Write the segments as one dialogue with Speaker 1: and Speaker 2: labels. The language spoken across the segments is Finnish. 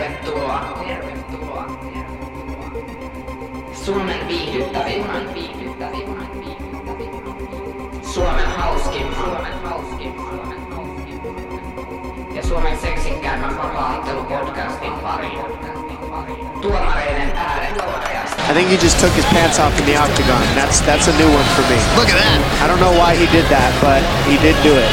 Speaker 1: vittua. Suomen viihdyttävimmän. Suomen hauskin. Suomen hauskin. Suomen hauskin. Ja Suomen seksikkäimmän vapaa podcastin pariin. Tuomareiden äänet korjasta.
Speaker 2: I think he just took his pants off in the octagon. That's that's a new one for me.
Speaker 3: Look at that.
Speaker 2: I don't know why he did that, but he did do it.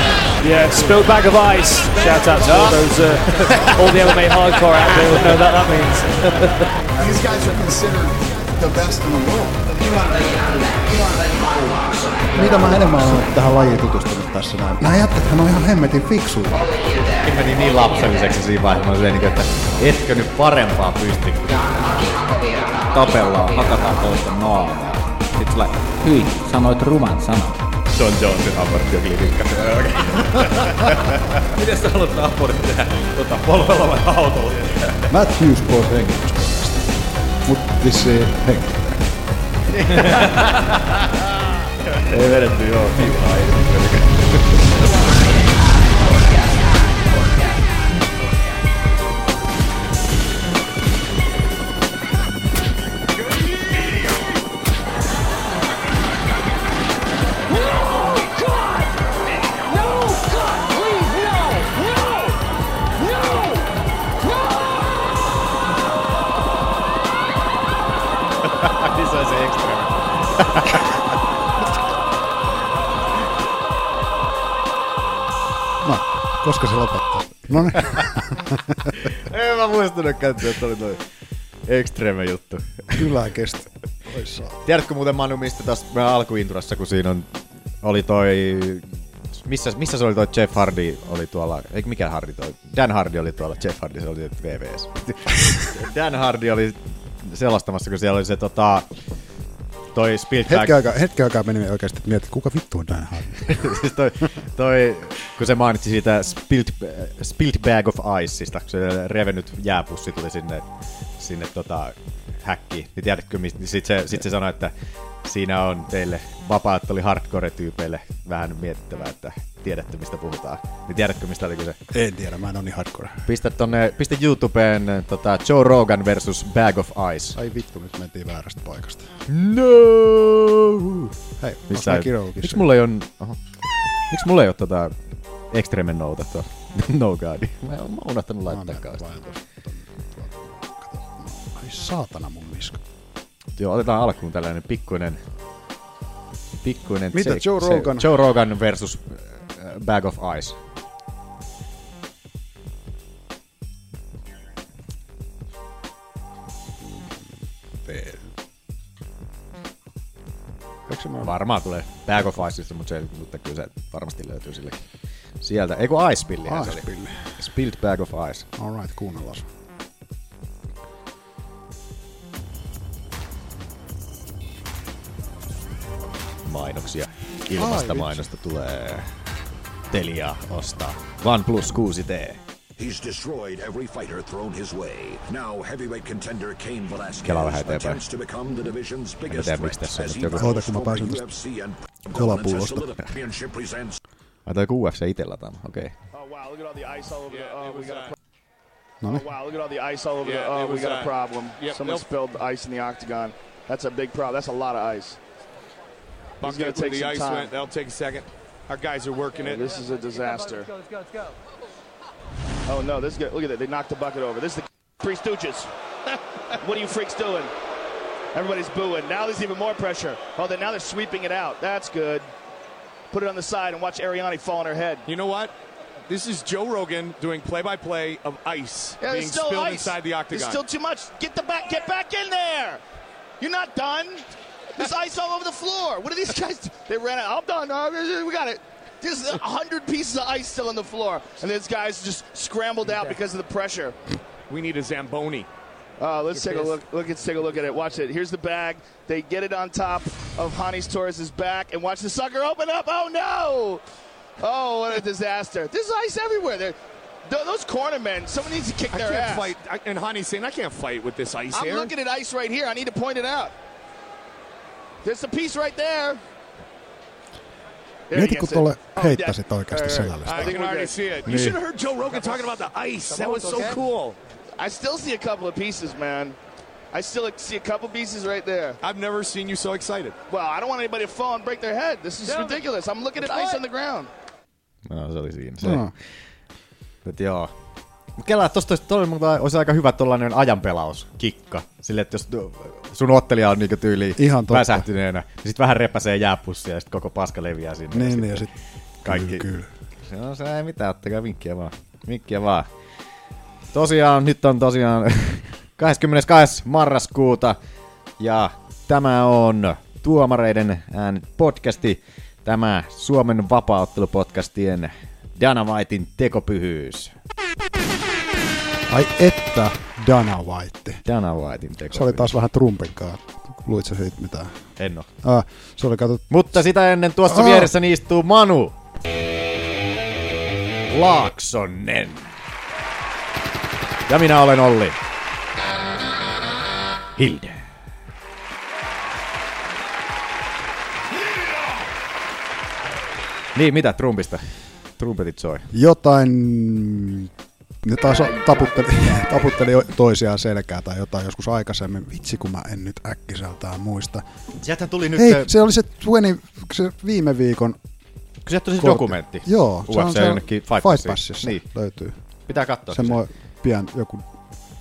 Speaker 4: Yeah, spilled bag of ice. Shout out to all those, uh, all the MMA hardcore out there who know that that means.
Speaker 5: These guys are considered the best in the world.
Speaker 6: Mitä mä enemmän olen tähän lajiin tutustunut tässä näin? Nämä jätkäthän on ihan hemmetin fiksuja.
Speaker 3: meni niin lapselliseksi siinä vaiheessa, mä olin niin, että etkö nyt parempaa pysty, kun tapellaan, hakataan toista naamaa. Sitten sillä hyi, sanoit ruman sanan.
Speaker 7: John Jonesin abortti on klinikassa. Miten sä haluat abortti tehdä? Tota, polvella vai autolla?
Speaker 6: Matt Hughes pois hengityspelistä. Mut vissiin henki.
Speaker 7: Ei vedetty, joo.
Speaker 3: Niin se on se ekstra.
Speaker 6: No, koska se lopettaa? No niin.
Speaker 3: En mä muistanutkaan, että se oli toi ekstreme juttu.
Speaker 6: Kyllä kestä. Oi saa.
Speaker 3: Tiedätkö muuten Manu, mistä tässä meidän alkuinturassa, kun siinä on, oli toi... Missä, missä se oli toi Jeff Hardy oli tuolla, ei mikä Hardy toi, Dan Hardy oli tuolla, Jeff Hardy se oli VVS. Dan Hardy oli selostamassa, kun siellä oli se tota, toi Spielberg,
Speaker 6: Hetken aikaa, hetken aikaa meni oikeasti että mietin, kuka vittu on Dan Hardy?
Speaker 3: siis toi, toi, kun se mainitsi siitä spilt, spilt bag of iceista, kun se revennyt jääpussi tuli sinne, sinne tota, häkkiin, niin tiedätkö, mistä, niin sit se, sit se sanoi, että siinä on teille vapaat oli hardcore-tyypeille vähän mietittävää, että tiedätte mistä puhutaan. Niin tiedätkö mistä oli kyse?
Speaker 6: En tiedä, mä en ole niin hardcore.
Speaker 3: Pistä, tonne, pistä YouTubeen tota, Joe Rogan versus Bag of Ice.
Speaker 6: Ai vittu, nyt mentiin väärästä paikasta.
Speaker 3: No!
Speaker 6: Hei, missä
Speaker 3: Missä,
Speaker 6: mä kirjoukissa?
Speaker 3: miksi mulla ei on... Oho. Miksi mulla ei ole tota Extremen nouta tuo? No God. Mä oon mä oon unohtanut
Speaker 6: Mä oon
Speaker 3: laittaa
Speaker 6: mennyt
Speaker 3: kaasta.
Speaker 6: vaan tuosta tuolta. Kato. Ai saatana mun niska.
Speaker 3: Joo, otetaan alkuun tällainen pikkuinen... Pikkuinen...
Speaker 6: Mitä, Joe Rogan?
Speaker 3: Joe Rogan versus äh, Bag of Ice.
Speaker 6: Eikö se mä
Speaker 3: Varmaan tulee Bag of Iceista, mutta, se, mutta kyllä se varmasti löytyy silläkin. Sieltä, eikö Ice Pilliä se oli.
Speaker 6: Aispilli.
Speaker 3: Spilled Bag of Ice.
Speaker 6: Alright, kuunnellaan. se.
Speaker 3: mainoksia.
Speaker 6: Ai,
Speaker 3: Ilmasta
Speaker 6: vitsi.
Speaker 3: mainosta tulee Telia ostaa. OnePlus 6T.
Speaker 8: He's destroyed every fighter thrown his way. Now heavyweight contender Cain
Speaker 3: Kela vähän
Speaker 8: Velasquez
Speaker 3: eteenpäin.
Speaker 8: attempts to become the division's biggest
Speaker 3: tiedä, miksi
Speaker 8: threat
Speaker 3: tässä on
Speaker 8: as
Speaker 3: nyt
Speaker 8: he
Speaker 3: joku-
Speaker 6: Oota, kun mä
Speaker 8: battles
Speaker 6: pääsen
Speaker 8: for
Speaker 6: tästä
Speaker 8: UFC and
Speaker 6: kolapullosta.
Speaker 8: dominance as the championship presents
Speaker 3: Ai toi UFC itse lataa. Okei. Okay.
Speaker 9: Oh wow, look at all the ice all over the. Oh, we got. A,
Speaker 6: No
Speaker 9: oh
Speaker 6: niin.
Speaker 9: wow, look at all the ice all over
Speaker 7: Yeah,
Speaker 9: the. Oh,
Speaker 7: it
Speaker 9: we
Speaker 7: was,
Speaker 9: got
Speaker 7: uh,
Speaker 9: a problem.
Speaker 7: yep,
Speaker 9: Someone
Speaker 7: nope.
Speaker 9: spilled ice in the octagon. That's a big problem. That's a lot of ice. He's gonna take
Speaker 7: the
Speaker 9: some
Speaker 7: ice
Speaker 9: time.
Speaker 7: went. That'll take a second. Our guys are working it.
Speaker 9: This is a disaster. Oh no, this guy. Look at that. They knocked the bucket over. This is the Three Stooges. what are you freaks doing? Everybody's booing. Now there's even more pressure. Oh, then now they're sweeping it out. That's good. Put it on the side and watch Ariani fall on her head.
Speaker 7: You know what? This is Joe Rogan doing play-by-play of ice
Speaker 9: Yeah,
Speaker 7: being
Speaker 9: there's still
Speaker 7: spilled
Speaker 9: ice.
Speaker 7: inside the octagon.
Speaker 9: There's still too much. Get the back. Get back in there. You're not done. There's ice all over the floor. What are these guys? do? They ran out. I'm done. Uh, We got it. There's a hundred pieces of ice still on the floor, and these guys just scrambled out because of the pressure.
Speaker 7: we need a Zamboni.
Speaker 9: Uh, let's take a
Speaker 7: pissed.
Speaker 9: look. Look, let's take a look at it. Watch it. Here's the bag. They get it on top of Hanis Torres's back, and watch the sucker open up. Oh no! Oh, what a disaster! There's ice everywhere. They're, th- those corner men. Someone needs to kick
Speaker 7: I
Speaker 9: their
Speaker 7: can't
Speaker 9: ass.
Speaker 7: fight. I, and Hani's saying, I can't fight with this ice
Speaker 9: I'm
Speaker 7: here.
Speaker 9: looking at ice right here. I need to point it out. There's a piece right there. There
Speaker 6: Mieti,
Speaker 9: he
Speaker 6: kun
Speaker 9: gets it.
Speaker 6: tuolle
Speaker 9: Oh,
Speaker 6: heittäisit
Speaker 9: yeah.
Speaker 6: oikeasti
Speaker 9: All right, all right.
Speaker 6: selällistä.
Speaker 7: I
Speaker 9: think
Speaker 7: can
Speaker 9: we're good.
Speaker 7: already see it. You should have heard Joe Rogan talking about the ice. That was so cool.
Speaker 9: I still see a couple of pieces, man. I still see a couple pieces right there.
Speaker 7: I've never seen you so excited.
Speaker 9: Well, I don't want anybody to fall and break their head. This is ridiculous. I'm looking at ice on the ground.
Speaker 3: No, se oli siinä se. Mm. Mut joo. Mut kelaa, tosta toi muuten olisi aika hyvä tollanen ajanpelaus, kikka. Sille, että jos tu- sun ottelija on niinku tyyli
Speaker 6: Ihan totta.
Speaker 3: väsähtyneenä, niin sit vähän repäsee jääpussia ja sit koko paska leviää sinne. ja
Speaker 6: Niin,
Speaker 3: sit
Speaker 6: niin, ja sitten
Speaker 3: kaikki.
Speaker 6: Kyllä,
Speaker 3: No se ei mitään, ottakaa vinkkiä vaan. Vinkkiä vaan. Tosiaan, nyt on tosiaan 22. marraskuuta ja tämä on Tuomareiden äänet podcasti. Tämä Suomen vapauttelupodcastien Dana Whitein tekopyhyys.
Speaker 6: Ai että Dana White.
Speaker 3: Dana Whitein tekopyhyys.
Speaker 6: Se oli taas vähän trumpinkaa. Luitko siitä mitään?
Speaker 3: En oo.
Speaker 6: Ah, se oli katsottu.
Speaker 3: Mutta sitä ennen tuossa
Speaker 6: Ah.
Speaker 3: vieressäni istuu Manu. Laaksonen. Ja minä olen Olli. Hilde. Niin, mitä trumpista? Trumpetit soi.
Speaker 6: Jotain... Ne taas taputteli, taputteli toisiaan selkää tai jotain joskus aikaisemmin. Vitsi, kun mä en nyt äkkiseltään muista.
Speaker 3: Sieltä tuli nyt
Speaker 6: Hei, se oli se, 20, se viime viikon...
Speaker 3: sieltä tuli se
Speaker 6: kortti.
Speaker 3: dokumentti.
Speaker 6: Joo,
Speaker 3: UFC on
Speaker 6: se
Speaker 3: jonnekin Fight,
Speaker 6: Fight
Speaker 3: Passiin.
Speaker 6: Passissa
Speaker 3: Niin,
Speaker 6: niin. löytyy.
Speaker 3: pitää katsoa se.
Speaker 6: Semmoinen pian joku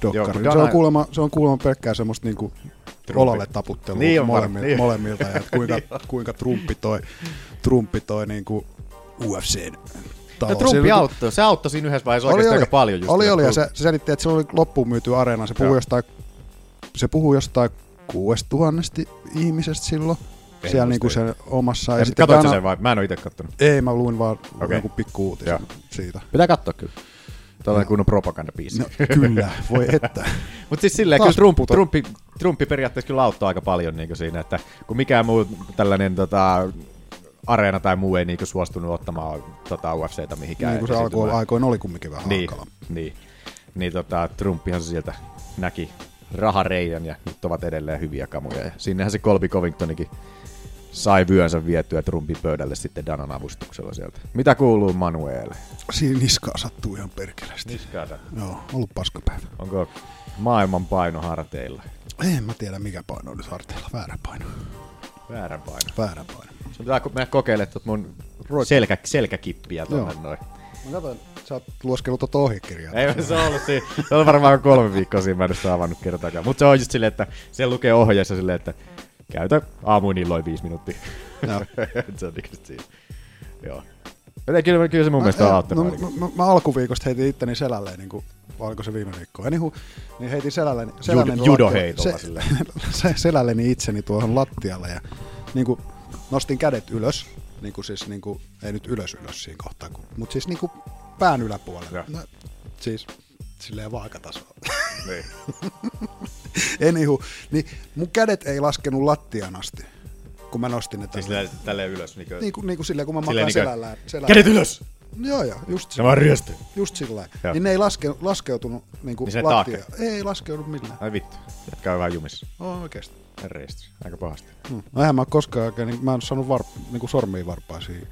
Speaker 6: dokkari.
Speaker 3: Joku
Speaker 6: se, on
Speaker 3: Dana-
Speaker 6: kuulemma, se on kuulemma pelkkää semmoista niinku olalle taputtelua
Speaker 3: Niin
Speaker 6: niin
Speaker 3: on Niin varmaan,
Speaker 6: molemmilta,
Speaker 3: niin.
Speaker 6: niin. molemmilta ja et kuinka, kuinka Trumpi toi, Trumpi toi niinku UFCn
Speaker 3: No,
Speaker 6: talo.
Speaker 3: Trumpi
Speaker 6: Siinä-
Speaker 3: auttoi. Se auttoi siinä yhdessä vaiheessa oikeasti aika paljon. Just
Speaker 6: oli,
Speaker 3: tätä
Speaker 6: oli, ja
Speaker 3: Trump-
Speaker 6: se, se selitti, että se oli loppuun myyty areena. Se
Speaker 3: Joo.
Speaker 6: puhui jostain, se puhui jostain kuudesta tuhannesti ihmisestä silloin.
Speaker 3: En
Speaker 6: siellä niinku
Speaker 3: muista
Speaker 6: sen omassa. Ja,
Speaker 3: Ei,
Speaker 6: sitten
Speaker 3: Katoitko
Speaker 6: Dana-
Speaker 3: sen vai? Mä en oo ite kattonut.
Speaker 6: Ei, mä luin vaan
Speaker 3: Okei.
Speaker 6: okay. joku pikku uutisen
Speaker 3: Joo.
Speaker 6: siitä.
Speaker 3: Pitää katsoa kyllä. Tällainen kunnon propagandabiisi.
Speaker 6: No,
Speaker 3: No.
Speaker 6: kyllä, voi että.
Speaker 3: Mutta siis silleen, kyllä
Speaker 6: Taas
Speaker 3: Trump,
Speaker 6: puto-
Speaker 3: Trumpi, Trumpi periaatteessa kyllä auttoi aika paljon niin siinä, että kun mikään muu tällainen tota, areena tai muu ei niin suostunut ottamaan tota, UFCtä mihinkään.
Speaker 6: niin kuin se
Speaker 3: esiintymään.
Speaker 6: alkuun aikoin oli kumminkin vähän
Speaker 3: niin,
Speaker 6: hankala.
Speaker 3: niin, niin tota, Trumpihan se sieltä näki rahareijän ja nyt ovat edelleen hyviä kamuja. Ja sinnehän se Colby Covingtonikin sai vyönsä vietyä Trumpin pöydälle sitten Danan avustuksella sieltä. Mitä kuuluu Manuel?
Speaker 6: Siinä niskaa sattuu ihan perkeleesti.
Speaker 3: Niskaa
Speaker 6: Joo, ollut paskapäivä.
Speaker 3: Onko maailman paino harteilla?
Speaker 6: En mä tiedä mikä paino on nyt harteilla. Väärä paino.
Speaker 3: Väärän paino.
Speaker 6: Väärä paino.
Speaker 3: Sun pitää ko- mennä kokeilemaan tuot mun
Speaker 6: Roik-
Speaker 3: selkä, selkäkippiä tuonne
Speaker 6: Joo.
Speaker 3: noin.
Speaker 6: Mä katsoin, sä oot lueskellut tuota ohjekirjaa.
Speaker 3: Ei se on ollut siinä. Se on varmaan kolme viikkoa siinä, mä en ole sitä avannut kertaakaan. Mutta se on just silleen, että se lukee ohjeessa silleen, että käytä aamuin illoin viisi minuuttia.
Speaker 6: Joo.
Speaker 3: se on niinku just siinä. Joo. Joten kyllä, kyllä se mun mielestä on niinku. auttanut.
Speaker 6: no,
Speaker 3: ainakin.
Speaker 6: mä, mä, mä, alkuviikosta heitin itteni selälleen, niin kuin, vai oliko se viime viikko? Anywho, niin heitin selälleen, selälleen
Speaker 3: judo
Speaker 6: lattia-
Speaker 3: heitolla
Speaker 6: se,
Speaker 3: silleen.
Speaker 6: se, selälleni itseni tuohon lattialle ja niin kuin, nostin kädet ylös, niin kuin siis, niin kuin, ei nyt ylös ylös siinä kohtaa, kun, mutta siis niin kuin pään yläpuolelle.
Speaker 3: Joo.
Speaker 6: No, siis silleen vaakatasolla.
Speaker 3: Niin.
Speaker 6: Anywho, niin mun kädet ei laskenut lattiaan asti, kun mä nostin ne
Speaker 3: Siis
Speaker 6: tälle.
Speaker 3: silleen- tälleen ylös. Niin kuin,
Speaker 6: Niin kuin, niin kuin silleen, kun mä
Speaker 3: silleen
Speaker 6: makaan
Speaker 3: niinku-
Speaker 6: selällään. selällään.
Speaker 3: Kädet ylös!
Speaker 6: Joo, joo, just
Speaker 3: Tämä on ryöstö.
Speaker 6: Just sillä
Speaker 3: Joo.
Speaker 6: lailla. Niin ne ei laske, laskeutunut niin kuin
Speaker 3: Niin sinne
Speaker 6: lattia. Ei laskeudu millään.
Speaker 3: Ai vittu. Jätkä on vähän jumissa.
Speaker 6: No, oikeesti.
Speaker 3: Reistys. Aika pahasti.
Speaker 6: Hmm. No eihän mä oo koskaan oikein, niin, mä en oo saanut varp, niin kuin sormiin varpaisiin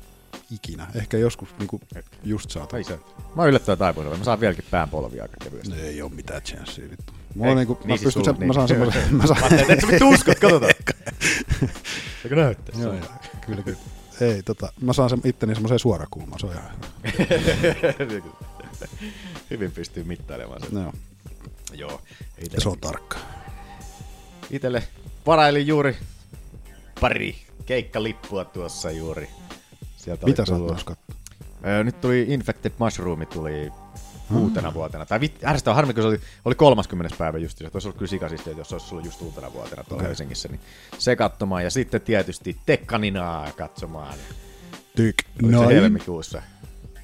Speaker 6: ikinä. Ehkä joskus niin kuin just saatu.
Speaker 3: Ai se. Mä oon yllättävän taipuinen. Mä saan vieläkin pään polvia aika kevyesti.
Speaker 6: No ei oo mitään chanssiä vittu. Mulla
Speaker 3: Ei,
Speaker 6: on niinku,
Speaker 3: niin
Speaker 6: mä
Speaker 3: siis
Speaker 6: pystyn
Speaker 3: sulla,
Speaker 6: sen,
Speaker 3: niin.
Speaker 6: mä saan semmoisen, mä saan,
Speaker 3: Mä et sä vittu uskot, katsotaan. Eikö näyttäisi?
Speaker 6: joo, joo, kyllä, kyllä. Ei, tota, mä saan sen itteni semmoiseen suorakulmaan, se on ihan hyvä.
Speaker 3: Hyvin pystyy mittailemaan sen.
Speaker 6: No,
Speaker 3: Joo.
Speaker 6: ja se
Speaker 3: Itelle,
Speaker 6: on tarkka.
Speaker 3: itelle varailin juuri pari keikkalippua tuossa juuri. Sieltä oli
Speaker 6: Mitä sä oot
Speaker 3: tullut-
Speaker 6: nostanut?
Speaker 3: Öö, Nyt tuli Infected Mushroom tuli
Speaker 6: Hmm.
Speaker 3: uutena vuotena. Tai vit, ärsyttävä harmi, kun se oli, oli 30. päivä just. Se olisi ollut kyllä sikasisti, jos se olisi ollut just uutena vuotena tuolla okay. Helsingissä. Niin se katsomaan. Ja sitten tietysti Tekkaninaa katsomaan.
Speaker 6: Tyk, No
Speaker 3: Oliko se
Speaker 6: noin.
Speaker 3: helmikuussa?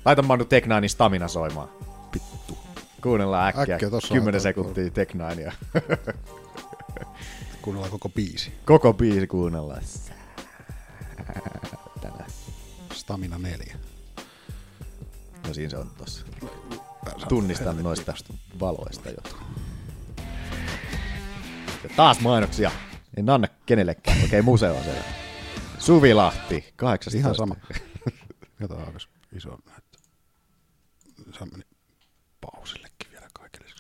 Speaker 3: Laita Manu Teknainin stamina soimaan. Pittu. Kuunnellaan äkkiä.
Speaker 6: Äkkiä, tossa
Speaker 3: 10
Speaker 6: on-
Speaker 3: sekuntia niin Teknainia.
Speaker 6: Kuunnellaan koko biisi.
Speaker 3: Koko biisi kuunnellaan.
Speaker 6: Stamina 4.
Speaker 3: No siinä se on tossa. Tunnistan noista valoista jotain. Ja taas mainoksia. En anna kenellekään. Okei, museo on siellä. Suvilahti, 18.
Speaker 6: Ihan sama. Kato alkas iso näyttö. Se meni pausillekin vielä kaikille.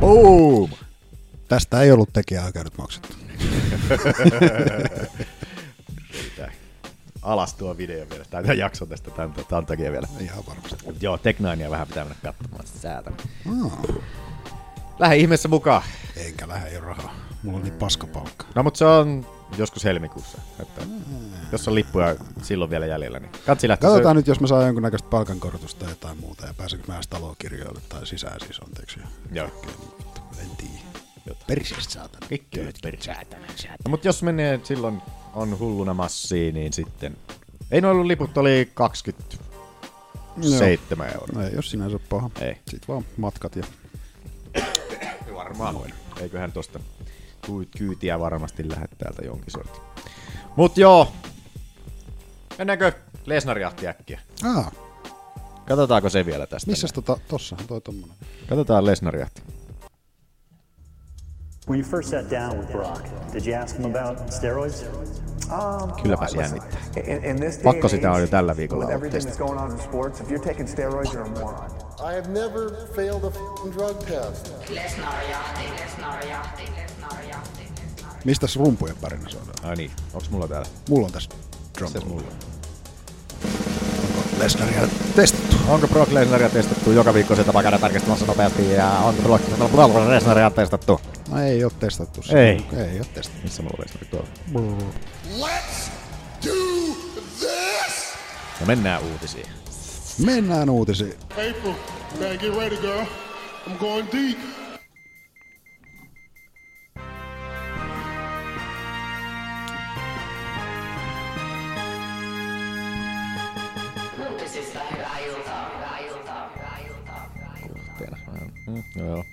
Speaker 3: Boom!
Speaker 6: Tästä ei ollut tekijäoikeudet maksettu.
Speaker 3: Alas tuo video vielä, tai tämä jakso tästä tämän, tämän takia vielä.
Speaker 6: Ihan varmasti.
Speaker 3: Mut Joo, Teknainia vähän pitää mennä katsomaan sitä säätä. Lähde ihmeessä mukaan.
Speaker 6: Enkä lähde, ei ole rahaa. Mulla on niin paskapaukka.
Speaker 3: No mutta se on joskus helmikuussa. Että Jos on lippuja silloin vielä jäljellä, niin katsi lähtee.
Speaker 6: Katsotaan nyt, jos mä saan jonkunnäköistä palkankorotusta tai jotain muuta, ja pääsenkö mä edes talokirjoille tai sisään siis, anteeksi.
Speaker 3: Joo.
Speaker 6: En tiedä. Perseestä saatana.
Speaker 3: Kaikki on no, mutta jos menee silloin on hulluna massiin, niin sitten... Ei ne ollut liput, oli 27 euroa.
Speaker 6: No ei jos sinänsä ole paha.
Speaker 3: Ei.
Speaker 6: Sitten vaan matkat ja...
Speaker 3: Varmaan voin. No, Eiköhän tosta tuit kyytiä varmasti lähde täältä jonkin sortin. Mut joo, mennäänkö Lesnariahti äkkiä?
Speaker 6: Ah,
Speaker 3: Katsotaanko se vielä tästä?
Speaker 6: missäs tota, tossahan toi tommonen.
Speaker 3: Katsotaan Lesnariahti.
Speaker 10: When you first sat down with Brock, did you ask him about steroids?
Speaker 3: Kylläpäs jännittää.
Speaker 10: In, in Um, this
Speaker 3: Pakko sitä on jo tällä viikolla ollut testattu.
Speaker 10: going on in sports, if you're taking steroids, you're a moron.
Speaker 5: I have never failed a f***ing drug test.
Speaker 1: Lesnar jahti, Lesnar jahti, Lesnar jahti. Lesnar jahti.
Speaker 6: Mistäs rumpujen pärinä saadaan?
Speaker 3: Ai niin, onks mulla täällä?
Speaker 6: Mulla on tässä
Speaker 3: Se
Speaker 6: drum.
Speaker 3: mulla.
Speaker 6: Lesnaria testattu.
Speaker 3: Onko Brock Lesnaria testattu joka viikko se tapa käydä tarkistamassa nopeasti ja onko Brock Brock Lesnaria testattu?
Speaker 6: No ei ole testattu. se.
Speaker 3: Ei.
Speaker 6: Ei ole testattu.
Speaker 3: Missä mulla on Lesnari tuolla?
Speaker 5: Let's do this!
Speaker 3: Ja No mennään uutisiin.
Speaker 6: Mennään uutisiin.
Speaker 5: April, better get ready, girl. I'm going deep.
Speaker 1: Uutisista hyvää iltaa, hyvää iltaa, hyvää iltaa, hyvää iltaa.
Speaker 3: Tiedä. Mm, joo.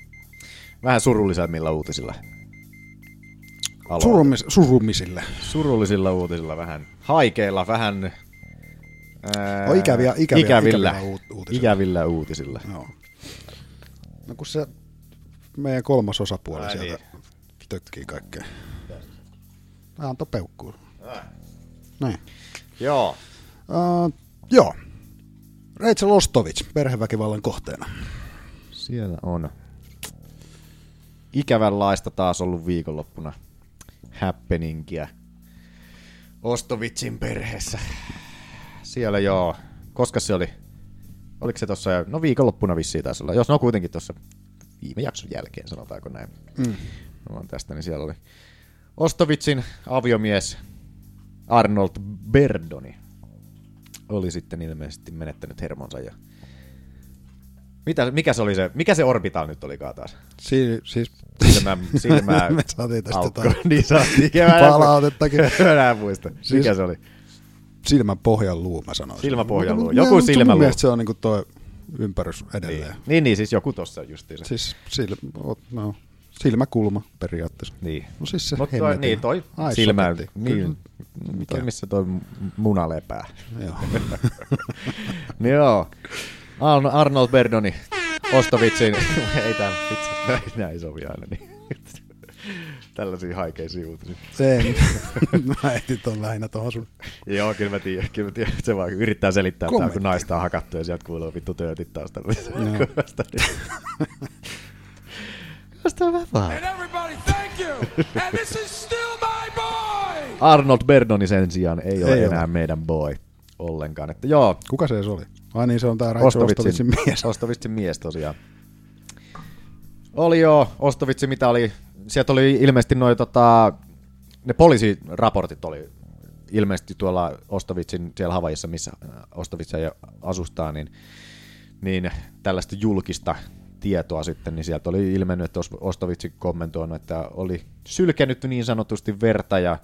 Speaker 3: Vähän surullisemmilla uutisilla. Aloitetaan.
Speaker 6: Surumis, surumisille.
Speaker 3: surullisilla uutisilla, vähän haikeilla, vähän... Ää,
Speaker 6: On ikäviä- ikäviä-
Speaker 3: ikävillä,
Speaker 6: ikävillä uut- uutisilla.
Speaker 3: Ikävillä uutisilla.
Speaker 6: Joo. No kun se meidän kolmas osapuoli
Speaker 3: Ai
Speaker 6: sieltä tökkii kaikkea. Mä antoi peukkuun. Näin.
Speaker 3: Joo.
Speaker 6: Uh, joo. Rachel Ostovich, perheväkivallan kohteena.
Speaker 3: Siellä on ikävänlaista taas ollut viikonloppuna happeningia Ostovitsin perheessä. Siellä joo. Koska se oli? Oliko se tossa? No viikonloppuna vissiin taisi olla. Jos no kuitenkin tuossa viime jakson jälkeen, sanotaanko näin. Mm. Ollaan tästä, niin siellä oli Ostovitsin aviomies Arnold Berdoni oli sitten ilmeisesti menettänyt hermonsa ja mitä, mikä se oli se, mikä se orbital nyt olikaan taas?
Speaker 6: Si- siis
Speaker 3: Silmä, silmää
Speaker 6: Me saatiin tästä
Speaker 3: aukko.
Speaker 6: jotain
Speaker 3: niin saatiin.
Speaker 6: palautettakin.
Speaker 3: Mä en muista. Mikä
Speaker 6: Siis-
Speaker 3: se oli? Niin.
Speaker 6: silmän pohjan luu, mä sanoisin.
Speaker 3: Silmäpohjan
Speaker 6: Mutta
Speaker 3: luu.
Speaker 6: mun-
Speaker 3: Joku
Speaker 6: mun-
Speaker 3: silmän luu.
Speaker 6: Mun mielestä se on niinku toi ympärys
Speaker 3: Niin.
Speaker 6: edelleen. Niin.
Speaker 3: niin, niin, siis joku tossa justiinsa.
Speaker 6: Siis sil, o- no, silmäkulma periaatteessa.
Speaker 3: Niin.
Speaker 6: No siis se
Speaker 3: Mut toi,
Speaker 6: hemmetin.
Speaker 3: niin, toi
Speaker 6: Ai,
Speaker 3: silmä,
Speaker 6: soketti.
Speaker 3: niin, mikä? missä toi muna lepää.
Speaker 6: Joo.
Speaker 3: Niin joo. Arn- Arnold Berdoni, Ostovitsin. Ei tää vitsi, näin, näin sovi aina. Niin. Tällaisia haikeisia uutisia.
Speaker 6: Ei. mä etin ton lähinnä tohon sun.
Speaker 3: Joo, kyllä mä tiedän, kyllä mä tiedän. Se vaan yrittää selittää, että tää, kun
Speaker 6: Kommentti.
Speaker 3: naista on hakattu ja sieltä kuuluu vittu töötit taustalla. niin. Josta on vapaa.
Speaker 7: everybody, thank you. and this is still my boy.
Speaker 3: Arnold Berdoni sen sijaan ei ole
Speaker 6: Ei ole.
Speaker 3: ei enää ole. meidän boy ollenkaan. Että joo,
Speaker 6: Kuka se edes oli? Ai niin, se on tää Rachel
Speaker 3: Ostovitsin,
Speaker 6: Ostovitsin mies.
Speaker 3: Ostovitsin mies tosiaan. Oli joo, Ostovitsi mitä oli, sieltä oli ilmeisesti noin tota, ne poliisiraportit oli ilmeisesti tuolla Ostovitsin, siellä Havajissa, missä äh, Ostovitsi asustaa, niin, niin tällaista julkista tietoa sitten, niin sieltä oli ilmennyt, että Os- Ostovitsi kommentoinut, että oli sylkenyt niin sanotusti verta ja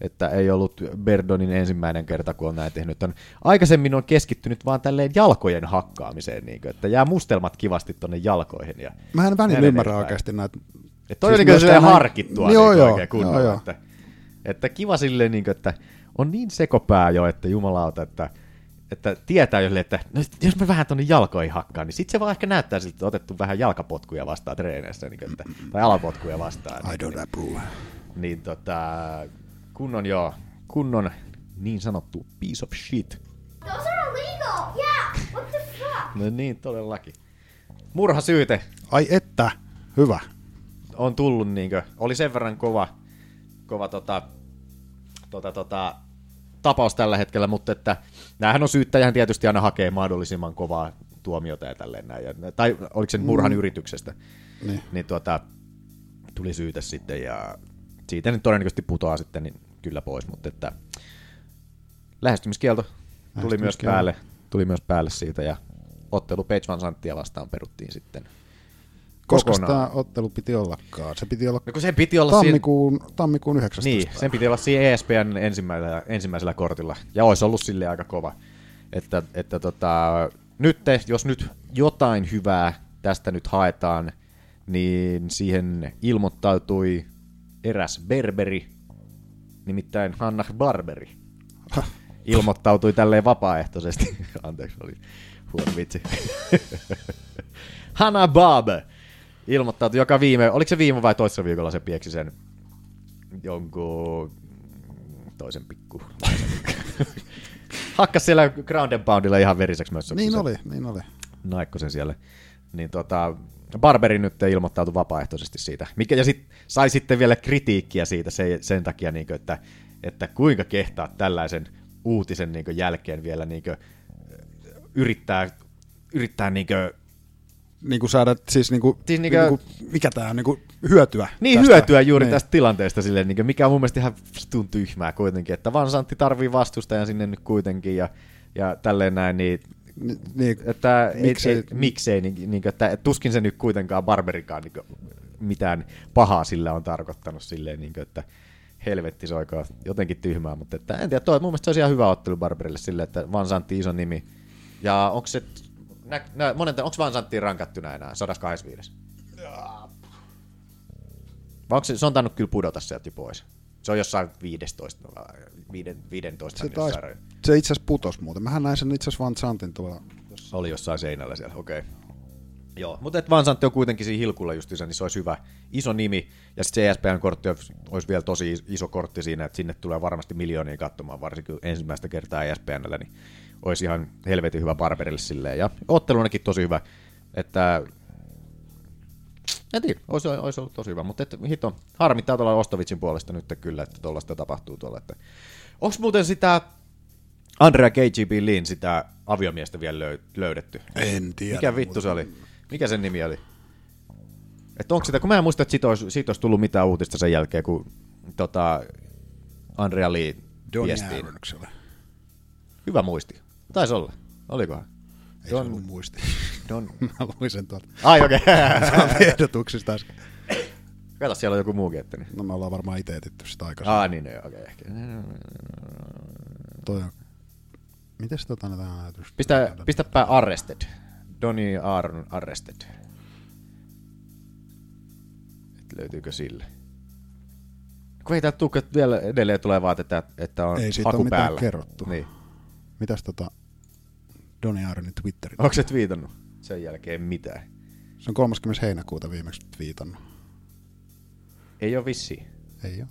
Speaker 3: että ei ollut Berdonin ensimmäinen kerta, kun on näin tehnyt. On, aikaisemmin on keskittynyt vaan tälleen jalkojen hakkaamiseen, niin kuin, että jää mustelmat kivasti tonne jalkoihin. Ja
Speaker 6: Mä en välillä
Speaker 3: näin
Speaker 6: ymmärrä
Speaker 3: edespäin.
Speaker 6: oikeasti näitä.
Speaker 3: Et toi siis on
Speaker 6: myös
Speaker 3: niin silleen
Speaker 6: tämä-
Speaker 3: harkittua joo, niin joo, oikein kunnolla. Joo, joo. niinku, Että, että kiva silleen, niin kuin, että on niin sekopää jo, että jumalauta, että että tietää jolle, että no, jos mä vähän tonne jalkoihin hakkaan, niin sit se vaan ehkä näyttää siltä, että on otettu vähän jalkapotkuja vastaan treeneissä, niin kuin, että, tai alapotkuja vastaan.
Speaker 6: I don't approve.
Speaker 3: Niin tota, kunnon joo, kunnon niin sanottu piece of shit.
Speaker 1: Those are illegal. Yeah. What the fuck?
Speaker 3: No niin, todellakin. Murhasyyte
Speaker 6: Ai että, hyvä.
Speaker 3: on tullut, niinkö, oli sen verran kova, kova tota, tota, tota, tapaus tällä hetkellä, mutta että näähän on syyttäjähän tietysti aina hakee mahdollisimman kovaa tuomiota ja tälleen näin. Ja- Tai oliko se nyt murhan mm. yrityksestä?
Speaker 6: Niin.
Speaker 3: niin tuota, tuli syytä sitten ja siitä nyt todennäköisesti putoaa sitten niin kyllä pois, mutta että lähestymiskielto tuli myös
Speaker 6: Lähestymiskielto.
Speaker 3: päälle, tuli myös päälle siitä ja ottelu Page Van Santtia vastaan peruttiin sitten
Speaker 6: Koska
Speaker 3: kokonaan.
Speaker 6: tämä ottelu piti ollakaan? Se piti olla
Speaker 3: No kun sen piti olla siinä-
Speaker 6: tammikuun, tammikuun 19.
Speaker 3: Niin, sen piti olla siinä ESPN ensimmäisellä, ensimmäisellä kortilla. Ja olisi ollut sille aika kova. Että, että tota, nyt, te- jos nyt jotain hyvää tästä nyt haetaan, niin siihen ilmoittautui eräs berberi, nimittäin Hannah Barberi. Ilmoittautui tälleen vapaaehtoisesti. Anteeksi, oli huono vitsi. Hanna Barber ilmoittautui, joka viime, oliko se viime vai toisessa viikolla se pieksi sen jonkun toisen pikku. Hakkas siellä ground and poundilla ihan veriseksi myös.
Speaker 6: niin oli, niin oli.
Speaker 3: Naikkosen siellä. Niin tota, Barberi nyt ilmoittautui vapaaehtoisesti siitä. Mikä, ja sit, sai sitten vielä kritiikkiä siitä se, sen takia, niin kuin, että, että kuinka kehtaa tällaisen uutisen niin kuin, jälkeen vielä niin kuin, yrittää, yrittää niin kuin,
Speaker 6: Niin kuin saada siis, niin kuin,
Speaker 3: Siis
Speaker 6: siis
Speaker 3: niinku-
Speaker 6: niin kuin, mikä tämä on, niin kuin hyötyä.
Speaker 3: Niin
Speaker 6: tästä.
Speaker 3: hyötyä juuri
Speaker 6: Niin.
Speaker 3: tästä tilanteesta, silleen, niin kuin, mikä on mun mielestä ihan vitun tyhmää kuitenkin, että Vansantti tarvii vastustajan sinne nyt kuitenkin ja, ja tälleen näin, niin
Speaker 6: Ni- Niin,
Speaker 3: että miksei,
Speaker 6: Miksei-
Speaker 3: ei, miksei niin, niin, että tuskin se nyt kuitenkaan barberikaan niin, mitään pahaa sillä on tarkoittanut silleen, niin, että helvetti soikaa, jotenkin tyhmää, mutta että, en tiedä, toi, mun mielestä se olisi ihan hyvä ottelu Barberille sille, että Vansantti iso nimi, ja onko se, nä, nä, monen, onko Vansantti rankattuna enää 125? Vai onko se, se on tainnut kyllä pudota sieltä jo pois. Se on jossain 15, 15
Speaker 6: se,
Speaker 3: se
Speaker 6: taas,
Speaker 3: jossain, rajoilla.
Speaker 6: se itse asiassa putosi muuten. Mähän näin sen itse asiassa Van Santin tuolla.
Speaker 3: Oli jossain seinällä siellä, okei. Okay. Joo, mutta et Vansantti on kuitenkin siinä hilkulla justiinsa, niin se olisi hyvä iso nimi. Ja sitten se E ESPN-kortti olisi vielä tosi is- iso kortti siinä, että sinne tulee varmasti miljoonia katsomaan, varsinkin ensimmäistä kertaa ESPNllä, niin olisi ihan helvetin hyvä Barberille silleen. Ja ottelunakin tosi hyvä, että en tiedä, olisi, olisi ollut tosi hyvä, mutta et, hito, harmittaa tuolla Ostovitsin puolesta nyt kyllä, että tuollaista tapahtuu tuolla. Että... Onko muuten sitä Andrea KGB Lin, sitä aviomiestä vielä löy- löydetty?
Speaker 6: En tiedä.
Speaker 3: Mikä vittu se oli? Mikä sen nimi oli? Että onko sitä, kun mä en muista, että siitä olisi, siitä olisi tullut mitään uutista sen jälkeen, kun tota, Andrea Lee
Speaker 6: Donnie
Speaker 3: viestiin.
Speaker 6: Aaron, se oli.
Speaker 3: Hyvä muisti. Taisi olla. Olikohan?
Speaker 6: Ei Don... se ollut muisti.
Speaker 3: Don...
Speaker 6: Mä luin sen tuolta
Speaker 3: Ai okei. Okay.
Speaker 6: ehdotuksista äsken.
Speaker 3: Kato, siellä on joku muukin. Että niin.
Speaker 6: No me ollaan varmaan itse etitty sitä aikaisemmin.
Speaker 3: Ah, niin, no joo, okei. Okay, ehkä.
Speaker 6: Ah. Toi on. Mites tota näitä näytöstä?
Speaker 3: Pistä, pistäpä arrested. Donny Aaron arrested. Et löytyykö sille? Kun ei täältä tuukka vielä edelleen tulee vaan, että, että on
Speaker 6: Ei siitä
Speaker 3: haku
Speaker 6: ole mitään
Speaker 3: päällä.
Speaker 6: kerrottu.
Speaker 3: Niin.
Speaker 6: Mitäs tota Donny Aaronin Twitterin?
Speaker 3: Onko se twiitannut sen jälkeen mitään?
Speaker 6: Se on 30. heinäkuuta viimeksi twiitannut.
Speaker 3: Ei ole vissi.
Speaker 6: Ei oo.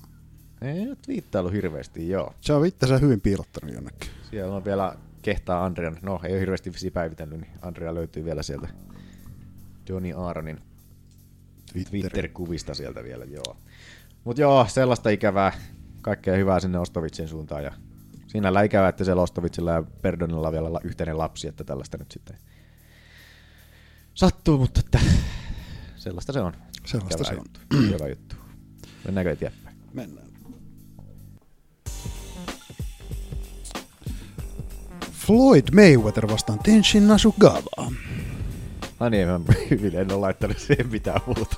Speaker 3: Ei ole twiittailu hirveästi, joo.
Speaker 6: Se on itsensä hyvin piilottanut jonnekin.
Speaker 3: Siellä on vielä kehtaa Andrean. No, ei ole hirveästi vissi päivitellyt, niin Andrea löytyy vielä sieltä Johnny Aaronin
Speaker 6: Twitter.
Speaker 3: Twitter-kuvista sieltä vielä, joo. Mutta joo, sellaista ikävää. Kaikkea hyvää sinne Ostovitsin suuntaan. Ja sinällä ikävää, että siellä Ostovitsilla ja Perdonilla on vielä la- yhteinen lapsi, että tällaista nyt sitten sattuu, mutta että sellaista se on.
Speaker 6: Sellaista se on.
Speaker 3: Juttu. Ikävä juttu. Mennäänkö eteenpäin?
Speaker 6: Mennään. Floyd Mayweather vastaan Tenshin Nasugawa.
Speaker 3: Ai niin, mä hyvin en ole laittanut siihen mitään muuta.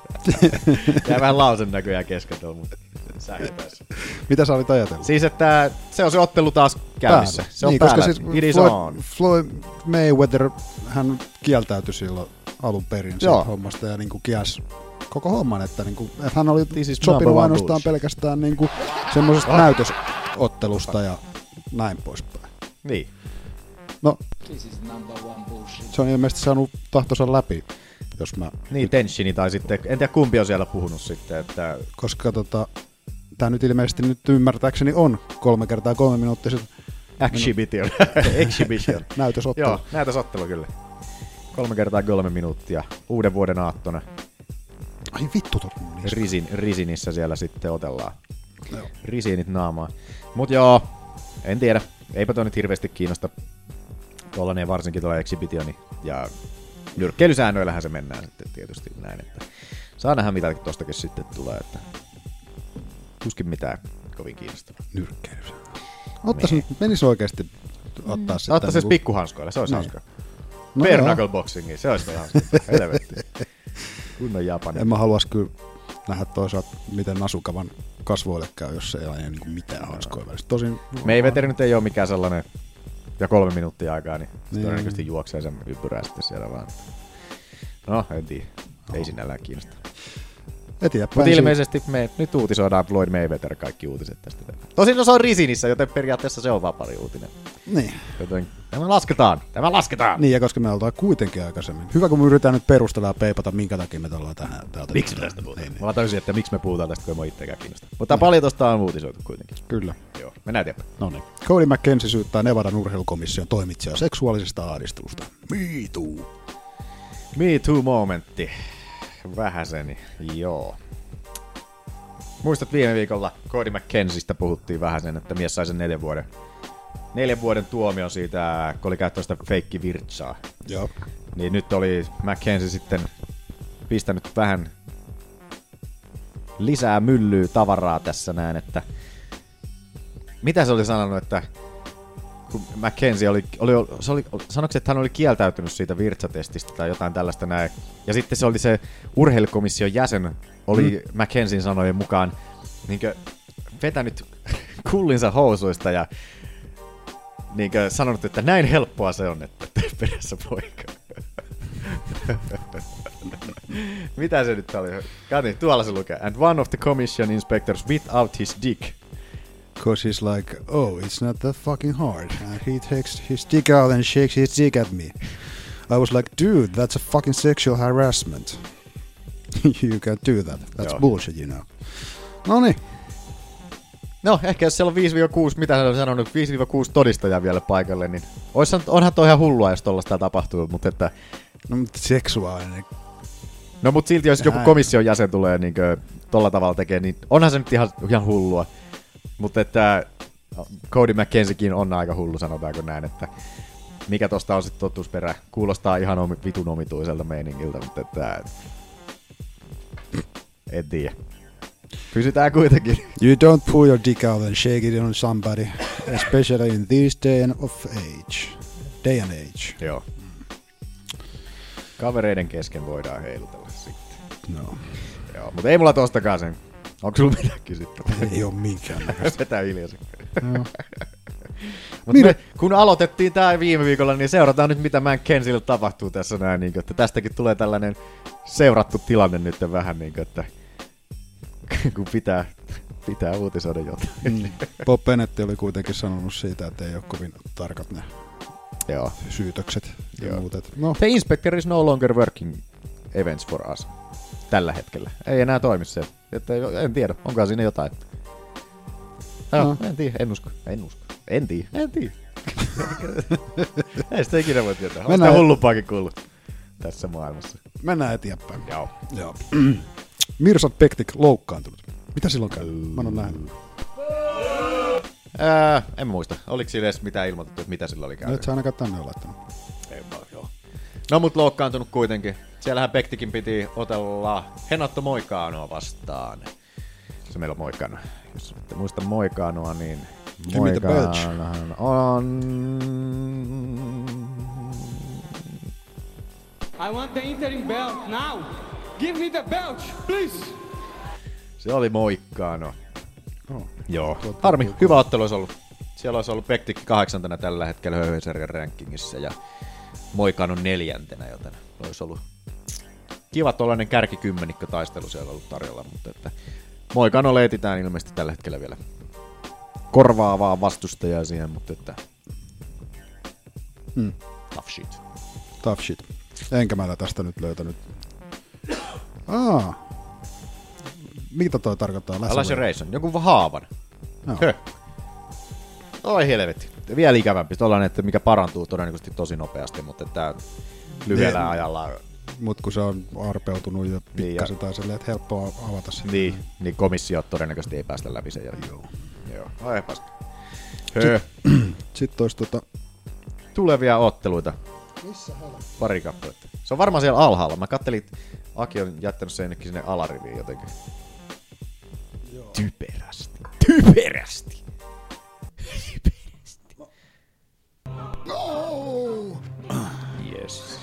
Speaker 3: Jää vähän lausen näköjään kesken tuolla, mutta sähköpäissä.
Speaker 6: Mitä sä olit ajatellut?
Speaker 3: Siis, että se on se ottelu taas käynnissä.
Speaker 6: Päällä.
Speaker 3: Se on
Speaker 6: niin,
Speaker 3: päällä.
Speaker 6: Koska siis
Speaker 3: It is
Speaker 6: Floyd,
Speaker 3: on.
Speaker 6: Floyd Mayweather, hän kieltäytyi silloin alun perin
Speaker 3: Joo.
Speaker 6: siitä hommasta ja niin kuin kias koko homman, että, niin kuin, että hän oli
Speaker 3: This is number
Speaker 6: sopinut
Speaker 3: one
Speaker 6: ainoastaan
Speaker 3: bullshit.
Speaker 6: pelkästään niin kuin semmoisesta näytösottelusta ja näin poispäin.
Speaker 3: Niin.
Speaker 6: No, se on ilmeisesti saanut tahtonsa läpi, jos mä,
Speaker 3: Niin, Tenshini tai sitten, en tiedä kumpi on siellä puhunut sitten, että
Speaker 6: koska tota, tämä nyt ilmeisesti nyt ymmärtääkseni on kolme kertaa kolme minuuttiset
Speaker 3: Exhibition.
Speaker 6: No.
Speaker 3: Exhibition.
Speaker 6: Näytösottelu.
Speaker 3: Joo, näytösottelu kyllä. Kolme kertaa kolme minuuttia. Uuden vuoden aattona
Speaker 6: Ai vittu, tuolla mun niska.
Speaker 3: Risin, Risinissä siellä sitten otellaan. Risinit naamaa. Mut joo, en tiedä. Eipä toi nyt hirveästi kiinnosta. Tollanen varsinkin tuolla Exhibitioni. Ja nyrkkeilysäännöillähän se mennään sitten tietysti näin. Että saa nähdä mitä tostakin sitten tulee. Että tuskin mitään kovin kiinnostavaa.
Speaker 6: nyrkkeily. Ottaisi,
Speaker 3: Niin.
Speaker 6: nyt- menisi oikeasti ottaa sitä.
Speaker 3: Ottaisi siis
Speaker 6: niinku-
Speaker 3: pikkuhanskoilla, se olisi
Speaker 6: Niin.
Speaker 3: hauskaa.
Speaker 6: No
Speaker 3: Bare
Speaker 6: joo.
Speaker 3: knuckle boxingi, se olisi vähän hauskaa. Helvetti. Kunnon Japani.
Speaker 6: En mä haluaisi kyllä nähdä toisaalta, miten Nasukavan kasvoille käy, jos ei aina niin mitään hanskoja välistä. Tosin
Speaker 3: Mayweather nyt ei ole mikään sellainen, ja kolme minuuttia aikaa, niin, niin.
Speaker 6: Niin.
Speaker 3: todennäköisesti juoksee sen ympyrää sitten siellä vaan. No, en tiedä. Ei sinällään kiinnosta.
Speaker 6: eteenpäin.
Speaker 3: Mutta
Speaker 6: siitä.
Speaker 3: ilmeisesti me nyt uutisoidaan Floyd Mayweather kaikki uutiset tästä. Tosin no, se on Risinissä, joten periaatteessa se on vapari uutinen.
Speaker 6: Niin.
Speaker 3: Joten tämä lasketaan. Tämä lasketaan.
Speaker 6: niin, ja koska me ollaan kuitenkin aikaisemmin. Hyvä, kun me yritetään nyt perustella ja peipata, minkä takia me ollaan tähän. täältä-
Speaker 3: Miksi me tästä puhutaan?
Speaker 6: Niin,
Speaker 3: Mä tajusin, että miksi me puhutaan tästä, kun ei mua itsekään kiinnosta. Mutta paljon tosta on uutisoitu kuitenkin.
Speaker 6: niin. Kyllä.
Speaker 3: Joo, mennään eteenpäin.
Speaker 6: No niin. Cody McKenzie syyttää Nevadan urheilukomission toimitsijaa seksuaalisesta ahdistelusta. Me too.
Speaker 3: Me Too momentti. Vähäseni, joo. Muistat viime viikolla Cody McKenziestä puhuttiin vähän sen, että mies sai sen neljän vuoden, neljän vuoden tuomion siitä, kun oli käyttänyt sitä feikkivirtsaa.
Speaker 6: Joo.
Speaker 3: Niin nyt oli McKenzie sitten pistänyt vähän lisää myllyä tavaraa tässä näin, että mitä se oli sanonut, että kun McKenzie oli, oli, se oli sanoiko se, että hän oli kieltäytynyt siitä virtsatestistä tai jotain tällaista näin. Ja sitten se oli se urheilukomission jäsen, oli mm. McKenzien sanojen mukaan niinkö vetänyt kullinsa housuista ja niinkö sanonut, että näin helppoa se on, että perässä poika. Mitä se nyt oli? Kati, tuolla se lukee. And one of the commission inspectors without his dick
Speaker 6: Cause he's like, oh, it's not that fucking hard. And he takes his dick out and shakes his dick at me. I was like, dude, that's a fucking sexual harassment. you can't do that. That's
Speaker 3: Joo.
Speaker 6: bullshit, you know. No niin,
Speaker 3: No, ehkä jos siellä on 5-6, mitä hän on sanonut, 5-6 todistajaa vielä paikalle, niin oishan, onhan toi ihan hullua, jos tollaista tapahtuu, mutta että...
Speaker 6: no, mutta seksuaalinen.
Speaker 3: No, mutta silti jos joku
Speaker 6: Näin.
Speaker 3: komission jäsen tulee niin kuin, tolla tavalla tekee, niin onhan se nyt ihan, ihan hullua. Mutta että no, Cody McKenziekin on aika hullu, sanotaanko näin, että mikä tosta on sitten totuusperä. Kuulostaa ihan omi, vitun omituiselta meiningiltä, mutta että... En tiedä. Pysytään kuitenkin.
Speaker 6: You don't pull your dick out and shake it on somebody, especially in this day and of age. Day and age.
Speaker 3: Joo. Kavereiden kesken voidaan heilutella sitten.
Speaker 6: No,
Speaker 3: Joo, mutta ei mulla tostakaan sen. Onko sulla mitään kysyttävää?
Speaker 6: ei ole minkään.
Speaker 3: Vetää hiljaiseksi. Mut me, kun aloitettiin tämä viime viikolla, niin seurataan nyt, mitä McKenzille tapahtuu tässä näin. Niin, että tästäkin tulee tällainen seurattu tilanne nyt vähän, niin, että kun pitää, pitää uutisoida jotain.
Speaker 6: Mm. Bob Bennett oli kuitenkin sanonut siitä, että ei ole kovin tarkat ne
Speaker 3: Joo.
Speaker 6: syytökset ja
Speaker 3: Joo.
Speaker 6: muut. et- No,
Speaker 3: The inspector is no longer working events for us. Tällä hetkellä. Ei enää toimi se. Että ei- en tiedä, onkohan siinä jotain. No, no.
Speaker 6: No.
Speaker 3: En tiedä, en usko. En usko. En tiedä, en tiedä. ei sitä ikinä voi tietää. On sitä
Speaker 6: Mennään-
Speaker 3: hullumpaakin kuullut tässä maailmassa.
Speaker 6: mennään eteenpäin.
Speaker 3: Joo.
Speaker 6: Joo. Mirsat Pektik loukkaantunut. Mitä silloin käy? Mä en ole nähnyt.
Speaker 3: Ää, en muista. Oliko siinä edes mitään ilmoitettu, että mitä sillä oli
Speaker 6: No
Speaker 3: käynyt?
Speaker 6: et sä ainakaan tänne ole laittanut.
Speaker 3: Ei paljon, joo. No mut loukkaantunut kuitenkin. Siellähän Pektikin piti otella Henatto Moikaanoa vastaan. Se meillä on Moikaano. Jos ette muista Moikaanoa, niin
Speaker 6: Give me the belch.
Speaker 3: Moikaanohan on...
Speaker 11: I want the interim belt now. Give me the belt, please.
Speaker 3: Se oli Moikkaano.
Speaker 6: No.
Speaker 3: Joo. Harmi, hyvä ottelu olisi ollut. Siellä olisi ollut Pektik kahdeksantena tällä hetkellä höyhensarjan rankingissa ja Moikaano neljäntenä, joten olisi ollut kiva tuollainen kärkikymmenikko taistelu siellä ollut tarjolla, mutta että Moikano leititään ilmeisesti tällä hetkellä vielä korvaavaa vastustajaa siihen, mutta että
Speaker 6: Mm.
Speaker 3: Tough shit.
Speaker 6: Tough shit. Enkä mä tästä nyt löytänyt. Aa. Mitä toi tarkoittaa?
Speaker 3: Laceration, jonkun va- haavan.
Speaker 6: Joo.
Speaker 3: Hö. Oi helvetti. Vielä ikävämpi. Tuollainen, että mikä parantuu todennäköisesti tosi nopeasti, mutta että lyhyellä
Speaker 6: Niin.
Speaker 3: ajalla
Speaker 6: Mut kun se on arpeutunut ja
Speaker 3: Niin, ja-
Speaker 6: pikkasen tai silleen, että helppoa avata sitä.
Speaker 3: niin, niin komissio todennäköisesti ei päästä läpi sen jälkeen. Joo. Joo. Ai paska. Hö.
Speaker 6: Sitten olisi tota...
Speaker 3: Tulevia otteluita.
Speaker 6: Missä
Speaker 3: Pari kappaletta. Se on varmaan siellä alhaalla. Mä kattelin, että Aki on jättänyt sen jonnekin sinne alariviin jotenkin. Typerästi. Typerästi.
Speaker 5: No!
Speaker 3: Yes.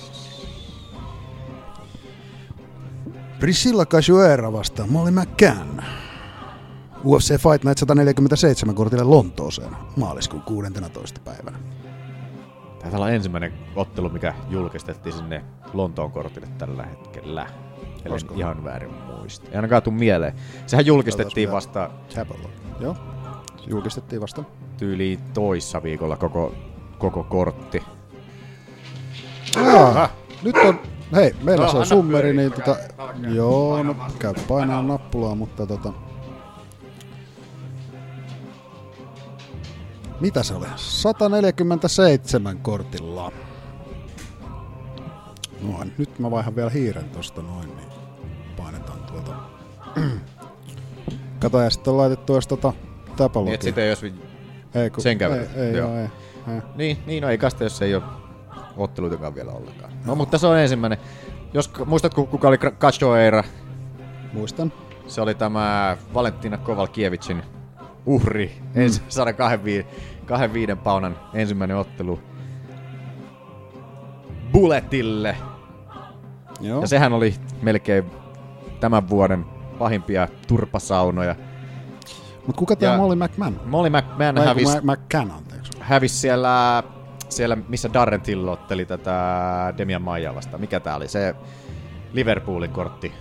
Speaker 6: Priscilla Cajuera vastaan Molly McCann. UFC Fight Night 147 kortille Lontooseen maaliskuun 16. päivänä.
Speaker 3: Taitaa olla ensimmäinen ottelu, mikä julkistettiin sinne Lontoon kortille tällä hetkellä. Eli
Speaker 6: Olisiko?
Speaker 3: ihan väärin muista. Ei ainakaan tuu mieleen. Sehän julkistettiin
Speaker 6: Katsotaan,
Speaker 3: vasta
Speaker 6: Tabella. Joo. Se Julkistettiin vasta.
Speaker 3: tyyliin toissa viikolla koko, koko kortti.
Speaker 6: Aa, nyt on, hei, meillä
Speaker 3: No,
Speaker 6: se on
Speaker 3: anna
Speaker 6: summeri,
Speaker 3: pyöriä,
Speaker 6: niin tota, joo, no käy painaa nappulaa, mutta tota, mitä se oli? 147 kortilla. Noin, nyt mä vaihan vielä hiiren tosta noin, niin painetaan tuota. Kato, ja sitten on laitettu edes tota
Speaker 3: Niin, et
Speaker 6: täpälogia.
Speaker 3: sitä jos... vi-
Speaker 6: Ei, kun,
Speaker 3: sen kävi.
Speaker 6: Ei, ei,
Speaker 3: Joo.
Speaker 6: joo. ei, ei.
Speaker 3: Niin, niin no ei kasta, jos ei ole otteluitakaan vielä ollenkaan. No, mutta se on ensimmäinen. Jos k- muistatko, kuka oli Kra- Cachoeira?
Speaker 6: Muistan.
Speaker 3: Se oli tämä Valentina Kovalkievicin uhri.
Speaker 6: Mm.
Speaker 3: Ensi 125 kahden viiden paunan ensimmäinen ottelu Bulletille.
Speaker 6: Joo.
Speaker 3: Ja sehän oli melkein tämän vuoden pahimpia turpasaunoja.
Speaker 6: Mut kuka tää
Speaker 3: Ja-
Speaker 6: Molly McMahon?
Speaker 3: Molly McMahon
Speaker 6: Vai
Speaker 3: hävisi,
Speaker 6: kun Mac- McCann, anteeksi.
Speaker 3: hävisi siellä, siellä, missä Darren Till otteli tätä Demian Maijaa vastaan. Mikä tää oli? Se Liverpoolin kortti,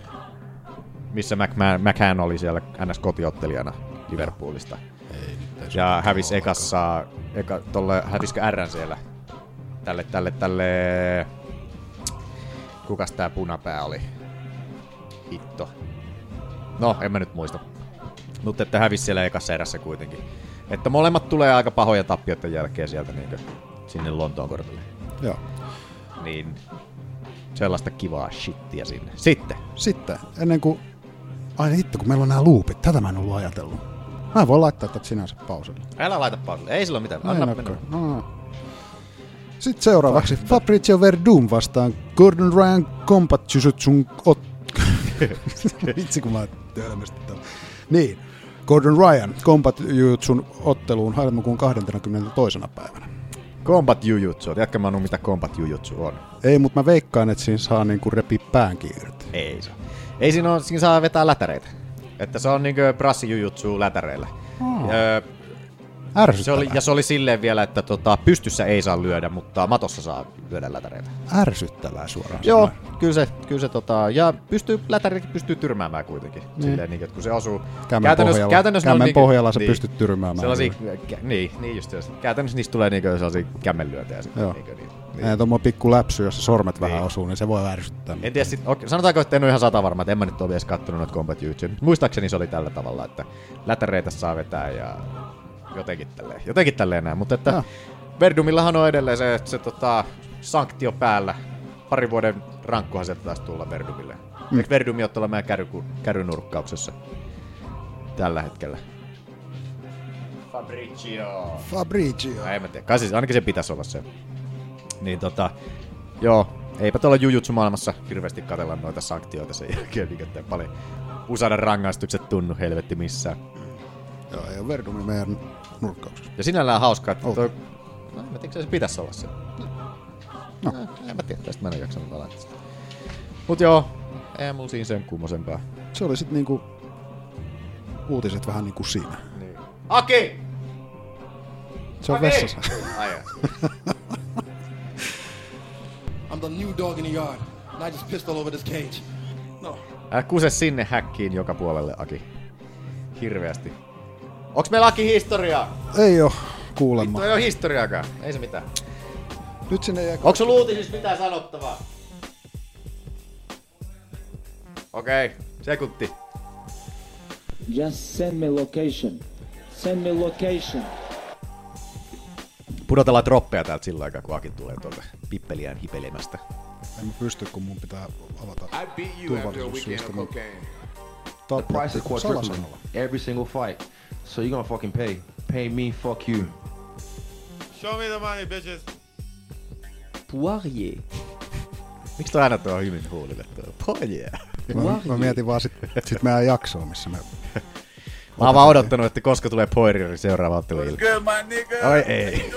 Speaker 3: missä McMahon, McMahon oli siellä NS-kotiottelijana Liverpoolista. Ja hävis ekassa, eka, tolle, hävisikö R siellä? Tälle, tälle, tälle... Kukas tää punapää oli? Hitto. No, en mä nyt muista. Mutta että hävis siellä ekassa erässä kuitenkin. Että molemmat tulee aika pahoja tappioiden jälkeen sieltä niinkö sinne Lontoon kortille.
Speaker 6: Joo.
Speaker 3: Niin sellaista kivaa shittiä sinne. Sitten.
Speaker 6: Sitten, ennen kuin... Ai hitto, kun meillä on nämä loopit. Tätä mä en ollut ajatellut. Mä voin laittaa tätä sinänsä pauselle.
Speaker 3: Älä laita pausille. Ei sillä ole mitään.
Speaker 6: Näin
Speaker 3: Anna
Speaker 6: alkaa.
Speaker 3: mennä.
Speaker 6: No, no. Sitten seuraavaksi Fabrizio Verdun vastaan Gordon Ryan Kompatsysutsun ot... Vitsi kun mä törmästin tämän. Niin, Gordon Ryan Kompatsysutsun otteluun helmikuun 22. päivänä.
Speaker 3: Combat Jujutsu. Tiedätkö mä en oo mitä Combat Jujutsu on?
Speaker 6: Ei, mutta mä veikkaan, että siinä saa niinku repi päänkin irti.
Speaker 3: Ei saa. Ei siinä, on, siinä saa vetää lätäreitä. Että se on niinkö brassijujutsu lätäreillä.
Speaker 6: Hmm.
Speaker 3: Öö, se
Speaker 6: Ärsyttävää.
Speaker 3: oli, ja se oli silleen vielä, että tota, pystyssä ei saa lyödä, mutta matossa saa lyödä lätäreitä.
Speaker 6: Ärsyttävää suoraan
Speaker 3: Joo,
Speaker 6: sanoen.
Speaker 3: kyllä se, kyllä se tota, ja pystyy, lätärikin pystyy tyrmäämään kuitenkin. Niin. Silleen, niin, että kun se osuu.
Speaker 6: Kämmen pohjalla-
Speaker 3: ne on
Speaker 6: kämmen
Speaker 3: niinku-
Speaker 6: pohjalla sä pystyt tyrmäämään
Speaker 3: Sellaisia, kä- niin, niin just se. Käytännössä niistä tulee niinkö sellaisia kämmenlyöntejä. sitten,
Speaker 6: Joo.
Speaker 3: niinkö, niin, niin.
Speaker 6: Niin. Tuommoinen pikku läpsy, jos sormet vähän
Speaker 3: Niin.
Speaker 6: osuu, niin se voi ärsyttää.
Speaker 3: En tiedä, sit, okay, sanotaanko, että en ole ihan sata varma, että en mä nyt ole edes kattonut noita Combat YouTube. Muistaakseni se oli tällä tavalla, että lätäreitä saa vetää ja jotenkin tälleen, jotenkin tälleen näin. Mutta että
Speaker 6: Joo.
Speaker 3: Verdumillahan on edelleen se, se tota, sanktio päällä. Pari vuoden rankkuhan sieltä taas tulla Verdumille. Mm. Eikö Verdumi ole tuolla meidän käry, kärynurkkauksessa tällä hetkellä? Fabricio.
Speaker 6: Fabrizio.
Speaker 3: No, en mä tiedä. Kai siis, ainakin se pitäisi olla se. Niin tota, joo, eipä tuolla jujutsu-maailmassa hirveästi katella noita sanktioita sen jälkeen, niin että paljon USAdan rangaistukset tunnu helvetti missään.
Speaker 6: Joo, ei ole Verdumi meidän nurkkauksessa.
Speaker 3: Ja sinällään hauskaa, että
Speaker 6: Oh.
Speaker 3: toi, no en mä tiedä, se pitäisi olla se.
Speaker 6: No.
Speaker 3: No. en mä tiedä, tästä mä en jaksanut valata sitä. Mut joo, ei mulla siinä sen kummosempaa.
Speaker 6: Se oli sitten niinku uutiset vähän niinku siinä.
Speaker 3: Niin. Aki!
Speaker 6: Se on
Speaker 3: Aki!
Speaker 6: No, vessassa.
Speaker 3: Ai, niin. ai.
Speaker 12: I'm the new dog in the yard, and I just pissed all over this cage. No.
Speaker 3: Älä kuse sinne häkkiin joka puolelle, Aki. Hirveästi. Onks meillä Aki historiaa?
Speaker 6: Ei oo kuulemma.
Speaker 3: Niin, Tuo ei ole historiaakaan, ei se mitään.
Speaker 6: Nyt sinne jäi...
Speaker 13: Onko sulla uutisissa mitään sanottavaa?
Speaker 3: Okei, okay. sekunti.
Speaker 14: Just send me location. Send me location.
Speaker 3: Pudotellaan droppeja täältä sillä aikaa, kun Akin tulee tuolta pippeliään hipelemästä.
Speaker 6: En mä pysty, kun mun pitää avata
Speaker 15: I beat you after a weekend
Speaker 6: turvallisuussyistä
Speaker 15: of
Speaker 6: mun
Speaker 15: cocaine.
Speaker 6: top-
Speaker 16: The price is quadrupled
Speaker 6: salasanalla.
Speaker 16: every single fight. So you're gonna fucking pay. Pay me, fuck you.
Speaker 15: Show me the money, bitches.
Speaker 3: Poirier. Miksi toi aina tuo hyvin huulille tuo? Poirier.
Speaker 6: Mä, mä mietin vaan sit, sit meidän jaksoa, missä me...
Speaker 3: Mä oon vaan odottanut, että koska tulee Poirier niin seuraava ottelu ilta.
Speaker 15: Good, my nigga.
Speaker 3: Oi ei.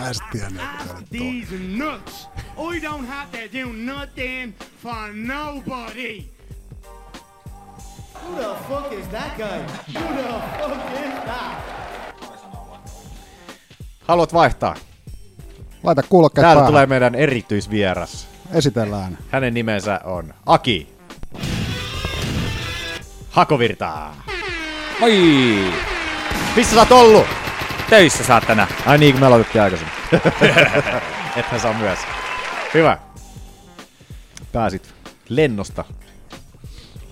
Speaker 6: Mä en sit tiennyt, että oli toi.
Speaker 17: These nuts. We don't have to do nothing for nobody. Who the fuck is that guy? Who the fuck is that?
Speaker 3: Haluat vaihtaa?
Speaker 6: Laita kuulokkeet
Speaker 3: Täällä
Speaker 6: päähän.
Speaker 3: tulee meidän erityisvieras.
Speaker 6: Esitellään.
Speaker 3: Hänen nimensä on Aki. Hakovirtaa.
Speaker 18: Moi!
Speaker 3: Missä sä oot ollut?
Speaker 18: Töissä sä oot tänään.
Speaker 3: Ai niin, kun me aloitettiin aikaisemmin. Ethän saa myös. Hyvä. Pääsit lennosta.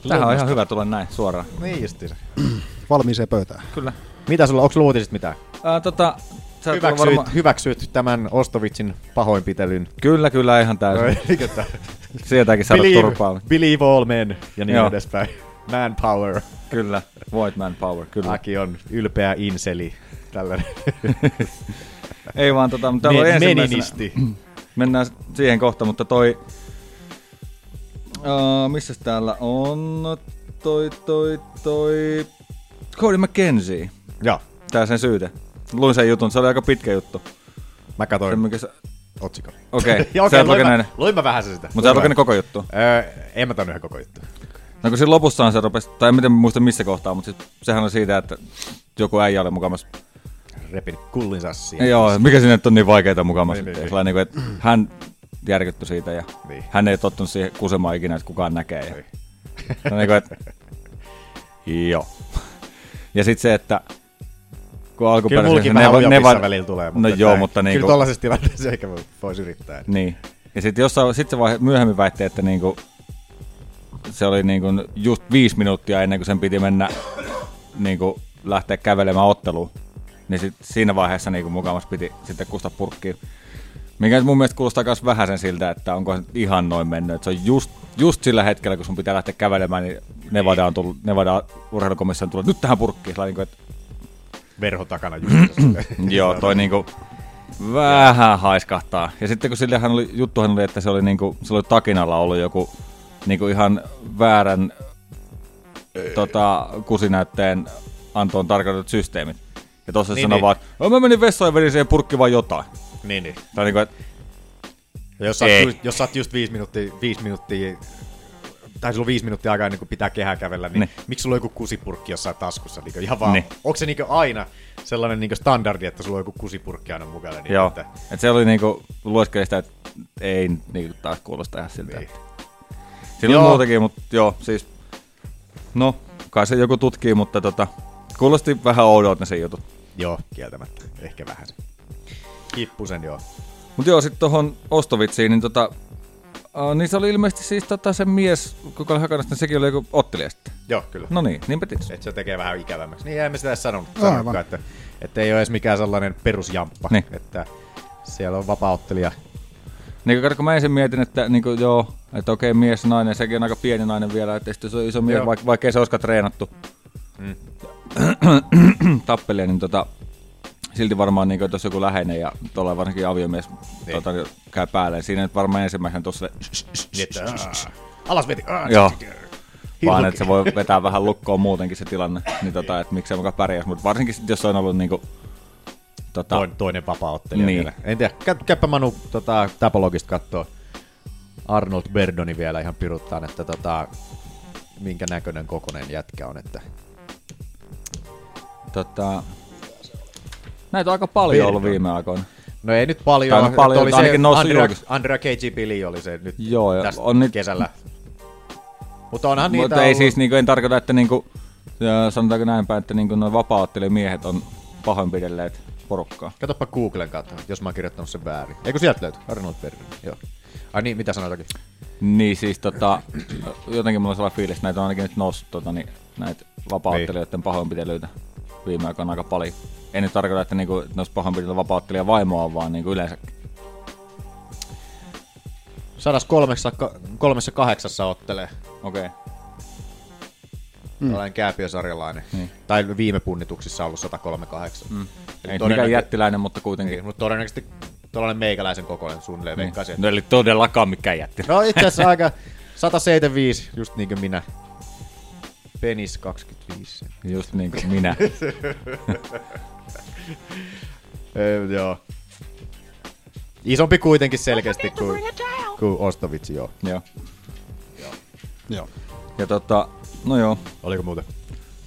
Speaker 18: Tähän on ihan hyvä tulla näin suoraan.
Speaker 3: Niin justiinsa.
Speaker 6: Valmiiseen pöytään.
Speaker 18: Kyllä.
Speaker 3: Mitä sulla, onko sulla uutisista mitään?
Speaker 18: Ää, tota, sä et ole
Speaker 3: hyväksyt,
Speaker 18: varma-
Speaker 3: hyväksyt tämän Ostovitsin pahoinpitelyn.
Speaker 18: Kyllä, kyllä, ihan täysin.
Speaker 3: No, eikö tää?
Speaker 18: Sieltäkin saada
Speaker 3: Believe-
Speaker 18: turpaa.
Speaker 3: Believe all men ja niin
Speaker 18: Joo.
Speaker 3: edespäin. Manpower.
Speaker 18: Kyllä, voit manpower, kyllä.
Speaker 3: Aki on ylpeä inseli. Tällainen.
Speaker 18: Ei vaan tota, mutta täällä
Speaker 3: Me-
Speaker 18: on ensimmäisenä.
Speaker 3: meninisti.
Speaker 18: Mennään siihen kohta, mutta toi... Uh, missä täällä on? No, Toi, toi, toi... Cody McKenzie.
Speaker 3: Joo.
Speaker 18: Tää sen syyte. Luin sen jutun, se oli aika pitkä juttu.
Speaker 3: Mä katsoin
Speaker 18: sen, mikä sä...
Speaker 3: otsikon.
Speaker 18: Okei,
Speaker 3: Ja okei,
Speaker 18: sä et
Speaker 3: luin mä-
Speaker 18: lukenut-
Speaker 3: luin mä vähän sen sitä.
Speaker 18: Mutta sä
Speaker 3: Luin
Speaker 18: et lukenut
Speaker 3: vähän.
Speaker 18: koko juttu.
Speaker 3: Öö, en mä tainnut ihan koko juttu.
Speaker 18: No kun siinä lopussaan se rupesi, tai miten muista missä kohtaa, mutta siis sehän on siitä, että joku äijä oli mukamas.
Speaker 3: Repin kullin sassia.
Speaker 18: Joo, mikä siinä nyt on niin vaikeaa mukamas.
Speaker 3: Niin,
Speaker 18: Niin,
Speaker 3: niin,
Speaker 18: niin,
Speaker 3: niin.
Speaker 18: niin. että hän järkyttyi siitä ja
Speaker 3: Niin.
Speaker 18: niin. hän ei ole tottunut siihen kusemaan ikinä, että kukaan näkee. Ja, no niin kuin, että, joo. Ja sitten se, että kun
Speaker 3: Kyllä
Speaker 18: alkuperäisesti...
Speaker 3: mulkin vähän ujopissa välillä tulee.
Speaker 18: no joo, mutta niin
Speaker 3: Kyllä tollaisessa tilanteessa ehkä voisi yrittää.
Speaker 18: Niin. Ja sitten jossain, sit se vaihe, myöhemmin väitti, että niinku, se oli niinku just viisi minuuttia ennen kuin sen piti mennä niinku, lähteä kävelemään otteluun. Niin sit siinä vaiheessa niinku, mukamas piti sitten kusta purkkiin. Mikä mun mielestä kuulostaa myös vähän sen siltä, että onko se nyt ihan noin mennyt. Et se on just, just sillä hetkellä, kun sun pitää lähteä kävelemään, niin Nevada, on tullut, Nevada urheilukomissio on tullut nyt tähän purkkiin. Sillä niinku, että
Speaker 3: Verho takana just.
Speaker 18: Mm. Joo, toi niinku vähän haiskahtaa. Ja sitten kun sillähän oli, juttuhan oli, että se oli niinku, sillä oli takinalla ollut joku niinku ihan väärän tota, kusinäytteen antoon tarkoitetut systeemit. Ja tossa niin,
Speaker 3: Niin,
Speaker 18: sanoi
Speaker 3: niin.
Speaker 18: niin. vaan, että mä menin vessaan ja vedin siihen purkki vaan jotain.
Speaker 3: Niin, niin.
Speaker 18: Tai niinku, et,
Speaker 3: Jos sä, oot
Speaker 18: Ei.
Speaker 3: just, jos sä oot just viisi minuuttia, viisi minuuttia tai sulla on viisi minuuttia aikaa ennen kuin pitää kehää kävellä, niin ne.
Speaker 18: Ne.
Speaker 3: miksi sulla on joku kusipurkki jossain taskussa? Niin ihan vaan,
Speaker 18: Ne.
Speaker 3: onko se niin aina sellainen niin standardi, että sulla on joku kusipurkki aina mukana? Niin
Speaker 18: joo.
Speaker 3: Että,
Speaker 18: Et se oli niinku, lueskeli sitä, että ei niinku taas kuulosta ihan siltä. Niin. Silloin
Speaker 3: Joo.
Speaker 18: muutenkin, mutta joo, siis, no, kai se joku tutkii, mutta tota, kuulosti vähän oudolta ne sen jutut.
Speaker 3: joo, kieltämättä. Ehkä vähän se. Kippusen, joo.
Speaker 18: Mutta joo, sitten tuohon Ostovitsiin, niin tota, äh, niin se oli ilmeisesti siis tota se mies, kuka oli hakannut, niin sekin oli joku ottelija sitten.
Speaker 3: Joo, kyllä.
Speaker 18: No niin, niinpä tietysti.
Speaker 3: Että se tekee vähän ikävämmäksi. Niin emme sitä edes sanonut,
Speaker 18: Aivan.
Speaker 3: sanonutkaan, että, että ei ole edes mikään sellainen perusjamppa,
Speaker 18: Niin.
Speaker 3: että siellä on vapauttelija.
Speaker 18: Niin kun- kun mä ensin mietin, että niin kuin, joo, että okei mies, nainen, sekin on aika pieni nainen vielä, että sitten se on iso mies,
Speaker 3: Joo.
Speaker 18: vaikka, vaikka ei se olisikaan treenattu
Speaker 3: Mm.
Speaker 18: tappelia, niin tota, silti varmaan niin tuossa joku läheinen ja tuolla varsinkin aviomies tota, niin käy päälle. Siinä nyt varmaan ensimmäisenä tuossa
Speaker 3: Niin, että, aah, alas veti. aah,
Speaker 18: Joo. Vaan
Speaker 3: Hirveä.
Speaker 18: että se voi vetää vähän lukkoon muutenkin se tilanne, niin tota, että miksei mukaan pärjäisi, mutta varsinkin sit, jos on ollut niinku... Tota,
Speaker 3: Toinen, toinen vapauttelija
Speaker 18: Niin.
Speaker 3: vielä. En tiedä, kä- käypä Manu tota, tapologista kattoo Arnold Berdoni vielä ihan piruttaan, että tota, minkä näköinen kokonen jätkä on. Että
Speaker 18: tota, näitä on aika paljon
Speaker 3: Verdun.
Speaker 18: ollut viime aikoina.
Speaker 3: No ei nyt paljon,
Speaker 18: Tai no paljon,
Speaker 3: oli se
Speaker 18: ainakin noussut
Speaker 3: Andrea,
Speaker 18: julkis-
Speaker 3: Andrea KG Billy oli se nyt
Speaker 18: Joo, ja
Speaker 3: tästä
Speaker 18: on nyt-
Speaker 3: kesällä. Mutta onhan niitä
Speaker 18: Mutta ei
Speaker 3: niin, ollut.
Speaker 18: siis, niinku, en tarkoita, että niinku, ö, sanotaanko näin päin, että niinku, noin vapauttelimiehet on pahoinpidelleet porukkaa.
Speaker 3: Katoppa Googlen kautta, jos mä oon kirjoittanut sen väärin. Eikö sieltä löyty? Arnold Berry. Joo. Ai niin, mitä sanoit oikein?
Speaker 18: Niin siis tota, jotenkin mulla on sellainen fiilis, näitä on ainakin nyt noussut tota, niin, näitä
Speaker 3: Niin.
Speaker 18: vapauttelijoiden pahoinpitelyitä viime aikoina aika paljon. En nyt tarkoita, että niinku, että ne olisi pahoinpitellyt vapauttelija vaimoa, vaan niinku yleensäkin.
Speaker 3: 138 ottelee.
Speaker 18: Okei.
Speaker 3: Mm. Olen kääpiösarjalainen.
Speaker 18: Niin.
Speaker 3: Tai viime punnituksissa ollut 138.
Speaker 18: Mm.
Speaker 3: Eli
Speaker 18: Ei
Speaker 3: todennäkö-
Speaker 18: mikään jättiläinen, mutta kuitenkin.
Speaker 3: Niin, mutta todennäköisesti tuollainen meikäläisen kokoinen suunnilleen
Speaker 18: Niin.
Speaker 3: veikkaisin, että-
Speaker 18: No eli todellakaan mikään jätti.
Speaker 3: No itse asiassa aika 175, just niin kuin minä. Penis 25.
Speaker 18: Just niin kuin minä.
Speaker 3: Ei, joo. Isompi kuitenkin selkeästi kuin, kuin Ostovitsi, joo.
Speaker 18: Joo.
Speaker 6: Joo.
Speaker 18: Ja tota, no joo.
Speaker 3: Oliko muuta?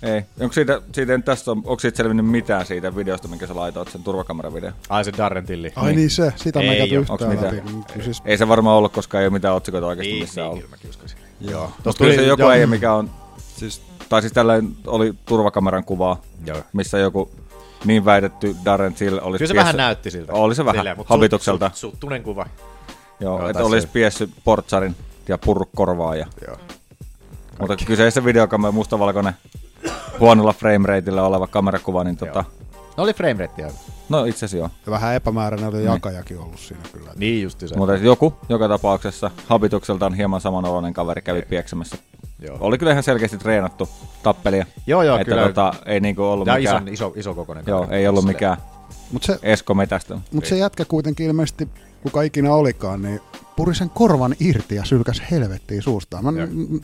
Speaker 18: Ei. Onko siitä, siitä nyt tässä on, onko siitä selvinnyt mitään siitä videosta, minkä sä laitoit, sen turvakameravideo?
Speaker 3: Ai se Darren Tilli.
Speaker 6: Ai niin se, sitä mä en
Speaker 18: Ei
Speaker 6: käyty
Speaker 18: oo.
Speaker 6: yhtään
Speaker 18: Onks mitään?
Speaker 6: läpi.
Speaker 18: Ei.
Speaker 6: Siis-
Speaker 18: Ei se varmaan ollut, koska ei ole mitään otsikoita oikeasti
Speaker 3: Niin,
Speaker 18: missään
Speaker 3: niin,
Speaker 18: ollut.
Speaker 3: kyllä mäkin uskoisin.
Speaker 6: Joo.
Speaker 18: Mutta
Speaker 3: Tuli-
Speaker 18: kyllä se joku
Speaker 3: joo.
Speaker 18: äijä, mikä on, siis, tai siis tällainen oli turvakameran kuvaa,
Speaker 3: Joo.
Speaker 18: missä joku niin väitetty Darren Till oli
Speaker 3: Kyllä se vähän näytti siltä.
Speaker 18: Oli se vähän,
Speaker 3: Silleen, mut
Speaker 18: habitukselta.
Speaker 3: Su, su, suttunen kuva.
Speaker 18: Joo,
Speaker 3: Joo,
Speaker 18: että
Speaker 3: tässä
Speaker 18: olisi
Speaker 3: oli.
Speaker 18: piessyt portsarin ja purrut korvaa. Ja...
Speaker 3: Joo.
Speaker 18: Mutta kyseessä videokamera, mustavalkoinen, huonolla framerateillä oleva kamerakuva, niin tota...
Speaker 3: No oli framerate ihan.
Speaker 18: No itse asiassa joo.
Speaker 6: Ja vähän epämääräinen
Speaker 18: Mm.
Speaker 6: oli jakajakin ollut siinä kyllä.
Speaker 3: Niin justi se.
Speaker 18: Mutta joku, joka tapauksessa, habitukseltaan hieman samanoloinen kaveri kävi pieksemässä.
Speaker 3: Joo.
Speaker 18: Oli kyllä ihan selkeästi treenattu tappelia.
Speaker 3: Joo, joo,
Speaker 18: että
Speaker 3: kyllä.
Speaker 18: Tota, ei niinku ollut
Speaker 3: Tää on
Speaker 18: mikään...
Speaker 3: ison- iso- isokokoinen
Speaker 18: Joo,
Speaker 3: kaveri.
Speaker 18: ei ollut
Speaker 3: Silleen.
Speaker 18: mikään
Speaker 6: Mut se-
Speaker 18: Esko Metästä.
Speaker 6: Mutta se jätkä kuitenkin ilmeisesti, kuka ikinä olikaan, niin puri sen korvan irti ja sylkäs helvettiin suustaan. Mä n-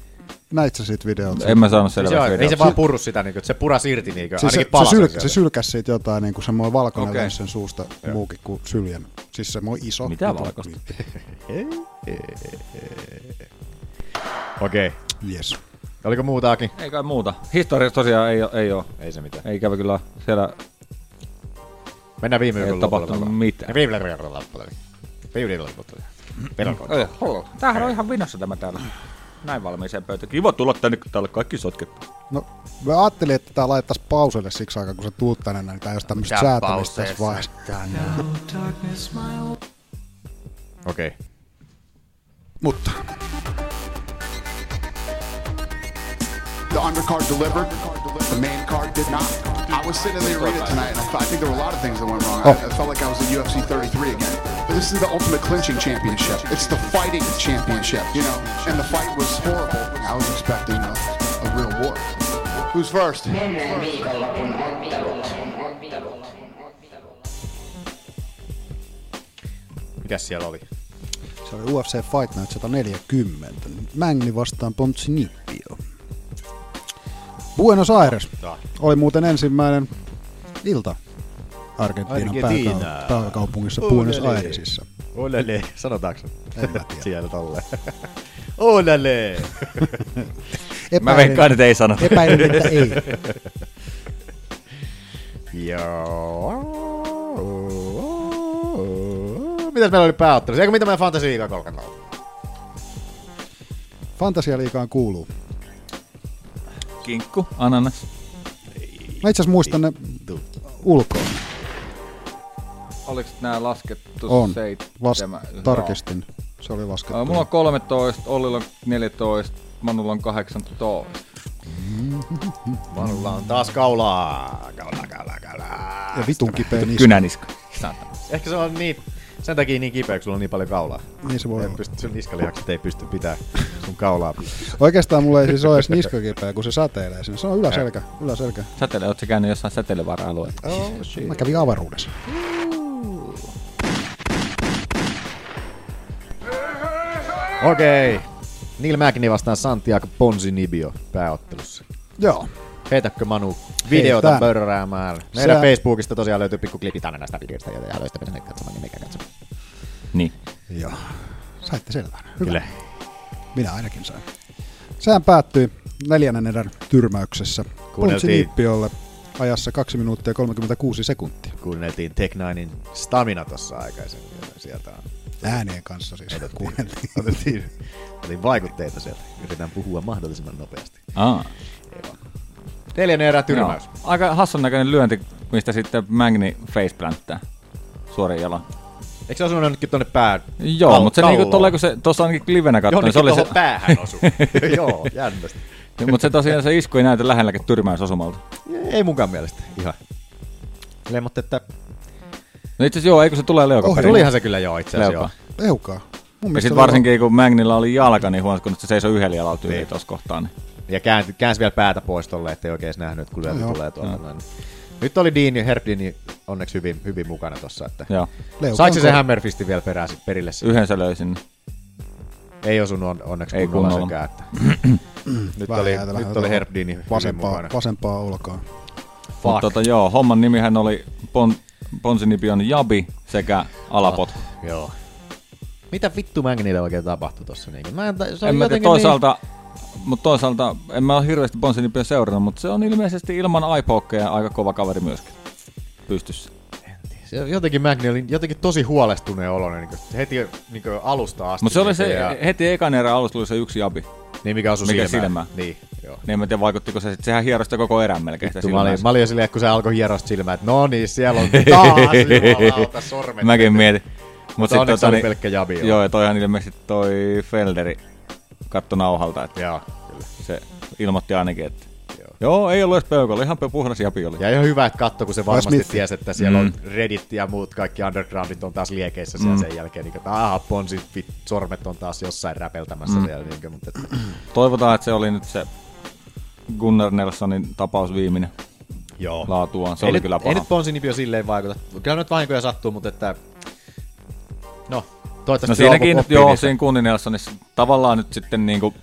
Speaker 6: näit sä siitä videot?
Speaker 18: En mä saanut
Speaker 3: Ei
Speaker 18: selvää
Speaker 3: se, on, ei se
Speaker 18: videosta.
Speaker 3: vaan purru sitä, niinku, että se puras irti niinku,
Speaker 6: Siis se,
Speaker 3: ainakin
Speaker 6: se,
Speaker 3: palasen
Speaker 6: syl, se sylkäs siitä jotain, niin kuin semmoinen valkoinen
Speaker 3: Okei.
Speaker 6: okay. sen suusta
Speaker 3: Joo.
Speaker 6: muukin kuin syljen. Siis semmoinen iso.
Speaker 18: Mitä
Speaker 6: iso-
Speaker 18: valkoista?
Speaker 3: Okei.
Speaker 6: Yes.
Speaker 3: Oliko muutaakin?
Speaker 18: Ei kai muuta. Historiassa tosiaan ei, oo- ei ole.
Speaker 3: Ei se mitään.
Speaker 18: Ei kävi kyllä siellä...
Speaker 3: Mennään viime
Speaker 18: Ei
Speaker 3: viikon
Speaker 18: tapahtunut mitään.
Speaker 3: Niin Viime viikon loppuun. Viime viikon loppuun.
Speaker 18: Ei, hallo. Tämähän on ihan vinossa tämä täällä. Näin valmiiseen pöytä. Kiva tulla tänne, kun täällä kaikki sotkettu.
Speaker 6: No, mä ajattelin, että tää laittaisi pauselle siksi aikaa, kun sä tuut tänne, niin tää ei ole tämmöistä
Speaker 3: Mitä
Speaker 6: säätämistä
Speaker 3: pauseessa
Speaker 6: tässä vaiheessa.
Speaker 3: Okei. Okay.
Speaker 6: Mutta.
Speaker 5: The undercard delivered. The main card did not. I was sitting in the arena tonight, and I, thought, I think there were a lot of things that went wrong. I,
Speaker 6: Oh.
Speaker 5: I felt like I was at UFC 33 again. But this is the Ultimate Clinching Championship. It's the fighting championship, you know. And the fight was horrible. I was expecting a, a real war. Who's first?
Speaker 1: Menneen viikonlopun ottelut.
Speaker 3: Mitäs siellä oli?
Speaker 6: Se oli UFC Fight Night 140. Mängni vastaan Pontsi Nippio. Buenos Aires oli muuten ensimmäinen ilta Argentiinan
Speaker 3: Argentiina.
Speaker 6: pääkau- pääkaupungissa Buenos Airesissa.
Speaker 3: Olele, sanotaanko?
Speaker 6: En mä tiedä.
Speaker 3: Siellä tolleen. Olele!
Speaker 18: Mä veikkaan, että ei sanota.
Speaker 6: Epäilen, että ei.
Speaker 3: Joo. Mitäs meillä oli pääottelussa? Eikö mitä meidän fantasiikaa kolkalla oli?
Speaker 6: Fantasialiikaan kuuluu.
Speaker 18: Kinkku, ananas.
Speaker 6: Mä itse asiassa muistan ne ulkoa.
Speaker 18: Oliko nämä laskettu
Speaker 6: On. Vas-
Speaker 18: seitsemän?
Speaker 6: tarkistin. Se oli
Speaker 18: Joo. Ää,
Speaker 6: laskettu.
Speaker 18: Mulla on 13, Ollilla on 14, Manulla on 18.
Speaker 3: Manulla on taas kaulaa. Kaulaa, kaulaa, kaulaa.
Speaker 6: Ja vitun kipeä niska.
Speaker 18: Kynäniska.
Speaker 3: Ehkä se on niin, sen takia niin kipeä, kun sulla on niin paljon kaulaa.
Speaker 6: Niin se voi
Speaker 3: ei
Speaker 6: olla.
Speaker 3: pysty, sun niskalihakset ei pysty pitää sun kaulaa. pystyssä.
Speaker 6: Oikeastaan mulla ei siis ole edes niskakipeä, kun se säteilee sinne. Se on yläselkä. yläselkä.
Speaker 18: Säteily, ootko käynyt jossain säteilyvara-alueella?
Speaker 6: Oh, shit. Mä kävin avaruudessa.
Speaker 3: Okei. Neil Magni vastaan Santiago Ponzinibio pääottelussa.
Speaker 6: Joo.
Speaker 3: Heitäkö Manu videota
Speaker 6: Heitän.
Speaker 3: pörräämään? Meidän
Speaker 6: Sä-
Speaker 3: Facebookista tosiaan löytyy pikku klipit aina näistä videoista, joita haluaa sitten mennä katsomaan, niin mikä katsomaan.
Speaker 18: Niin.
Speaker 6: Joo. Saitte selvää. Hyvä.
Speaker 3: Kyllä.
Speaker 6: Minä ainakin sain. Sehän päättyi neljännen erän tyrmäyksessä.
Speaker 3: Kuunneltiin.
Speaker 6: Puntsiniippiolle ajassa 2 minuuttia 36 sekuntia.
Speaker 3: Kuunneltiin Tech Ninein Stamina tuossa aikaisemmin. joten Sieltä on.
Speaker 6: Ääneen kanssa siis kuunneltiin.
Speaker 3: Otettiin, otin vaikutteita sieltä. Yritän puhua mahdollisimman nopeasti.
Speaker 18: Aa.
Speaker 3: Neljännen erä tyrmäys.
Speaker 18: Joo. Aika hassun näköinen lyönti mistä sitten Magni faceplanttaa suorin jalan.
Speaker 3: Eikö se osunut jonnekin tuonne pään?
Speaker 18: Joo,
Speaker 3: kal-
Speaker 18: mutta se niinku
Speaker 3: kalloon?
Speaker 18: tolleen, kun se tuossa ainakin livenä katsoin.
Speaker 3: Jonnekin
Speaker 18: se oli se...
Speaker 3: tohon niin päähän osui. Joo, jännästi.
Speaker 18: mutta se tosiaan se isku ei näytä lähelläkään tyrmäysosumalta.
Speaker 3: Ei munkaan mielestä ihan. Silleen, mutta että...
Speaker 18: No itse asiassa joo, eikö se tulee leuka
Speaker 3: Oh,
Speaker 18: perin?
Speaker 3: tulihan se kyllä joo itse asiassa,
Speaker 18: Leuka.
Speaker 6: Leukaa. Mun
Speaker 18: Ja
Speaker 6: mielestä
Speaker 18: sitten
Speaker 6: leuka-
Speaker 18: varsinkin kun Magnilla oli jalka, niin huomasiko, että se seisoi yhdellä jalalla tyyliin niin. tuossa kohtaa. Niin.
Speaker 3: Ja käänsi, käänsi vielä päätä pois tolle, ettei oikein edes nähnyt, kun lyönti
Speaker 18: Joo.
Speaker 3: tulee tuolla.
Speaker 18: Joo.
Speaker 3: Noin. Nyt oli Dean ja Herb Dean niin onneksi hyvin, hyvin mukana tossa. Että
Speaker 18: Joo.
Speaker 6: Leuka
Speaker 3: Saiko se
Speaker 6: on
Speaker 3: sen
Speaker 6: kova.
Speaker 3: Hammerfistin vielä perään, sit perille? siitä?
Speaker 18: Yhden sä löysin.
Speaker 3: Ei osunut on, onneksi
Speaker 18: Ei
Speaker 3: kunnolla
Speaker 18: kunnolla.
Speaker 3: sekään. Että. nyt
Speaker 6: Mm. Vähän
Speaker 3: oli,
Speaker 6: jäätä, vähän
Speaker 3: nyt
Speaker 6: tuohon
Speaker 3: oli Herb Dean hyvin
Speaker 6: vasempaa,
Speaker 3: mukana.
Speaker 6: vasempaa olkaa.
Speaker 18: Mutta tota, joo, homman nimihän oli Pon, Ponsinipion Jabi sekä Alapot.
Speaker 3: Ah, joo. Mitä vittu Magnille oikein tapahtui tossa? Niinku? Mä en, ta- se
Speaker 18: en
Speaker 3: oli
Speaker 18: mä tiedä,
Speaker 3: jotenkin niin-
Speaker 18: toisaalta, mutta toisaalta en mä ole hirveästi Ponsinipion seurannut, mutta se on ilmeisesti ilman iPokea aika kova kaveri myöskin pystyssä.
Speaker 3: Niin, se, jotenkin Magni oli jotenkin tosi huolestuneen oloinen niin heti niin alusta asti.
Speaker 18: Mutta se oli
Speaker 3: niinku,
Speaker 18: se,
Speaker 3: ja-
Speaker 18: heti ekan erän alussa tuli se yksi Jabi.
Speaker 3: Niin, mikä osui
Speaker 18: mikä
Speaker 3: silmään.
Speaker 18: silmään.
Speaker 3: Niin, joo.
Speaker 18: Niin, en mä tiedä, vaikuttiko se, sit- sehän hierosta koko erän melkein sitä
Speaker 3: Vittu, mä, olin,
Speaker 18: silmäänsä.
Speaker 3: mä olin jo silleen, kun se alkoi hierosta silmää, että no niin, siellä on taas jumalauta sormet.
Speaker 18: Mäkin mietin. Mut
Speaker 3: Mutta
Speaker 18: sit
Speaker 3: onneksi
Speaker 18: tota
Speaker 3: oli
Speaker 18: niin-
Speaker 3: pelkkä jabi. joo.
Speaker 18: Joo, ja toihan ilmeisesti toi Felderi katto nauhalta, että
Speaker 3: joo,
Speaker 18: se ilmoitti ainakin, että joo, joo ei ollut edes peukolla, ihan pe- puhdas japi oli.
Speaker 3: Ja ihan hyvä, että katto, kun se varmasti
Speaker 18: Smith.
Speaker 3: tiesi, että siellä on
Speaker 18: Mm.
Speaker 3: Reddit ja muut kaikki undergroundit on taas liekeissä siellä
Speaker 18: Mm.
Speaker 3: sen jälkeen. Niin, että aha, ponsit, vit, sormet on taas jossain räpeltämässä
Speaker 18: Mm.
Speaker 3: siellä. Niin, kuin, mutta, että,
Speaker 18: Toivotaan, että se oli nyt se Gunnar Nelssonin tapaus viimeinen
Speaker 3: joo.
Speaker 18: laatuaan. No, Se
Speaker 3: ei
Speaker 18: oli
Speaker 3: nyt,
Speaker 18: kyllä
Speaker 3: Ei
Speaker 18: paha.
Speaker 3: nyt ponsinipio silleen vaikuta. Kyllä nyt vahinkoja sattuu, mutta että... No, toivottavasti se
Speaker 18: No siinäkin,
Speaker 3: oppii
Speaker 18: joo,
Speaker 3: niistä.
Speaker 18: siinä Gunnar Nelssonissa tavallaan nyt sitten niinku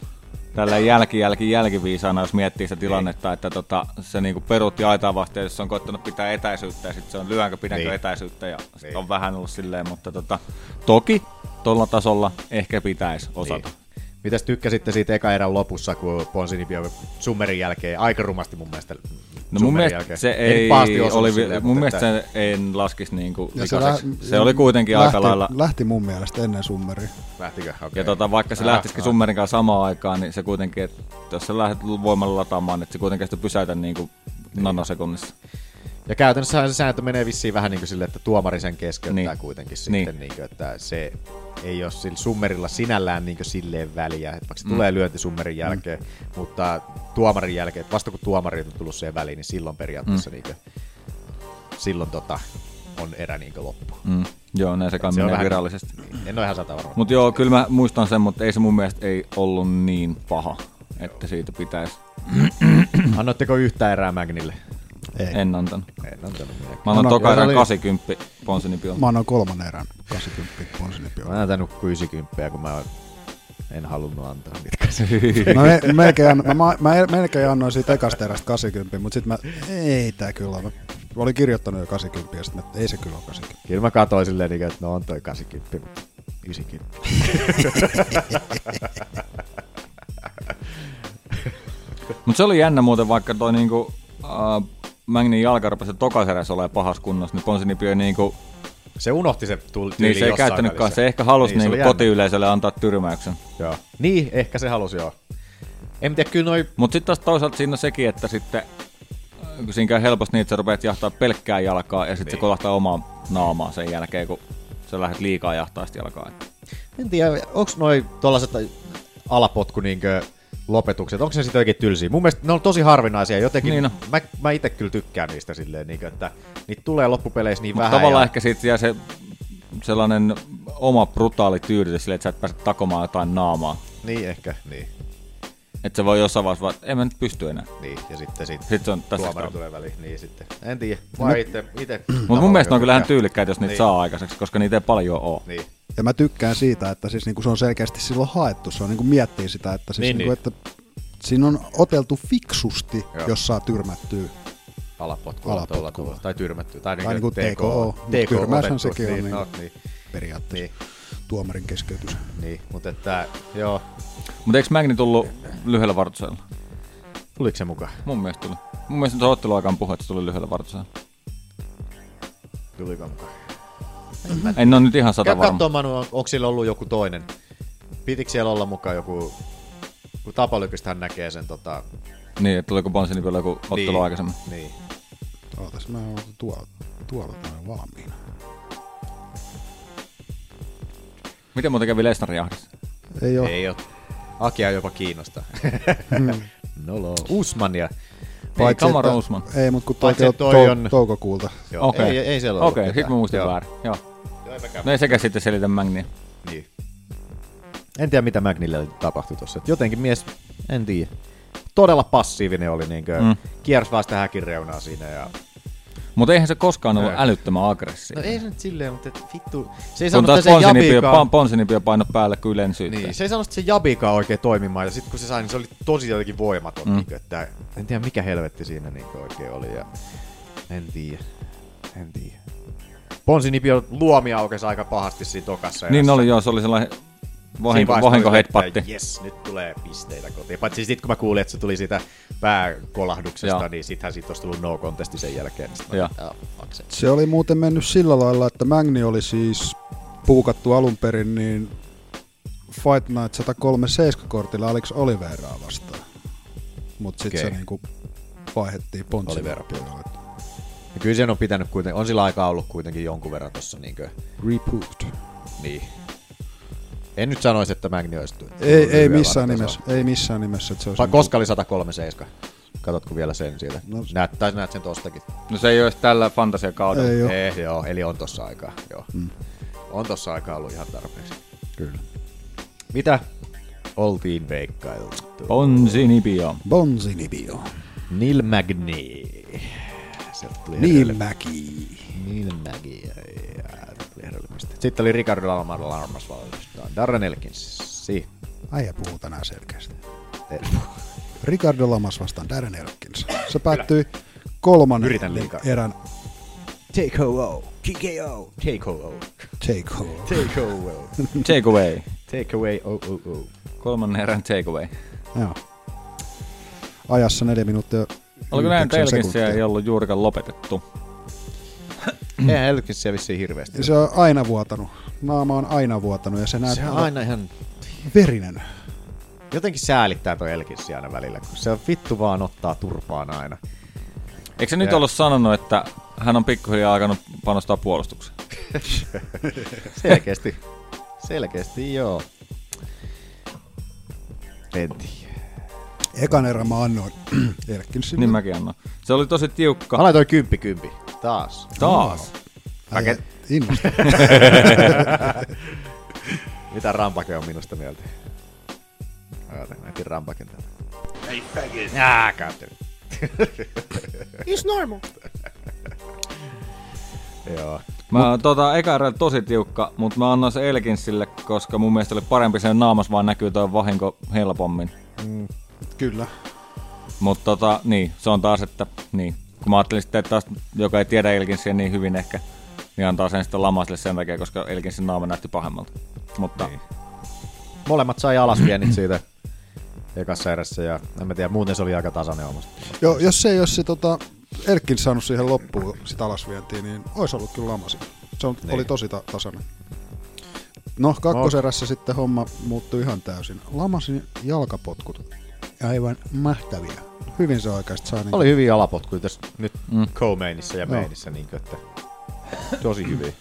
Speaker 18: tällä jälki, jälki, jälkiviisaana, jos miettii sitä tilannetta,
Speaker 3: Niin.
Speaker 18: että tota, se niinku peruutti aitaa vasten, jos se on koittanut pitää etäisyyttä ja sitten se on lyönkö, pidänkö
Speaker 3: Niin.
Speaker 18: etäisyyttä ja sit
Speaker 3: Niin.
Speaker 18: on vähän ollut silleen, mutta tota, toki tuolla tasolla ehkä pitäisi osata.
Speaker 3: Niin. Mitäs tykkäsitte siitä eka erän lopussa, kun Ponsinipio summerin jälkeen, aika rumasti mun mielestä
Speaker 18: No mun
Speaker 3: summerin
Speaker 18: mielestä
Speaker 3: jälkeen.
Speaker 18: se
Speaker 3: Ei
Speaker 18: ei,
Speaker 3: pahasti
Speaker 18: ei
Speaker 3: osunut
Speaker 18: oli,
Speaker 3: silleen,
Speaker 18: silleen, mun
Speaker 3: mutta
Speaker 18: mielestä
Speaker 3: että-
Speaker 18: se en laskisi niinku
Speaker 6: Ja
Speaker 18: se,
Speaker 6: lä-
Speaker 18: se, oli kuitenkin
Speaker 6: lähti,
Speaker 18: aika lailla.
Speaker 6: Lähti mun mielestä ennen summeria.
Speaker 3: Lähtikö? Okay.
Speaker 18: Ja tota, vaikka se
Speaker 6: Ah,
Speaker 18: lähtisikin
Speaker 6: ah.
Speaker 18: summerin kanssa samaan aikaan, niin se kuitenkin, että jos sä lähdet voimalla lataamaan, että se kuitenkin sitä pysäytä niin kuin nanosekunnissa.
Speaker 3: Ja käytännössä se sääntö menee vissiin vähän niin kuin sille, että tuomari sen keskeyttää niin. kuitenkin sitten, niin. Niin kuin, että se ei ole sillä summerilla sinällään niin kuin silleen väliä, että vaikka se
Speaker 18: Mm.
Speaker 3: mm. tulee lyönti summerin jälkeen, mm. mutta tuomarin jälkeen, että vasta kun tuomari on tullut siihen väliin, niin silloin periaatteessa mm. niin kuin, silloin tota, on erä niin kuin loppu.
Speaker 18: Mm. Joo, näin se kai
Speaker 3: Se on
Speaker 18: menee
Speaker 3: vähän-
Speaker 18: virallisesti.
Speaker 3: Niin. En ole ihan sata varma.
Speaker 18: Mutta joo, kyllä mä muistan sen, mutta ei se mun mielestä ei ollut niin paha, että siitä pitäisi.
Speaker 3: Annoitteko yhtä erää Magnille?
Speaker 6: Ei.
Speaker 18: En antanut.
Speaker 3: En antanut minäkään.
Speaker 18: Mä annan
Speaker 6: Mä
Speaker 18: toka
Speaker 6: annan-
Speaker 18: erään
Speaker 6: oli-
Speaker 18: 80 ponsinipiolla.
Speaker 6: Mä annan kolmannen erän 80 ponsinipiolla.
Speaker 3: Mä oon antanut 60, kun mä en halunnut antaa mitkä
Speaker 18: Niin.
Speaker 6: Mä, me, melkein, ann- mä, mä, mä melkein annoin siitä ekasta erästä 80, mutta sitten mä, ei tää kyllä ole. Mä olin kirjoittanut jo 80 ja sit mä, ei se kyllä ole 80.
Speaker 3: Kyllä mä katsoin silleen, niin kuin, että no on toi 80, mutta 90.
Speaker 18: Mutta se oli jännä muuten, vaikka toi niinku, äh, Magnin jalka rupesi tokaserässä olemaan pahassa kunnossa, niin Ponsinipio niinku...
Speaker 3: Se unohti se tuli
Speaker 18: Niin se ei
Speaker 3: jossain
Speaker 18: käyttänytkaan,
Speaker 3: välissä.
Speaker 18: se ehkä halusi
Speaker 3: Niin, se
Speaker 18: niin,
Speaker 3: oli
Speaker 18: niinku
Speaker 3: jännä.
Speaker 18: kotiyleisölle antaa tyrmäyksen.
Speaker 3: Joo. Niin, ehkä se halusi joo. En tiedä, kyllä noi...
Speaker 18: Mut sitten taas toisaalta siinä on sekin, että sitten äh, kun siinä käy helposti niin, että sä rupeat jahtaa pelkkää jalkaa ja sitten niin. se kolahtaa omaa naamaa sen jälkeen, kun sä lähdet liikaa jahtaa sitä jalkaa.
Speaker 3: En tiedä, onko noi tollaset alapotku niinkö lopetukset, onko se sitten oikein tylsiä? Mun mielestä ne on tosi harvinaisia jotenkin.
Speaker 18: Niin
Speaker 3: Niin
Speaker 18: on.
Speaker 3: mä, mä itse kyllä tykkään niistä silleen, niinkö, että niitä tulee loppupeleissä niin
Speaker 18: Mutta
Speaker 3: vähän.
Speaker 18: tavallaan
Speaker 3: ja-
Speaker 18: ehkä siitä jää se sellainen oma brutaali tyydytys sille, että sä et pääse takomaan jotain naamaa.
Speaker 3: Niin ehkä, niin.
Speaker 18: Että se voi jossain vaiheessa vaan, että en mä nyt pysty enää.
Speaker 3: Niin, ja sitten, sitten,
Speaker 18: sitten se on tässä
Speaker 3: Tuomari tulee väliin, niin sitten. En tiedä,
Speaker 6: No
Speaker 3: mä
Speaker 6: mä-
Speaker 3: itse... itse
Speaker 18: Mutta mun mielestä ne on kyllähän
Speaker 3: tykkään.
Speaker 18: tyylikkäitä, jos niitä
Speaker 3: Niin.
Speaker 18: niin. saa aikaiseksi, koska niitä ei paljon ole.
Speaker 3: Niin.
Speaker 6: Ja mä tykkään siitä, että siis niinku se on selkeästi silloin haettu. Se on niinku miettii sitä, että, siis
Speaker 3: Niin,
Speaker 6: niin, niinku, että siinä on oteltu fiksusti,
Speaker 3: Joo.
Speaker 6: Joo. jos saa tyrmättyä. Alapotkua.
Speaker 3: alapotkua, alapotkua. Tuolla, tai tyrmätty, tai,
Speaker 6: Tai
Speaker 3: niinku
Speaker 6: niinku TKO, mut tyrmäyshän
Speaker 3: otettu,
Speaker 6: sekin on
Speaker 3: niin,
Speaker 6: niinku
Speaker 3: no, niin,
Speaker 6: periaatteessa tuomarin keskeytys.
Speaker 3: niin, mutta että, joo.
Speaker 18: Mutta eikö Magni tullut lyhyellä vartusajalla?
Speaker 3: Tuliko se mukaan?
Speaker 18: Mun mielestä tuli. Mun mielestä se ottelu aikaan puhe, että se tuli lyhyellä vartusajalla.
Speaker 3: Tuliko mukaan?
Speaker 18: Tota En ole nyt ihan sata varma.
Speaker 3: Katso Manu, on, onko sillä ollut joku toinen? Pitikö siellä olla mukaan joku, kun tapalykystähän näkee sen tota...
Speaker 18: Niin, että tuliko Bonsinipilla joku ottelu
Speaker 3: niin,
Speaker 18: aikaisemmin?
Speaker 3: Niin.
Speaker 6: Ootas. Jos mä oon tuolla, tuolla noin valmiina.
Speaker 18: Miten muuten kävi Lesnarin jahdissa?
Speaker 6: Ei oo.
Speaker 3: Ei oo. Akia jopa kiinnostaa.
Speaker 6: Mm.
Speaker 3: Nolo. Usman ja...
Speaker 6: Paitsi, että- Ei, mutta kun toi,
Speaker 3: Paitsi,
Speaker 6: toi,
Speaker 3: että toi on...
Speaker 6: toukokuulta.
Speaker 3: Joo. Okei. Ei- ei siellä ollut
Speaker 18: Okei,
Speaker 3: ketään.
Speaker 18: sit mä muistin
Speaker 3: Joo.
Speaker 18: väärin. Joo.
Speaker 3: Joo, eipä käy.
Speaker 18: No ei sekä sitten selitä Magnia.
Speaker 3: Niin. En tiedä, mitä Magnille tapahtui tuossa. Jotenkin mies, en tiedä. Todella passiivinen oli, niinkö,
Speaker 18: Mm.
Speaker 3: mm. kiersi vaan sitä häkin reunaa siinä. Ja...
Speaker 18: Mutta eihän se koskaan ollut
Speaker 3: Ei.
Speaker 18: älyttömän aggressiivinen.
Speaker 3: No ei se nyt silleen, mutta et vittu... Se ei
Speaker 18: Kun
Speaker 3: saanut
Speaker 18: taas niin
Speaker 3: sen
Speaker 18: ponsinipio,
Speaker 3: jabikaan...
Speaker 18: pon- ponsinipio paino päälle, kun yleensä syyttää.
Speaker 3: Niin, se ei saanut sen jabikaan oikein toimimaan, ja sitten kun se sai, niin se oli tosi jotenkin voimaton.
Speaker 18: Mm.
Speaker 3: Mm. Niin, että en tiedä, mikä helvetti siinä niin oikein oli, ja en tiedä. En tiedä. Ponsinipio luomi aukesi aika pahasti siinä tokassa
Speaker 18: Niin
Speaker 3: erässä.
Speaker 18: oli joo, se oli sellainen
Speaker 3: Siinä
Speaker 18: vahinko,
Speaker 3: vaiheessa
Speaker 18: vahinko
Speaker 3: oli se, että
Speaker 18: headbatti.
Speaker 3: Jes, nyt tulee pisteitä kotiin. Paitsi sitten kun mä kuulin, että se tuli siitä pääkolahduksesta,
Speaker 18: Joo.
Speaker 3: niin sittenhän siitä olisi tullut no contesti sen jälkeen. Niin sit mä
Speaker 18: Joo.
Speaker 3: olin, "Ah, fuck se."
Speaker 6: Se oli muuten mennyt sillä lailla, että Magni oli siis puukattu alun perin niin Fight Night 137 kortilla Alex Oliveraa vastaan. Mutta sitten
Speaker 3: Okei.
Speaker 6: se niinku vaihettiin Ponsi.
Speaker 3: Olivera puolella. Ja kyllä sen on pitänyt kuitenkin, on sillä aikaa ollut kuitenkin jonkun verran tossa niinkö...
Speaker 6: Reboot.
Speaker 3: Niin. En nyt sanoisi, että Magni olisi tullut
Speaker 6: Ei, ei
Speaker 3: lyhyellä
Speaker 6: missään
Speaker 3: tasolla.
Speaker 6: nimessä, ei missään nimessä, että se olisi... niinku-
Speaker 3: Vai koska oli 137? Katsotko vielä sen sieltä? No, näet, tai näet sen tostakin.
Speaker 18: No se ei ole edes tällä fantasiakaudella.
Speaker 6: Ei oo.
Speaker 3: ei, Eh, joo, eli on tossa aikaa. Joo.
Speaker 6: Mm.
Speaker 3: Mm. On tossa aikaa ollut ihan tarpeeksi.
Speaker 6: Kyllä.
Speaker 3: Mitä oltiin veikkailtu?
Speaker 18: Ponsinipio.
Speaker 6: Bonsinibio.
Speaker 3: Neil Magni. Sieltä tuli
Speaker 6: Neil
Speaker 3: herralle-
Speaker 6: Maggi.
Speaker 3: Neil Maggi. ja- ja tuli herralle mistä. Sitten oli Ricardo Lamar Larmas valmistaan. Darren Elkins. Si.
Speaker 6: Äijä puhuu tänään selkeästi. Ricardo Lamas vastaan Darren Elkins. Se päättyi kolmannen
Speaker 3: Yritän liikaa.
Speaker 6: erän
Speaker 3: TKO. TKO. TKO.
Speaker 6: take home.
Speaker 3: TKO.
Speaker 18: Take away.
Speaker 3: Take away. Oh, oh, oh.
Speaker 18: Kolmannen erän take away.
Speaker 6: Joo. Ajassa 4 minuuttia
Speaker 18: Oliko näin
Speaker 6: yhdeksän
Speaker 18: teilläkin
Speaker 6: sekuntia.
Speaker 18: siellä ei ollut juurikaan lopetettu?
Speaker 3: Eihän Elkinsiä vissiin hirveästi.
Speaker 6: Se on aina vuotanut. Naama on aina vuotanut ja se näyttää
Speaker 3: Se on
Speaker 6: olevan
Speaker 3: aina ihan...
Speaker 6: verinen.
Speaker 3: Jotenkin säälittää toi Elkinsi aina välillä, kun se on vittu vaan ottaa turpaan aina.
Speaker 18: Eikö se nyt
Speaker 3: Joo.
Speaker 18: ollut sanonut, että hän on pikkuhiljaa alkanut panostaa puolustukseen?
Speaker 3: Selkeästi. Selkeästi joo. En tiedä.
Speaker 6: Ekan erän mä annoin Elkinsille.
Speaker 18: Niin mäkin annan. Se oli tosi tiukka.
Speaker 3: Mä laitoin kymppi kymppi. Taas.
Speaker 18: Taas.
Speaker 6: Ai,
Speaker 18: Mäkin-
Speaker 6: innostunut.
Speaker 3: Mitä Rampake on minusta mieltä? Oota, mä etin Rampaken täältä.
Speaker 8: Hey, faggot.
Speaker 3: Ah, kautta.
Speaker 19: It's normal.
Speaker 3: Joo.
Speaker 18: Mä Mut... tota, eka erä oli tosi tiukka, mutta mä annoin se Elkinsille, koska mun mielestä oli parempi sen naamas, vaan näkyy toi vahinko helpommin.
Speaker 6: Mm, Kyllä.
Speaker 18: Mutta tota, niin, se on taas, että niin. Kun mä ajattelin sitten, että taas, joka ei tiedä Elkinsiä niin hyvin ehkä, niin antaa sen sitten lamasille sen takia, koska Elkinsin naama näytti pahemmalta. Mutta niin.
Speaker 3: Molemmat sai alasviennit siitä ekassa erässä ja en mä tiedä, muuten se oli aika tasainen omasta.
Speaker 6: Jo, jos se ei olisi se tota, Elkin saanut siihen loppuun sitä alasvientiin, niin olisi ollut kyllä lamasi. Se on,
Speaker 3: Niin.
Speaker 6: oli tosi ta- tasainen. No, kakkoserässä sitten homma muuttui ihan täysin. Lamasin jalkapotkut. Aivan mahtavia. Hyvin se oikeasti saa. Niin
Speaker 3: Mm. Oli hyviä alapotkuja tässä nyt
Speaker 18: Mm.
Speaker 3: mm. co-mainissa ja
Speaker 6: Joo.
Speaker 3: mainissa, niin kuin, että tosi hyviä.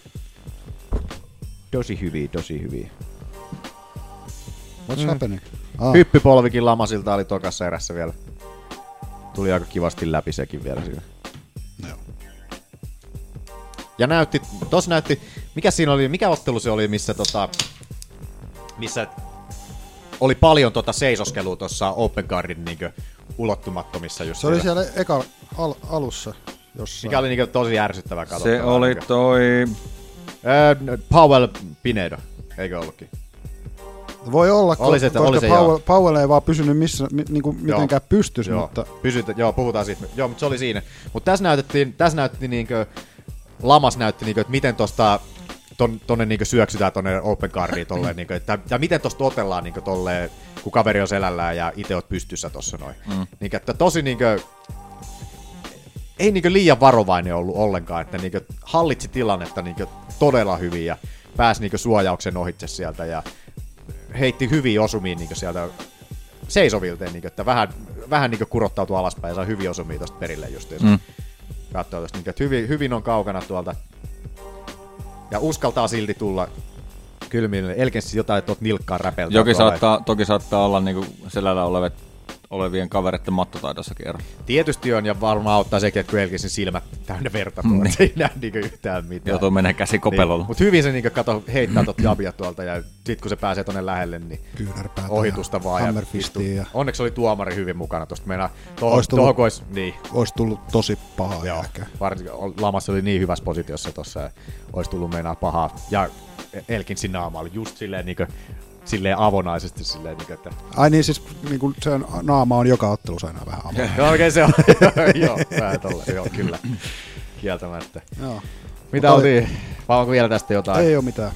Speaker 3: Tosi hyviä, tosi hyviä.
Speaker 6: What's happening?
Speaker 3: Ah. Hyppypolvikin lamasilta oli tokassa erässä vielä. Tuli aika kivasti läpi sekin vielä siinä. Ja näytti, tos näytti, mikä siinä oli, mikä ottelu se oli, missä tota, missä oli paljon tota seisoskelua tuossa Open Guardin niinkö ulottumattomissa just
Speaker 6: Se oli
Speaker 3: siellä.
Speaker 6: siellä eka al- alussa jossain.
Speaker 3: Mikä oli niinkö tosi ärsyttävää katsottavaa.
Speaker 18: se oli
Speaker 3: niinkö.
Speaker 18: toi...
Speaker 3: Öö, n- Powell Pinedo, eikö ollutkin?
Speaker 6: Voi olla,
Speaker 3: Oli se,
Speaker 6: koska
Speaker 3: että- oli se,
Speaker 6: Powell,
Speaker 3: joo.
Speaker 6: Powell ei vaan pysynyt missä, mi, niinku mitenkään pystyssä,
Speaker 3: joo.
Speaker 6: mutta
Speaker 3: Pysytä, joo, puhutaan siitä. Joo, mutta se oli siinä. Mutta tässä näytettiin, tässä näytti niinkö, Lamas näytti niinkö, että miten tosta ton, tonne niinkö syöksytään tonne open cardiin tolleen niinkö, että, ja miten tosta otellaan niinkö tolleen, kun kaveri on selällään ja itse oot pystyssä tossa noin.
Speaker 18: Mm.
Speaker 3: Mm. Niinkö, että tosi niinkö, ei niinkö liian varovainen ollut ollenkaan, että niinkö hallitsi tilannetta niinkö todella hyvin ja pääsi niinkö suojauksen ohitse sieltä ja heitti hyviä osumia niinkö sieltä niin seisovilteen, niinkö, että vähän, vähän niinkö kurottautui alaspäin ja sai hyviä osumia tosta perille justiinsa.
Speaker 18: Mm.
Speaker 3: katsoa tuosta. Niin, että hyvin, hyvin on kaukana tuolta. Ja uskaltaa silti tulla kylmille. Elkensi jotain tuot nilkkaan räpeltää.
Speaker 18: Joki
Speaker 3: tuolla.
Speaker 18: saattaa, toki saattaa olla niinku selällä olevet, olevien kavereiden mattotaidossa kerran.
Speaker 3: Tietysti on, ja varmaan auttaa sekin, että kun Elkensin silmät täynnä verta tuolla,
Speaker 18: Niin.
Speaker 3: että se ei näe niinku yhtään mitään.
Speaker 18: Joutuu menee käsi kopelolla.
Speaker 3: Mutta hyvin se niinku kato, heittää tuot jabia tuolta, ja sit kun se pääsee tonne lähelle, niin ohitusta vaan. Ja
Speaker 6: hammerfistiä
Speaker 3: istuu.
Speaker 6: ja-
Speaker 3: Onneksi oli tuomari hyvin mukana tuosta. Meinaa,
Speaker 6: Ois
Speaker 3: tuohon,
Speaker 6: tullut-
Speaker 3: tuohon kun olisi, niin,
Speaker 6: Olisi tullut tosi paha Joo. ehkä.
Speaker 3: varsinkin Lamas oli niin hyvässä positiossa tuossa, ja olisi tullut meinaa pahaa. Ja Elkinsin naama oli just silleen, niinku, silleen avonaisesti silleen, niinku, että
Speaker 6: Ai niin, siis niin kuin sen naama on joka ottelussa aina vähän avoin.
Speaker 3: Joo, No, oikein se on. joo, vähän tolle, joo, kyllä. Kieltämättä.
Speaker 6: Joo.
Speaker 3: Mitä
Speaker 6: Mutta-
Speaker 3: oltiin? Vai onko vielä tästä jotain?
Speaker 6: Ei ole mitään.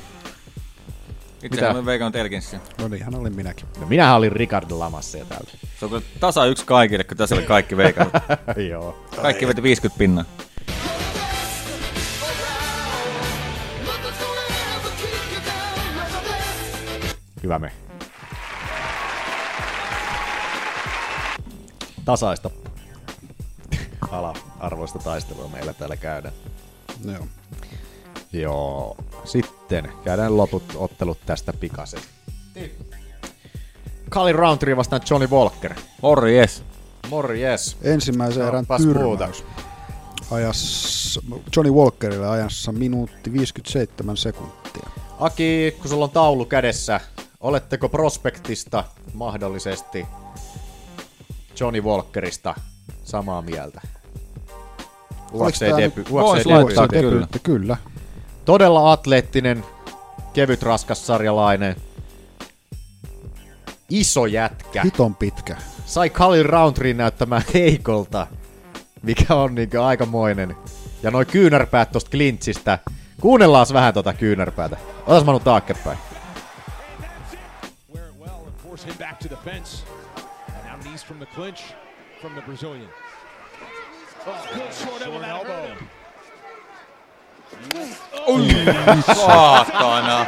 Speaker 18: Itse olen veikannut Elkinsiä.
Speaker 6: No niinhän olin minäkin.
Speaker 3: No minähän olin Ricardo Lamassa ja täällä.
Speaker 18: Se on kyllä tasa yksi kaikille, kun tässä oli kaikki veikannut.
Speaker 3: Joo.
Speaker 18: Kaikki veti 50 pinnaa.
Speaker 3: Hyvä me. Tasaista ala-arvoista taistelua meillä täällä käydään.
Speaker 6: No Joo.
Speaker 3: Joo. Sitten käydään loput ottelut tästä pikasen. Kali Roundtree Niin. vastaan Johnny Walker.
Speaker 18: Morjes.
Speaker 3: Morjes.
Speaker 6: Ensimmäisen
Speaker 3: No,
Speaker 6: erän
Speaker 3: pas muuta.
Speaker 6: tyrmäys. Ajassa, Johnny Walkerille ajassa minuutti 57 sekuntia.
Speaker 3: Aki, kun sulla on taulu kädessä, oletteko prospektista mahdollisesti Johnny Walkerista samaa mieltä?
Speaker 6: Oliko
Speaker 3: UFC
Speaker 6: tää
Speaker 3: debu-
Speaker 6: nyt-
Speaker 3: UFC
Speaker 6: Voisi
Speaker 3: debutti.
Speaker 6: laittaa debyytti, kyllä.
Speaker 3: Todella atleettinen, kevyt raskas sarjalainen, iso jätkä.
Speaker 6: Hiton pitkä.
Speaker 3: Sai Kalin Roundtreen näyttämään heikolta, mikä on niinku aikamoinen. Ja noi kyynärpäät tosta klintsistä. Kuunnellaan vähän tota kyynärpäätä. Otas Manu taakkepäin.
Speaker 20: Force him back to the fence. And now knees from the clinch from the Brazilian. Oh, good short elbow. That hurt him.
Speaker 18: Saatana.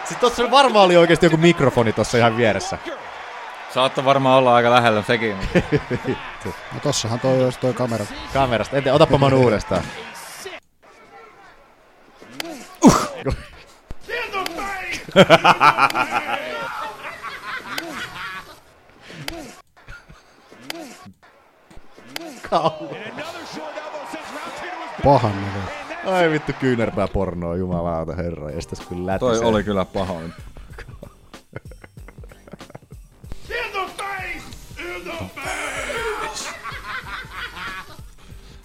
Speaker 3: Sitten tossa varmaan oli oikeasti joku mikrofoni tossa ihan vieressä.
Speaker 18: Saattaa varmaan olla aika lähellä sekin.
Speaker 6: No tossahan toi olisi toi kamera.
Speaker 3: Kamerasta. Ente, otapa Manu uudestaan.
Speaker 6: Pahan näköinen.
Speaker 3: Ai vittu kyynärpää pornoa, jumalauta herra. Estäs kyllä lätisee.
Speaker 18: Toi oli kyllä pahoin.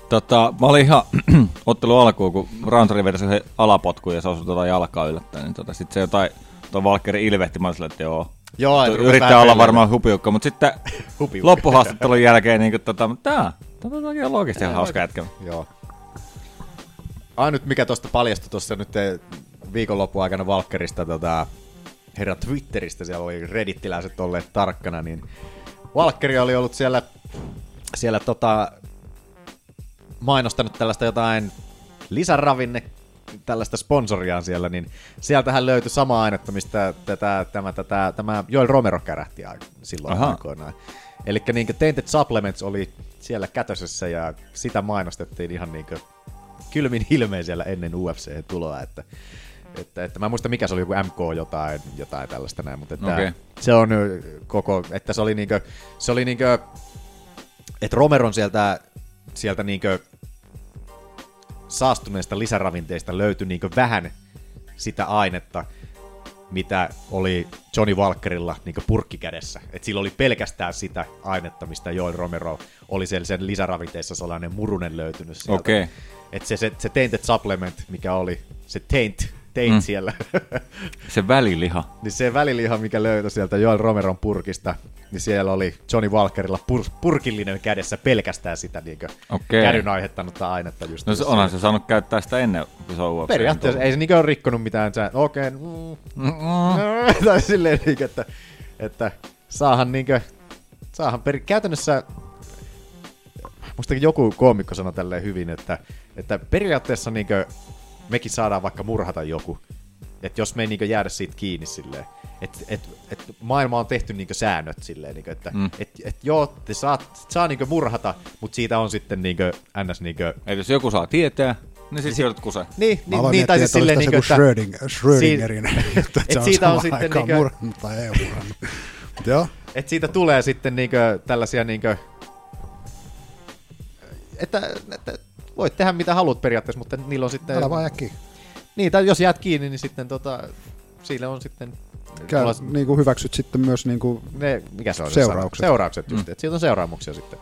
Speaker 18: Tota, mä olin ihan ottelu alkuun, kun Roundtree vedäsi yhden alapotkuun ja se osui tuota jalkaa yllättäen. Niin tota, sitten se jotain, tuo Valkeri ilvehti, mä olin sillä, että joo.
Speaker 3: Joo,
Speaker 18: Toi
Speaker 3: että rupeaa
Speaker 18: yrittää
Speaker 3: vähän
Speaker 18: olla
Speaker 3: pelleilemään.
Speaker 18: varmaan hupiukka, mutta sitten
Speaker 3: Hupiukka.
Speaker 18: loppuhaastattelun jälkeen niin kuin, tota, tää, tota, tota, on oikeasti ihan hauska jätkä.
Speaker 3: Joo. Ainut mikä tosta paljastui tuossa nyt eh, viikonlopun aikana Valkkerista tota, herra Twitteristä, siellä oli redittiläiset olleet tarkkana, niin Valkkeri oli ollut siellä, siellä tota, mainostanut tällaista jotain lisäravinne, tällaista sponsoriaan siellä, niin sieltähän löytyi sama ainetta, mistä tätä, tämä, tätä, tämä Joel Romero kärähti ai- silloin
Speaker 18: Ahaa.
Speaker 3: aikoinaan. Eli niin Tainted Supplements oli siellä kätösessä ja sitä mainostettiin ihan niin kylmin ilmeen siellä ennen UFC-tuloa, että, että, että mä en muista mikä se oli, joku MK jotain, jotain tällaista näin, mutta että
Speaker 18: Okei.
Speaker 3: okay. se on ö, koko, että se oli niinkö, se oli niinkö, että Romeron sieltä, sieltä niinkö saastuneista lisäravinteista löytyi niinkö vähän sitä ainetta, mitä oli Johnny Walkerilla niin purkkikädessä. Et sillä oli pelkästään sitä ainetta, mistä Joel Romero oli siellä sen lisäravinteissa sellainen murunen löytynyt sieltä.
Speaker 18: Okei.
Speaker 3: Et se, se, se tainted supplement, mikä oli, se taint, taint
Speaker 18: Mm.
Speaker 3: mm. siellä,
Speaker 18: Se väliliha.
Speaker 3: niin se väliliha, mikä löytyi sieltä Joel Romeron purkista, niin siellä oli Johnny Walkerilla pur- purkillinen kädessä pelkästään sitä niin
Speaker 18: Okei.
Speaker 3: kädyn aiheuttanutta ainetta. Just
Speaker 18: No se, onhan se saanut käyttää sitä ennen, kun se on UFC.
Speaker 3: Periaatteessa ei se niinkö ole rikkonut mitään, sä, okei, mm, mm, tai silleen niinkö, että, että saahan niinkö, saahan per, käytännössä, musta joku koomikko sanoi tälleen hyvin, että, että periaatteessa niinkö mekin saadaan vaikka murhata joku, että jos me ei niinkö jäädä siitä kiinni silleen, et, et, et maailma on tehty niinku säännöt silleen, niinku, että
Speaker 18: Mm.
Speaker 3: mm. et, et joo, te saat, saa niinku murhata, mutta siitä on sitten niinku, ns. Niinku,
Speaker 18: Eli jos joku saa tietää, niin sitten joudut kuseen.
Speaker 3: Niin,
Speaker 6: Mä
Speaker 3: niin,
Speaker 6: aloin
Speaker 3: niin tai
Speaker 6: miettiä,
Speaker 3: siis silleen, niinku,
Speaker 6: että... olis tässä joku Schröding- Schrödingerin,
Speaker 3: Sii-
Speaker 6: että se
Speaker 3: et
Speaker 6: on
Speaker 3: siitä
Speaker 6: samaan
Speaker 3: on sitten
Speaker 6: aikaan
Speaker 3: niinku,
Speaker 6: murhannut tai ei murhannut. Mut Joo,
Speaker 3: Et siitä tulee sitten niinkö tällaisia niinkö, että, että voit tehdä mitä haluat periaatteessa, mutta niillä on sitten...
Speaker 6: Älä vaan jää kiinni.
Speaker 3: Niin, tai jos jäät kiinni, niin sitten tota, sillä on sitten...
Speaker 6: käy,
Speaker 3: mulla-
Speaker 6: niin kuin hyväksyt sitten myös niin kuin
Speaker 3: ne, mikä se on? se
Speaker 6: seuraukset.
Speaker 3: sana? Seuraukset just, mm. että siitä on seuraamuksia sitten.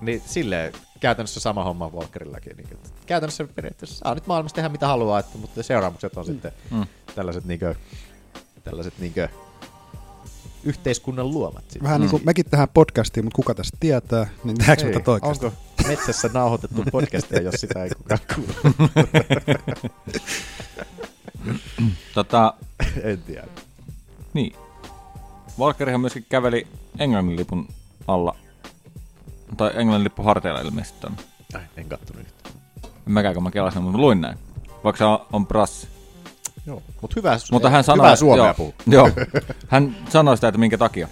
Speaker 3: Niin silleen käytännössä sama homma on Walkerillakin. Niin, että käytännössä periaatteessa saa nyt maailmassa tehdä mitä haluaa, että, mutta seuraamukset on mm. sitten
Speaker 18: Mm.
Speaker 3: mm. tällaiset, niinkö, tällaiset niinkö, yhteiskunnan luomat. Sitten.
Speaker 6: Vähän niin kuin mekin tähän podcastiin, mutta kuka tästä tietää, niin tehdäänkö me
Speaker 3: Ei,
Speaker 6: tätä oikeasti?
Speaker 3: Onko metsässä nauhoitettu podcastia, jos sitä ei kukaan kuule?
Speaker 18: Tota,
Speaker 3: en tiedä.
Speaker 18: Niin. Walkerihan myöskin käveli Englannin lipun alla. Tai Englannin lippu harteilla ilmeisesti on.
Speaker 3: Ai, en kattonut yhtään.
Speaker 18: En mäkään, kun mä kelasin, mutta mä luin näin. Vaikka se on- on brassi.
Speaker 3: Joo, mut hyvä-
Speaker 18: mutta hän
Speaker 3: hyvää
Speaker 18: sanoi,
Speaker 3: suomea
Speaker 18: joo,
Speaker 3: puhuu.
Speaker 18: joo, hän sanoi sitä, että minkä takia.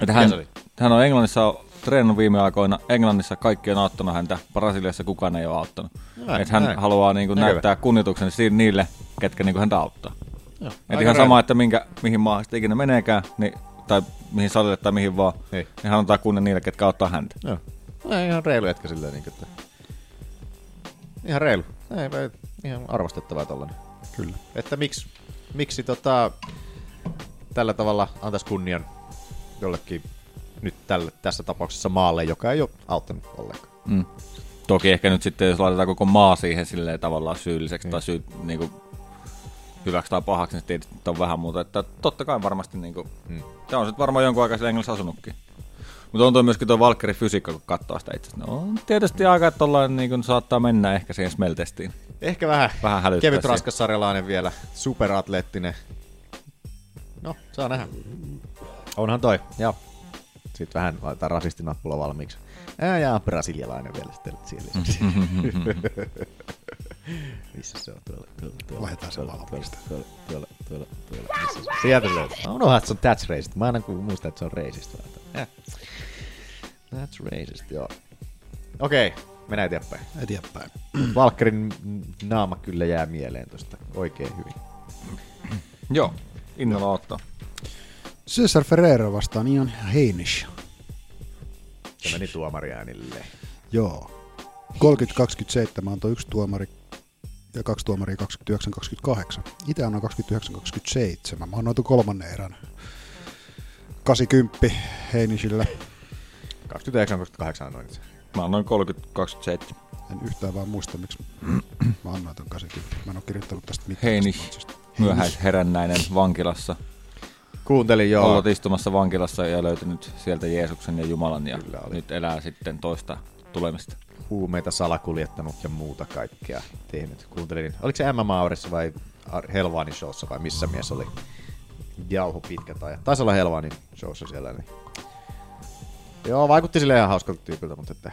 Speaker 18: Että hän,
Speaker 3: se oli?
Speaker 18: hän on Englannissa treenannut viime aikoina. Englannissa kaikki on auttanut häntä. Brasiliassa kukaan ei ole auttanut.
Speaker 3: Näin,
Speaker 18: että hän
Speaker 3: näin.
Speaker 18: haluaa niin kuin,
Speaker 3: Näkyvä.
Speaker 18: näyttää kunnioituksen si- niille, ketkä niin kuin, häntä auttaa.
Speaker 3: Joo,
Speaker 18: Et
Speaker 3: aika
Speaker 18: ihan
Speaker 3: reilu.
Speaker 18: sama, että minkä, mihin maahan sitten ikinä meneekään, niin, tai mihin salille tai mihin vaan, niin hän antaa kunnian niille, ketkä auttaa häntä.
Speaker 3: Joo. No, ei, ihan reilu jätkä silleen. Niin, että... Ihan reilu. Ei, ei, ihan arvostettavaa tollanen.
Speaker 6: Kyllä.
Speaker 3: Että miksi, miksi tota, tällä tavalla antaisi kunnian jollekin nyt tälle, tässä tapauksessa maalle, joka ei ole auttanut ollenkaan.
Speaker 18: Mm. Toki ehkä nyt sitten, jos laitetaan koko maa siihen silleen tavallaan syylliseksi tai syy, niin kuin, hyväksi tai pahaksi, niin tietysti nyt on vähän muuta. Että totta kai varmasti, niin kuin, mm. tämä on sitten varmaan jonkun aikaa siellä Englannissa asunutkin. Mutta on tuo myöskin tuo Valkkeri fysiikka, kun katsoo sitä itse asiassa. No, on tietysti aika, että ollaan, niin kuin, saattaa mennä ehkä siihen smeltestiin.
Speaker 3: Ehkä vähän,
Speaker 18: vähän hälyttää
Speaker 3: kevyt
Speaker 18: siinä.
Speaker 3: raskas sarjalainen vielä, superatleettinen. No, saa nähdä. Onhan toi, joo. Sitten vähän laitetaan rasistinappula valmiiksi. Ää, ja brasilialainen vielä sitten siellä. Missä se on tuolla? tuolla, tuolla
Speaker 6: Laitetaan se
Speaker 3: valmiiksi. Tuolla, tuolla, tuolla, tuolla. Missä se on? Sieltä se on. Mä unohan, että se on that's racist. Mä aina kun muistan, että se on racist. Äh. That's racist, joo. Okei, mennään eteenpäin.
Speaker 6: Eteenpäin.
Speaker 3: Mut Valkkarin naama kyllä jää mieleen tosta oikein hyvin.
Speaker 18: Joo, innolla ottaa.
Speaker 6: Cesar Ferreira vastaan Ian Heinisch.
Speaker 3: Se meni tuomariäänille.
Speaker 6: Joo. 30-27 antoi yksi tuomari ja kaksi tuomaria 29-28. Itse annoin 29-27. Mä annoin tuon kolmannen erän. 80 Heinischille.
Speaker 3: 29-28 noin.
Speaker 18: Mä annoin 30-27.
Speaker 6: En yhtään vaan muista, miksi mä annoin ton 80. Mä en oo kirjoittanut tästä mitään.
Speaker 18: Heinisch, myöhäisherännäinen vankilassa.
Speaker 3: Kuuntelin joo.
Speaker 18: Ollut istumassa vankilassa ja löytänyt sieltä Jeesuksen ja Jumalan ja nyt elää sitten toista tulemista.
Speaker 3: Huumeita salakuljettanut ja muuta kaikkea tehnyt. Kuuntelin, oliko se MMA Aurissa vai Ar- Helvaanin showssa vai missä mies oli? Jauho pitkä tai taisi olla Helvaanin showssa siellä. Niin. Joo, vaikutti sille ihan hauskalta tyypiltä, mutta että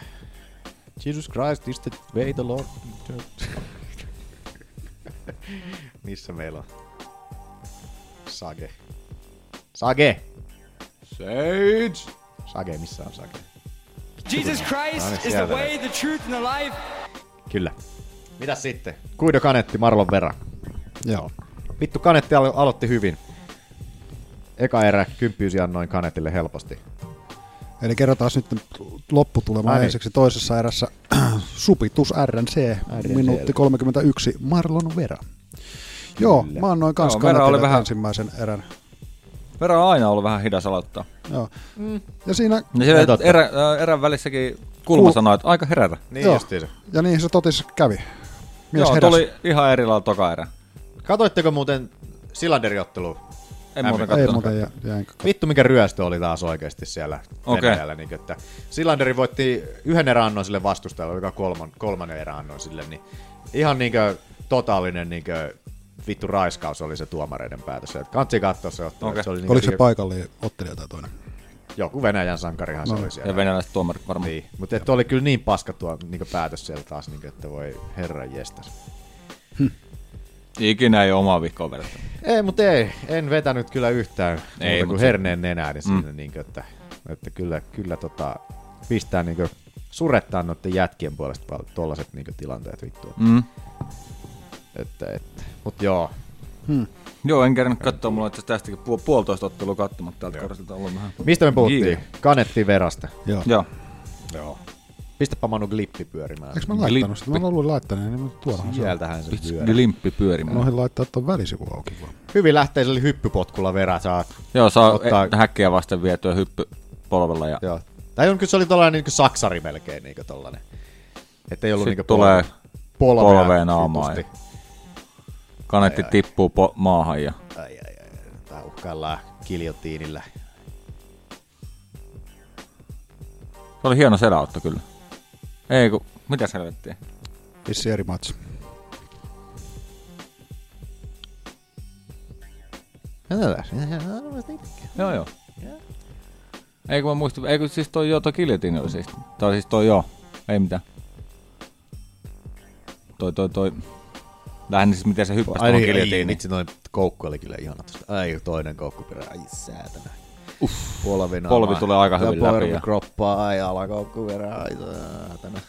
Speaker 3: Jesus Christ is the way the Lord. missä meillä on? Sage. Sage! Sage! Sage, missä on Sage?
Speaker 11: Jesus
Speaker 3: No niin,
Speaker 11: Christ is the
Speaker 3: sieltä
Speaker 11: way, the truth, and the life.
Speaker 3: Kyllä. Mitä sitten? Kuido Kanetti, Marlon Vera.
Speaker 6: Joo.
Speaker 3: Vittu, Kanetti alo- aloitti hyvin. Eka erä, kymppiysi annoin Kanetille helposti.
Speaker 6: Eli kerrotaan nyt lopputulema
Speaker 3: Ai niin.
Speaker 6: ensiksi toisessa erässä supitus RNC,
Speaker 3: RNC.
Speaker 6: minuutti 31, Marlon Vera. Joo, mä annoin kans
Speaker 18: Joo, Vera oli
Speaker 6: Kanadalle
Speaker 18: vähän-
Speaker 6: ensimmäisen erän.
Speaker 18: Vera on aina ollut vähän hidas aloittaa.
Speaker 6: Joo.
Speaker 3: Mm.
Speaker 6: Ja siinä...
Speaker 18: Ja siellä erä, ää, erän välissäkin kulma
Speaker 6: Kul-
Speaker 18: sanoi, että aika herätä.
Speaker 6: Joo. Ja niin se totis kävi. Mies
Speaker 18: niin Joo,
Speaker 6: heräsi.
Speaker 18: tuli ihan eri lailla toka erä.
Speaker 3: Katoitteko muuten Silanderin ottelua?
Speaker 18: En muuten
Speaker 3: M1?
Speaker 18: kattonut. Ei
Speaker 6: muuten, jä- jäin
Speaker 18: Niin,
Speaker 3: Vittu mikä ryöstö oli taas oikeasti siellä
Speaker 18: Okei.
Speaker 3: Venäjällä. Niin, että Silanderi voitti yhden erän annoin sille vastustajalle, joka kolman, kolmannen erän annoin sille. Niin ihan niinkö totaalinen niinkö vittu raiskaus oli se tuomareiden päätös. Et Kansi katsoi se ottelu.
Speaker 18: Okei.
Speaker 3: Se oli niinkö
Speaker 6: Oliko se
Speaker 3: niinkö-
Speaker 6: paikallinen ottelija tai toinen?
Speaker 3: Joku Venäjän sankarihan
Speaker 6: No
Speaker 3: se oli
Speaker 6: niin.
Speaker 3: siellä.
Speaker 18: Ja venäläiset tuomarit varmaan.
Speaker 3: Niin. Mutta että oli kyllä niin niinku, paska tuo niin päätös siellä taas, niin kuin, että voi herran jestas.
Speaker 6: Hm.
Speaker 18: Ikinä ei ole omaa vihkoa verrattuna.
Speaker 3: Ei, mutta ei. En vetänyt kyllä yhtään
Speaker 18: Ei,
Speaker 3: ei, muuta
Speaker 18: mut
Speaker 3: kuin
Speaker 18: se-
Speaker 3: herneen nenään. Niin
Speaker 18: Mm.
Speaker 3: siinä, niin kuin, että, että kyllä, kyllä tota, pistää niin kuin, surettaa noiden jätkien puolesta paljon tuollaiset niin tilanteet vittu.
Speaker 18: Mm.
Speaker 3: Että, että. Mut joo.
Speaker 18: Hmm. Joo, en kerran katsoa, mulla on itse asiassa tästäkin puol- puolitoista ottelua katsomatta täältä korsilta ollut vähän.
Speaker 3: Mistä me puhuttiin? Yeah. Kanettiin verasta.
Speaker 6: Joo.
Speaker 18: Niin. Joo.
Speaker 3: joo. Pistäpä Manu glippi pyörimään.
Speaker 6: Eikö mä laittanut sitä? Mä oon ollut laittanut, niin tuolla
Speaker 3: Sieltähän se
Speaker 18: Pits-
Speaker 3: pyörii.
Speaker 18: Glimppi pyörimään.
Speaker 6: Noihin laittaa ton välisivu auki vaan.
Speaker 3: Hyvin lähtee sillä hyppypotkulla verä saa.
Speaker 18: Joo, saa
Speaker 3: ottaa-
Speaker 18: Ottaa... häkkiä vasten vietyä hyppy polvella. Ja...
Speaker 3: Joo. Tai on, kyllä se oli tollanen niin saksari melkein niin tollanen. Että ei ollut
Speaker 18: Sitten
Speaker 3: niin
Speaker 18: tulee
Speaker 3: polvea,
Speaker 18: polveen naamaa. Ja...
Speaker 3: vitusti.
Speaker 18: Kanetti tippuu po- maahan ja
Speaker 3: Ai, ai, ai. Tää uhkaillaan kiljotiinillä.
Speaker 18: se oli hieno sedautto kyllä. Ei kun, mitä selvettiä?
Speaker 6: Vissi eri matsi.
Speaker 18: Joo joo. Eikö mä muista, eikö siis toi joo, toi kiljotiini oli siis. Tai siis toi joo, ei mitään. Toi toi toi. Lähinnä siis miten se hyppäsi
Speaker 3: Ai
Speaker 18: tuohon
Speaker 3: niin, ai,
Speaker 18: kiljotiiniin.
Speaker 3: vitsi, noin koukku oli kyllä ihana tosta. Ai, toinen koukku perä. Ai, säätänä. Uff. Polvi, naamaa.
Speaker 18: Polvi tulee aika
Speaker 3: ja
Speaker 18: hyvin läpi
Speaker 3: polvi
Speaker 18: ja-
Speaker 3: kroppaa, ai, alakoukku perä. Ai, säätänä.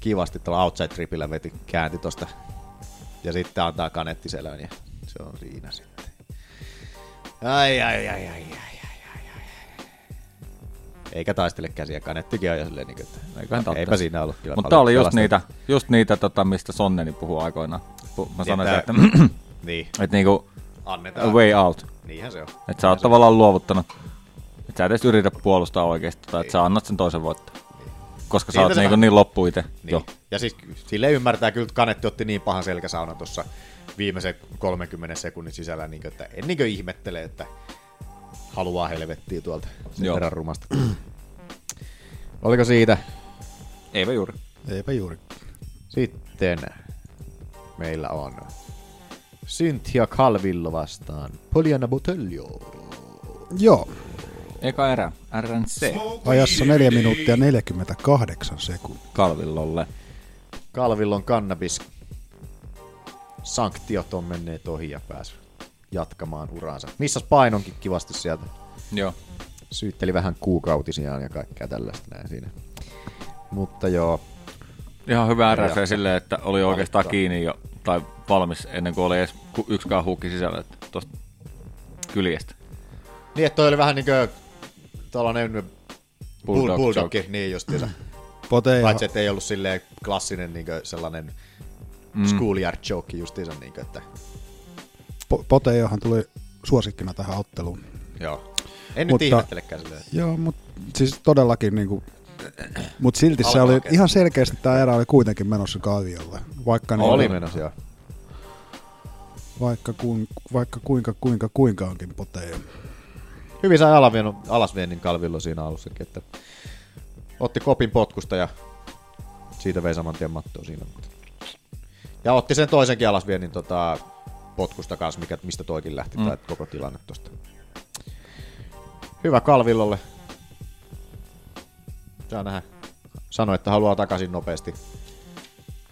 Speaker 3: Kivasti tuolla outside tripillä veti, käänti tosta. Ja sitten antaa kanetti selän ja se on siinä sitten. Ai, ai, ai, ai, ai, ai, ai, ai. Eikä taistele käsiä, kanettikin on jo silleen, niin kuin, että
Speaker 18: Eiköhän tää ole
Speaker 3: eipä
Speaker 18: tässä.
Speaker 3: siinä ollut kyllä
Speaker 18: Mutta tää
Speaker 3: paljon
Speaker 18: oli just
Speaker 3: pelastettu.
Speaker 18: niitä, just niitä tota, mistä Sonneni puhuu aikoinaan. Pu- Mä
Speaker 3: Niin,
Speaker 18: sanoin
Speaker 3: tää-
Speaker 18: sen, että,
Speaker 3: niin.
Speaker 18: että niinku,
Speaker 3: Annetaan.
Speaker 18: a way out.
Speaker 3: Niinhän se on.
Speaker 18: Että sä oot tavallaan luovuttanut. Että sä et edes yritä puolustaa oikeesti, tai että sä annat sen toisen voittaa. Koska sä
Speaker 3: Siitä
Speaker 18: oot
Speaker 3: Niin. se
Speaker 18: niinku
Speaker 3: vähän-
Speaker 18: niin loppu ite.
Speaker 3: Niin.
Speaker 18: Joo.
Speaker 3: Ja siis sille ymmärtää kyllä, että Kanetti otti niin pahan selkäsaunan tuossa viimeisen 30 sekunnin sisällä, niin kuin, että en niin kuin ihmettele, että haluaa helvettiä tuolta sen
Speaker 18: Joo.
Speaker 3: Joo. verran rumasta. Oliko siitä?
Speaker 18: Eipä juuri.
Speaker 6: Eipä juuri.
Speaker 3: Sitten meillä on Cynthia Calvillo vastaan Poliana Botelho.
Speaker 6: Joo.
Speaker 18: Eka erä, RNC.
Speaker 6: Ajassa 4 minuuttia 48 sekuntia.
Speaker 18: Kalvillolle.
Speaker 3: Kalvillon kannabis sanktiot on menneet ohi ja pääsi jatkamaan uraansa. Missä painonkin kivasti sieltä.
Speaker 18: Joo.
Speaker 3: Syytteli vähän kuukautisiaan ja kaikkea tällaista näin siinä. Mutta joo.
Speaker 18: Ihan hyvä
Speaker 3: Ei
Speaker 18: RNC
Speaker 3: jatka.
Speaker 18: silleen, että oli oikeastaan
Speaker 3: Valittaa.
Speaker 18: kiinni jo, tai valmis ennen kuin oli edes ku- yksikään huukki sisällä, että tosta kyljestä.
Speaker 3: Niin, että toi oli vähän niinkö tällainen
Speaker 18: Bulldog
Speaker 3: bulldog, bulldog niin justiinsa.
Speaker 6: Poteja.
Speaker 3: Paitsi, että ei ollut silleen klassinen niinkö sellainen
Speaker 6: Mm.
Speaker 3: mm. schoolyard joke justiinsa niinkö, että
Speaker 6: Po- Potejohan tuli suosikkina tähän otteluun.
Speaker 3: joo. En nyt ihmettelekään silleen.
Speaker 6: Joo, mutta siis todellakin niinku, mutta silti se
Speaker 3: Alkaa
Speaker 6: oli
Speaker 3: kesken.
Speaker 6: ihan selkeästi tämä erä oli kuitenkin menossa kaviolle. Vaikka, niinku-
Speaker 3: Oli menossa, joo.
Speaker 6: vaikka, kuin, vaikka kuinka, kuinka, kuinka onkin poteja.
Speaker 3: hyvin sai alavien, alasviennin kalvilla siinä alussakin, että otti kopin potkusta ja siitä vei saman tien mattoon siinä. Ja otti sen toisenkin alasviennin tota, potkusta kanssa, mikä, mistä toikin lähti,
Speaker 18: Mm.
Speaker 3: mm. tai koko tilanne tosta. Hyvä Kalvillolle. Saa nähdä. Sanoi, että haluaa takaisin nopeasti,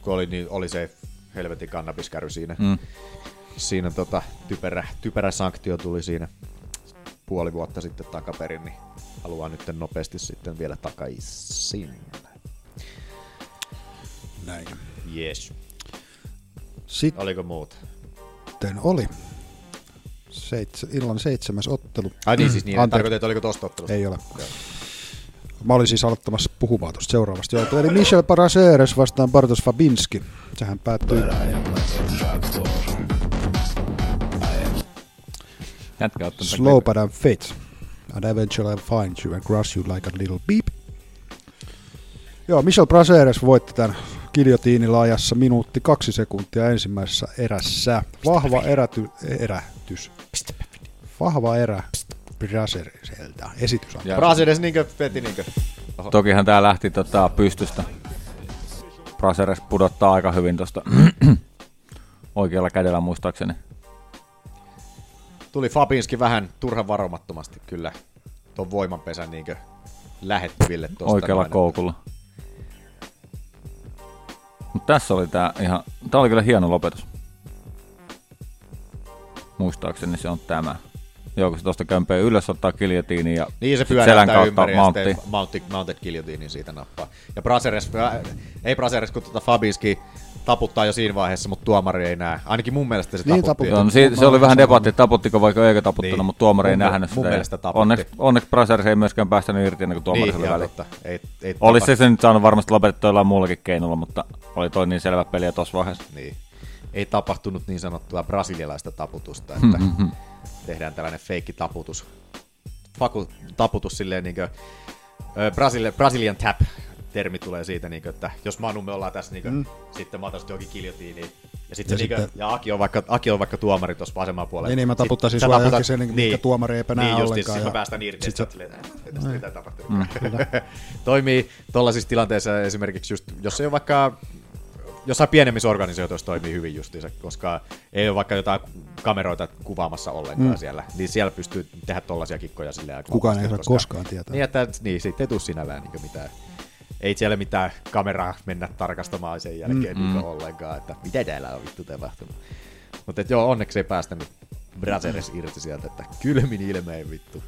Speaker 3: kun oli, niin, oli se helvetin kannabiskäry siinä.
Speaker 18: Mm.
Speaker 3: Siinä tota, typerä, typerä sanktio tuli siinä puoli vuotta sitten takaperin, niin haluaa nyt nopeasti sitten vielä takaisin.
Speaker 6: Näin.
Speaker 3: Yes.
Speaker 6: Sitten
Speaker 3: Oliko muuta?
Speaker 6: oli Seitse, illan seitsemäs ottelu.
Speaker 3: Ai niin,
Speaker 18: Mm.
Speaker 3: siis niin,
Speaker 6: Anteeksi.
Speaker 3: tarkoitin, että oliko tosta ottelusta?
Speaker 6: Ei ole.
Speaker 3: Joo.
Speaker 6: Mä olin siis aloittamassa puhumaan tuosta seuraavasta joutua. Eli Michel Paraseres vastaan Bartosz Fabinski. Sehän päättyi...
Speaker 18: Jätkä ottanut
Speaker 6: Slow but I'm fit. And eventually I'll find you and crush you like a little beep. Joo, Michel Braseres voitti tämän kiljotiinilla ajassa minuutti kaksi sekuntia ensimmäisessä erässä. Vahva eräty, erätys. Vahva erä Braseriseltä. Esitys on.
Speaker 18: Ja-
Speaker 3: Brasides niinkö veti niinkö? Oho.
Speaker 18: Tokihan tää lähti tota, pystystä. Braseres pudottaa aika hyvin tosta oikealla kädellä muistaakseni.
Speaker 3: Tuli Fabinski vähän turhan varomattomasti kyllä ton voimanpesän niinkö lähettyville tosta.
Speaker 18: Oikealla
Speaker 3: noin.
Speaker 18: koukulla. Mut tässä oli tää ihan, tää oli kyllä hieno lopetus. Muistaakseni se on tämä. Joo, kun se tuosta kömpöä ylös ottaa kiljotiini ja
Speaker 3: Niin se
Speaker 18: sit selän
Speaker 3: pyörähtää
Speaker 18: kautta
Speaker 3: ympäri ja
Speaker 18: mountti.
Speaker 3: sitten mountti, mounted guillotinin siitä nappaa. Ja Braseres, äh, ei Braseres, kun tuota Fabinski taputtaa jo siinä vaiheessa, mutta tuomari ei näe. Ainakin mun mielestä se
Speaker 18: Niin,
Speaker 3: taputti.
Speaker 18: Joo, no se, se oli vähän debatti, että taputtiko vaikka eikö taputtanut,
Speaker 3: Niin.
Speaker 18: mutta tuomari ei
Speaker 3: Mun-
Speaker 18: nähnyt
Speaker 3: mun
Speaker 18: sitä.
Speaker 3: mielestä taputti.
Speaker 18: Onneksi, onneksi Brasers ei myöskään päästänyt irti ennen kuin tuomari
Speaker 3: Niin,
Speaker 18: niin,
Speaker 3: joo,
Speaker 18: väliin.
Speaker 3: totta. Ei- ei
Speaker 18: Olisi se
Speaker 3: tapahdu.
Speaker 18: sen nyt saanut varmasti lopetettua jollain muullakin keinolla, mutta oli toi niin selvä peliä tuossa vaiheessa.
Speaker 3: Niin. Ei tapahtunut niin sanottua brasilialaista taputusta, että
Speaker 6: Hmm,
Speaker 3: tehdään tällainen feikki taputus. Faku, taputus silleen niinkö, ö, Brasil, Brazilian tap termi tulee siitä, niinkö, että jos Manu me ollaan tässä, niinkö, mm. sitten mä otan sut johonkin kiljotiiniin. Ja, sit
Speaker 6: Hmm. Ja
Speaker 3: ja, se, niinkö,
Speaker 6: sitten-
Speaker 3: ja Aki, on vaikka, Aki on vaikka tuomari tuossa vasemmalla puolella.
Speaker 6: Niin, niin, mä
Speaker 3: Sit
Speaker 6: taputtaisin
Speaker 3: sä
Speaker 6: sua
Speaker 3: taputat-
Speaker 6: johonkin sen, niin, mitkä tuomari ei penää
Speaker 3: niin, justiin,
Speaker 6: ollenkaan,
Speaker 3: Siis
Speaker 6: ja-
Speaker 3: mä päästän irti,
Speaker 6: sit
Speaker 3: sit
Speaker 6: sä-
Speaker 3: sä... ei tästä
Speaker 6: Niin.
Speaker 3: mitään tapahtunut.
Speaker 6: Mm, kyllä.
Speaker 3: toimii tuollaisissa tilanteissa esimerkiksi just, jos ei ole vaikka jossain pienemmissä organisaatioissa toimii hyvin justiinsa, koska ei ole vaikka jotain kameroita kuvaamassa ollenkaan
Speaker 6: Mm.
Speaker 3: mm. siellä, niin siellä pystyy tehdä tollaisia kikkoja sillä aika
Speaker 6: Kukaan
Speaker 3: vapaasti,
Speaker 6: ei saa
Speaker 3: koska-
Speaker 6: koskaan tietää.
Speaker 3: Niin, että, niin siitä ei tule sinällään niin mitään. Ei siellä mitään kameraa mennä tarkastamaan sen jälkeen
Speaker 18: Mm,
Speaker 3: mm,
Speaker 18: mm.
Speaker 3: ollenkaan, että mitä täällä on vittu tapahtunut. Mutta et joo, onneksi ei päästänyt Brazeres irti sieltä, että kylmin ilmeen vittu.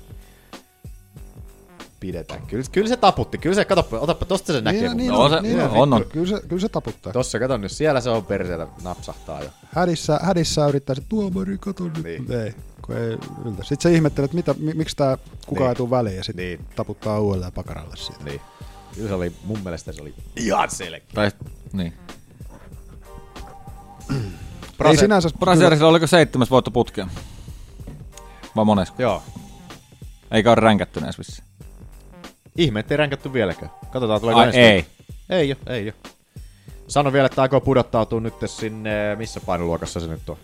Speaker 3: Pidetään. Kyllä, kyllä se taputti. Kyllä se, katoppa, otappa tosta se näkee. no
Speaker 6: Niin,
Speaker 3: mun
Speaker 6: niin,
Speaker 3: mielestä.
Speaker 6: on, niin, on, Kyllä, se, kyllä se taputtaa.
Speaker 3: Tossa, kato nyt, siellä se on perseellä napsahtaa jo.
Speaker 6: Hädissä, hädissä yrittää se tuomari, kato nyt. Niin. Ei, kun ei yltä. Sitten se ihmettelee, että mitä, mi, miksi tämä kukaan
Speaker 3: Niin.
Speaker 6: ei tule väliin ja sitten niin. taputtaa uudelleen pakaralle siitä.
Speaker 3: Niin. Kyllä se oli, mun mielestä se oli ihan selkeä.
Speaker 18: Tai, niin.
Speaker 6: Ei sinänsä...
Speaker 18: Brasersilla oliko seitsemäs voitto putkea? Vai monesko?
Speaker 3: Joo.
Speaker 18: Eikä ole ränkättynä edes vissiin.
Speaker 3: Ihme, ettei ränkätty vieläkään. Katsotaan, tuleeko
Speaker 18: Ai,
Speaker 3: ensi
Speaker 18: ei.
Speaker 3: viikolla. Ei jo, ei jo. Sano vielä, että aikoo pudottautua nyt sinne, missä painoluokassa se nyt on?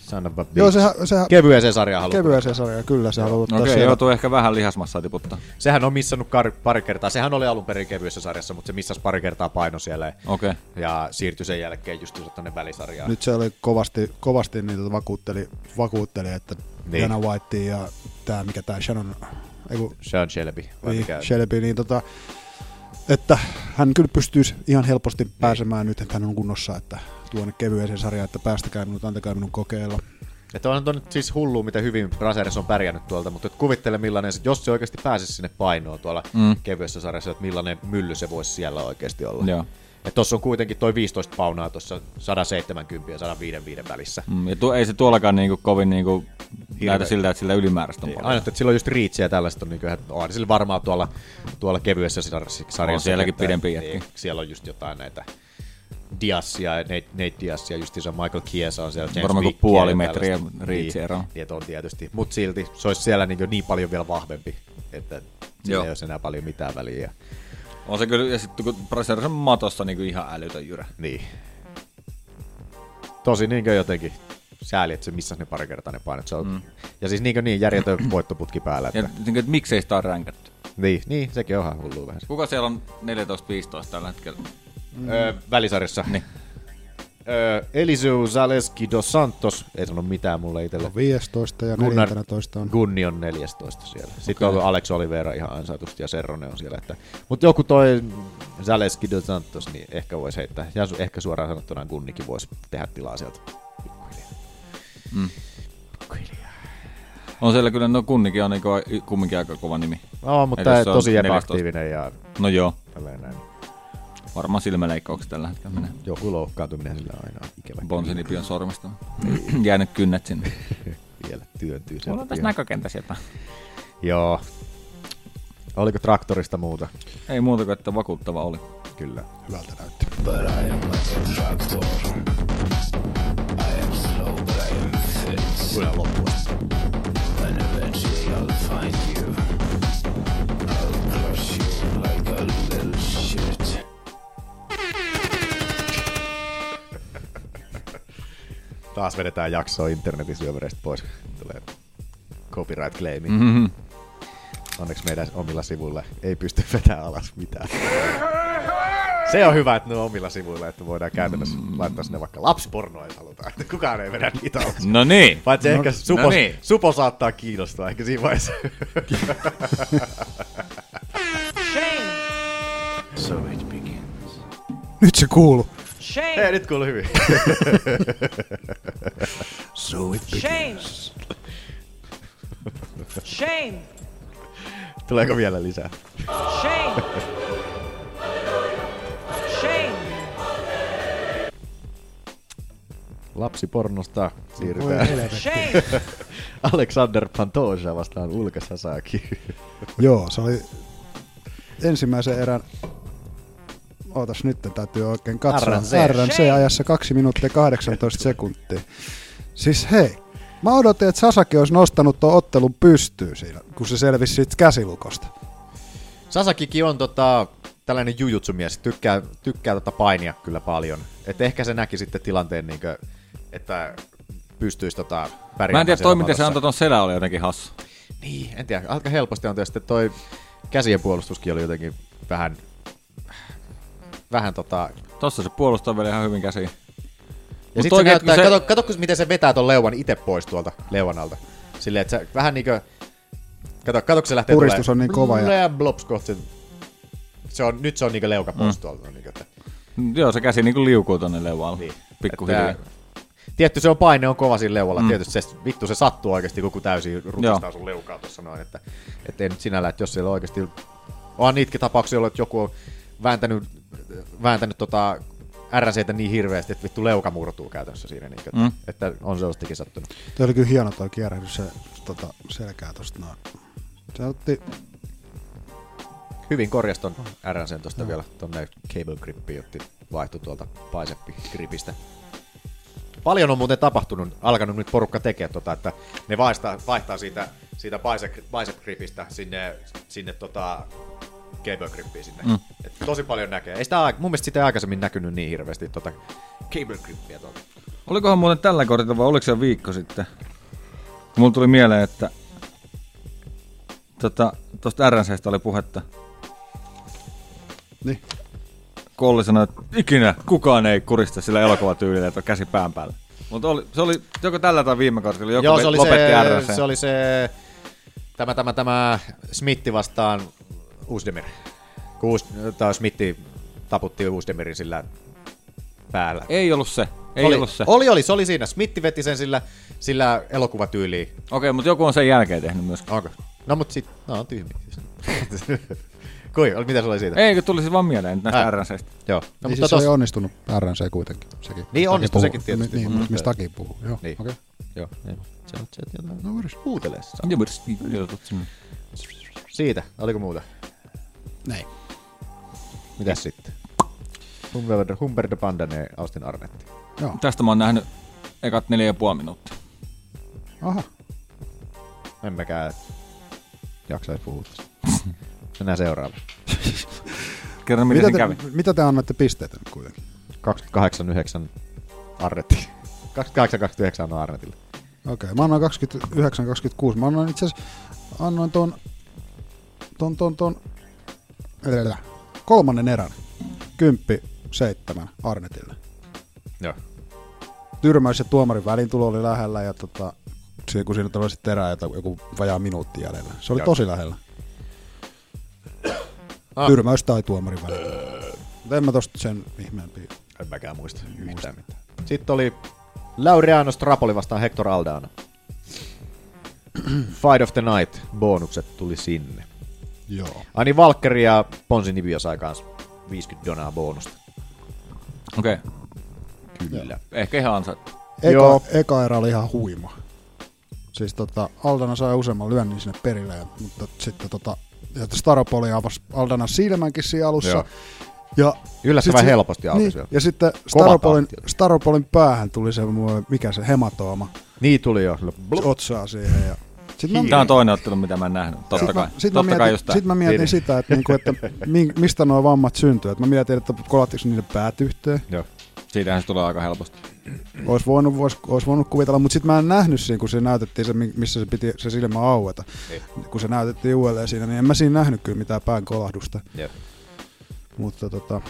Speaker 3: Sanonpa
Speaker 6: Joo, sehän, sehän,
Speaker 3: Kevyeseen sarjaan haluaa.
Speaker 6: Kevyeseen sarjaan, kyllä se haluaa
Speaker 18: No
Speaker 6: ottaa
Speaker 18: okei,
Speaker 6: siellä.
Speaker 18: joutuu ehkä vähän lihasmassaa tiputtaa.
Speaker 3: Sehän on missannut kar- pari kertaa. Sehän oli alun perin kevyessä sarjassa, mutta se missasi pari kertaa paino siellä.
Speaker 18: Okei.
Speaker 3: Ja siirtyi sen jälkeen just tuossa tänne välisarjaan.
Speaker 6: Nyt se oli kovasti, kovasti niitä vakuutteli, vakuutteli että niin.
Speaker 3: Niin.
Speaker 6: Dana White ja tämä, mikä tämä Shannon, ei kun,
Speaker 3: Sean Shelby. vai
Speaker 6: niin,
Speaker 3: mikä-
Speaker 6: Shelby, niin tota, että hän kyllä pystyisi ihan
Speaker 3: Niin.
Speaker 6: helposti pääsemään nyt, että hän on kunnossa, että tuonne kevyeseen sarjaan, että päästäkää minut, antakaa minun kokeilla.
Speaker 3: Että on, on nyt siis hullu, miten hyvin Braseres on pärjännyt tuolta, mutta et kuvittele millainen, se- jos se oikeasti pääsisi sinne painoon tuolla
Speaker 18: Mm.
Speaker 3: mm. kevyessä sarjassa, että millainen mylly se voisi siellä oikeasti olla.
Speaker 18: Joo.
Speaker 3: Että tuossa on kuitenkin toi 15 paunaa tuossa 170 ja 105 välissä.
Speaker 18: Mm, ja tuo, ei se tuollakaan niinku kovin niinku näytä
Speaker 3: Hirveä.
Speaker 18: siltä, että sillä ylimääräistä on
Speaker 3: Niin,
Speaker 18: paljon.
Speaker 3: Aina, että silloin just riitsiä ja tällaista on, niin kuin, että on sillä varmaan tuolla, tuolla kevyessä sar- sarjassa.
Speaker 18: On sielläkin
Speaker 3: että-
Speaker 18: pidempi jätkä.
Speaker 3: Niin, siellä on just jotain näitä Diassia, Nate, Nate Diassia, justiinsa Michael Chiesa on siellä. James
Speaker 18: Varmaan kuin
Speaker 3: Wickia
Speaker 18: puoli
Speaker 3: ja
Speaker 18: metriä
Speaker 3: tällaista.
Speaker 18: riitsiä eroa.
Speaker 3: Niin, että on tietysti. Mutta silti se olisi siellä niin, niin paljon vielä vahvempi, että sillä
Speaker 18: Joo.
Speaker 3: ei olisi enää paljon mitään väliä.
Speaker 18: On se kyllä, ja sitten kun Braseras on matossa, niin kuin ihan älytön jyrä.
Speaker 3: Niin. Tosi niin kuin jotenkin sääli, että se missä ne pari kertaa ne painot. Se on, mm. Ja siis niin, kuin niin järjetön voittoputki päällä. Että,
Speaker 18: Ja niin kuin, että miksei sitä ole ränkätty?
Speaker 3: niin, niin, sekin on ihan hullu vähän.
Speaker 18: Kuka siellä on 14-15 tällä hetkellä?
Speaker 3: Mm. Öö, välisarjassa.
Speaker 18: Niin.
Speaker 3: Öö, Eliseu Zaleski dos Santos, ei sano mitään mulle
Speaker 6: No,
Speaker 3: itselle.
Speaker 6: 15 ja 14 on.
Speaker 3: Gunni on 14 siellä. Sitten okay. on Alex Oliveira ihan ansaitusti ja Serrone on siellä. Että, mutta joku toi Zaleski dos Santos, niin ehkä voisi heittää. Ja su- ehkä suoraan sanottuna Gunnikin voisi tehdä tilaa sieltä.
Speaker 18: Mm. On siellä kyllä, no kunnikin on niin kuin, kumminkin aika kova nimi.
Speaker 3: No, mutta
Speaker 18: Eli jos
Speaker 3: tää
Speaker 18: se on
Speaker 3: tosi jäbä
Speaker 18: 14.
Speaker 3: aktiivinen ja-
Speaker 18: No joo.
Speaker 3: Tälleen näin.
Speaker 18: Varmaan silmäleikkaukset tällä hetkellä menee.
Speaker 3: Joku loukkaantuminen sillä on aina on ikävä.
Speaker 18: Bonsinipion sormesta. Jäänyt kynnet sinne.
Speaker 3: Vielä työntyy sieltä
Speaker 18: Mulla on tässä
Speaker 3: pian.
Speaker 18: näkökentässä jotain.
Speaker 3: Joo. Oliko traktorista muuta?
Speaker 18: Ei muuta kuin, että vakuuttava oli.
Speaker 3: Kyllä.
Speaker 6: Hyvältä näyttää.
Speaker 3: Kyllä loppuun. Taas vedetään jaksoa internetin syövereistä pois. Tulee copyright claimi.
Speaker 18: Mhm.
Speaker 3: Mm-hmm. Onneksi meidän omilla sivuilla ei pysty vetämään alas mitään. Se on hyvä, että ne on omilla sivuilla, että voidaan käytännössä mm. laittaa sinne vaikka lapsipornoa, jos halutaan. Että kukaan ei vedä niitä alas.
Speaker 18: No niin.
Speaker 3: Paitsi
Speaker 18: No-
Speaker 3: no, ehkä
Speaker 18: no
Speaker 3: supo,
Speaker 18: niin.
Speaker 3: supo, saattaa kiinnostaa, ehkä siinä vaiheessa.
Speaker 21: So it begins.
Speaker 6: Nyt se kuuluu.
Speaker 21: Shame.
Speaker 3: Hei, nyt kuuluu hyvin.
Speaker 6: So it
Speaker 19: Shame. Shame.
Speaker 3: Tuleeko vielä lisää?
Speaker 19: Shame. Shame.
Speaker 3: Lapsipornosta siirrytään.
Speaker 19: helvetti. Shame.
Speaker 3: Alexander Pantoja vastaan Ulka Sasaki.
Speaker 6: Joo, se oli ensimmäisen erän... Ootas nyt, täytyy oikein katsoa.
Speaker 3: RNC.
Speaker 6: RNC-ajassa 2 minuuttia 18 sekuntia. Siis hei, mä odotin, että Sasaki olisi nostanut tuon ottelun pystyyn siinä, kun se selvisi siitä käsilukosta.
Speaker 3: Sasakikin on tota, tällainen jujutsumies, tykkää, tykkää tota painia kyllä paljon. Et ehkä se näki sitten tilanteen, niinkö, että pystyisi tota,
Speaker 18: Mä en
Speaker 3: pärjäämään
Speaker 18: tiedä,
Speaker 3: siellä
Speaker 18: toi miten se
Speaker 3: matossa.
Speaker 18: antoi ton selä oli jotenkin hassu.
Speaker 3: Niin, en tiedä. Aika helposti on tietysti toi käsien puolustuskin oli jotenkin vähän... Vähän tota...
Speaker 18: Tossa se puolustaa vielä ihan hyvin käsiin.
Speaker 3: Ja
Speaker 18: Mut
Speaker 3: sit se
Speaker 18: oikein,
Speaker 3: näyttää,
Speaker 18: kun
Speaker 3: se...
Speaker 18: se-
Speaker 3: Kato, kato, kun miten se vetää ton leuan itse pois tuolta leuan alta. Silleen, että se vähän niinkö... Kato, kato kun se lähtee
Speaker 6: Puristus on niin kova ja-
Speaker 3: Ja... Blops kohti. Se on, nyt se on niinkö leuka pois mm.
Speaker 18: Mm.
Speaker 3: tuolta. Niinkö, että...
Speaker 18: Mm, Joo, se käsi niinku liukuu tonne leualle. Niin. Pikkuhiljaa.
Speaker 3: Tää- Tietty se on paine on kova siinä leualla. Mm. Tietysti se, vittu se sattuu oikeasti, kun täysin rutistaa sun leukaa tuossa noin. Että, et ei nyt sinällä, että jos siellä oikeasti... Onhan niitäkin tapauksia, jolloin joku on vääntänyt, vääntänyt tota RCtä niin hirveästi, että vittu leuka murtuu käytännössä siinä. Niin, että, mm.
Speaker 6: Mm.
Speaker 3: että, on sellaistakin sattunut.
Speaker 6: Tuo oli kyllä hieno tuo kierrähdys, se tota, selkää tosta noin. Se otti
Speaker 3: No, Hyvin korjasi ton RNCn tosta vielä tonne cable grippiin, otti vaihtu tuolta paiseppi gripistä. Paljon on muuten tapahtunut, alkanut nyt porukka tekee tota, että ne vaihtaa, vaihtaa siitä, siitä bicep, bicep gripistä sinne, sinne tota, cable grippiin sinne. Mm.
Speaker 18: Mm.
Speaker 3: Et tosi paljon näkee. Ei sitä, aik- mun mielestä sitä ei aikaisemmin näkynyt niin hirveästi tota cable grippiä tuolta.
Speaker 18: Olikohan muuten tällä kortilla vai oliko se jo viikko sitten? Mulla tuli mieleen, että tota, tuosta RNCstä oli puhetta.
Speaker 6: Niin.
Speaker 18: Kolli sanoi, että ikinä kukaan ei kurista sillä elokuvatyylillä, että on käsi pään päällä. Mutta oli, se oli joko tällä tai viime kortilla, joku
Speaker 3: Joo, se oli
Speaker 18: lopetti
Speaker 3: se,
Speaker 18: RNC.
Speaker 3: se, oli se, tämä, tämä, tämä Smitti vastaan Uusdemir. Kun Uus, tai Smitti taputti Uusdemirin sillä päällä.
Speaker 18: Ei ollut se. Ei
Speaker 3: oli,
Speaker 18: ollut se.
Speaker 3: Oli, oli, se oli siinä. Smitti veti sen sillä, sillä elokuvatyyliin.
Speaker 18: Okei, mutta joku on sen jälkeen tehnyt myöskin.
Speaker 3: Onko? No mut sit, no on tyhmiä. Kui, oli- mitä se oli siitä?
Speaker 18: Ei, kun tuli siis vaan mieleen näistä
Speaker 3: Ai.
Speaker 18: RNCstä.
Speaker 3: Joo.
Speaker 6: No, niin siis se oli onnistunut RNC kuitenkin. Sekin.
Speaker 3: Niin, onnistui
Speaker 6: puhuu.
Speaker 3: sekin tietysti,
Speaker 6: Niin,
Speaker 3: mutta-
Speaker 6: mutta mistä takia puhuu. Joo,
Speaker 3: Niin.
Speaker 6: niin. okei.
Speaker 3: Joo, ei. Se on se, että no voidaan kuuntele sitä.
Speaker 18: Joo, mutta- joo, totta.
Speaker 3: Siitä, oliko muuta?
Speaker 6: Näin.
Speaker 3: Mitäs
Speaker 18: Niin.
Speaker 3: sitten? Humberto, Humberto Pandane, Austin Arnetti.
Speaker 6: Joo.
Speaker 18: Tästä mä oon nähnyt ekat neljä ja puoli minuuttia.
Speaker 6: Aha.
Speaker 3: En mäkään jaksaisi puhua tästä. Mennään seuraavaan.
Speaker 18: Kerro,
Speaker 6: Mitä niin te, mitä te annatte pisteitä nyt kuitenkin?
Speaker 3: 28-9 Arnetti. 28-29 on Arnetille.
Speaker 6: Okei, mä annoin 29-26. Mä annoin itse asiassa, annoin ton, ton, ton, ton, älä, kolmannen erän. Kymppi, seitsemän Arnetille.
Speaker 3: Joo.
Speaker 6: Tyrmäys ja tuomarin välintulo oli lähellä ja tota, siinä, kun siinä tuli sitten erää jota- joku vajaa minuutti jäljellä. Se oli
Speaker 3: Joo.
Speaker 6: tosi lähellä.
Speaker 3: Ah.
Speaker 6: Tyrmäys tai tuomarin välintulo. Mutta en mä tosta sen ihmeempi.
Speaker 3: En mäkään muista yhtään mitään. Sitten oli Laureano Strapoli vastaan Hector Aldana. Fight of the Night bonukset tuli sinne.
Speaker 6: Joo.
Speaker 3: Ani Valkkeri ja Ponsi Nibio sai kans 50 donaa bonusta.
Speaker 18: Okei. Okay.
Speaker 3: Kyllä.
Speaker 18: Ehkä ihan ansaittu.
Speaker 6: Eka, eka erä oli ihan huima. Siis tota, Aldana sai useamman lyönnin sinne perille, ja, mutta sitten tota, ja Staropoli avasi Aldana silmänkin siinä alussa.
Speaker 3: Joo.
Speaker 6: Ja
Speaker 3: Yllättävän
Speaker 6: sit se-
Speaker 3: helposti aukesi
Speaker 6: niin,
Speaker 3: vielä.
Speaker 6: Ja sitten
Speaker 3: Kova
Speaker 6: Staropolin, Staropolin päähän tuli se, mua- mikä se hematooma.
Speaker 3: Niin tuli jo.
Speaker 6: Otsaa siihen. Ja... Sit mä-
Speaker 18: Tämä on toinen ottelu, mitä mä en nähnyt. Totta
Speaker 6: Niin. Sit
Speaker 18: kai.
Speaker 6: Mä, sit
Speaker 18: Totta
Speaker 6: mä mietin,
Speaker 18: kai just tää.
Speaker 6: sit mä mietin
Speaker 18: Niin.
Speaker 6: sitä, että, niinku, että mi, mistä nuo vammat syntyy. Et mä mietin, että kolattiko niille päät yhteen.
Speaker 3: Joo.
Speaker 18: Siitähän se tulee aika helposti.
Speaker 6: Olisi voinut, vois, ois voinut kuvitella, mutta sitten mä en nähnyt siinä, kun se näytettiin, se, mi- missä se piti se silmä aueta. Kun se näytettiin uudelleen siinä, niin en mä siinä nähnyt kyllä mitään pään kolahdusta.
Speaker 3: Jep.
Speaker 6: Mutta tota,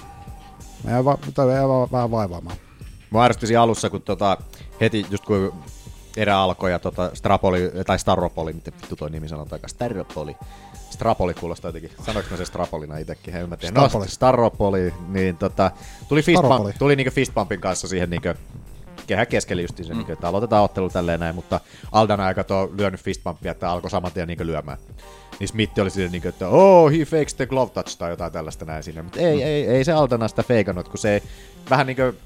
Speaker 6: mä jäin, va, tai jäin va, vähän vaivaamaan.
Speaker 3: Mä ärsytti siinä alussa, kun tota, heti just kun erä alkoi ja tota Strapoli, tai Staropoli, miten vittu toi nimi sanotaan, Staropoli. Strapoli kuulostaa jotenkin. Sanoinko mä se Strapolina itsekin? En mä tiedä. No,
Speaker 6: Strapoli.
Speaker 3: Staropoli, niin tota, tuli, fist
Speaker 6: Staropoli.
Speaker 3: bump, tuli niinkö fist bumpin kanssa siihen niinkö kehän keskellä just se, mm. niin, että aloitetaan ottelu tälleen näin, mutta Aldan aika on lyönyt fistbumpia, että alkoi saman tien niin lyömään. Niin Smith oli silleen, niin, että oh, he fakes the glove touch tai jotain tällaista näin sinne, mutta ei, mm. ei, ei se Aldana sitä feikannut, kun se ei, vähän niin kuin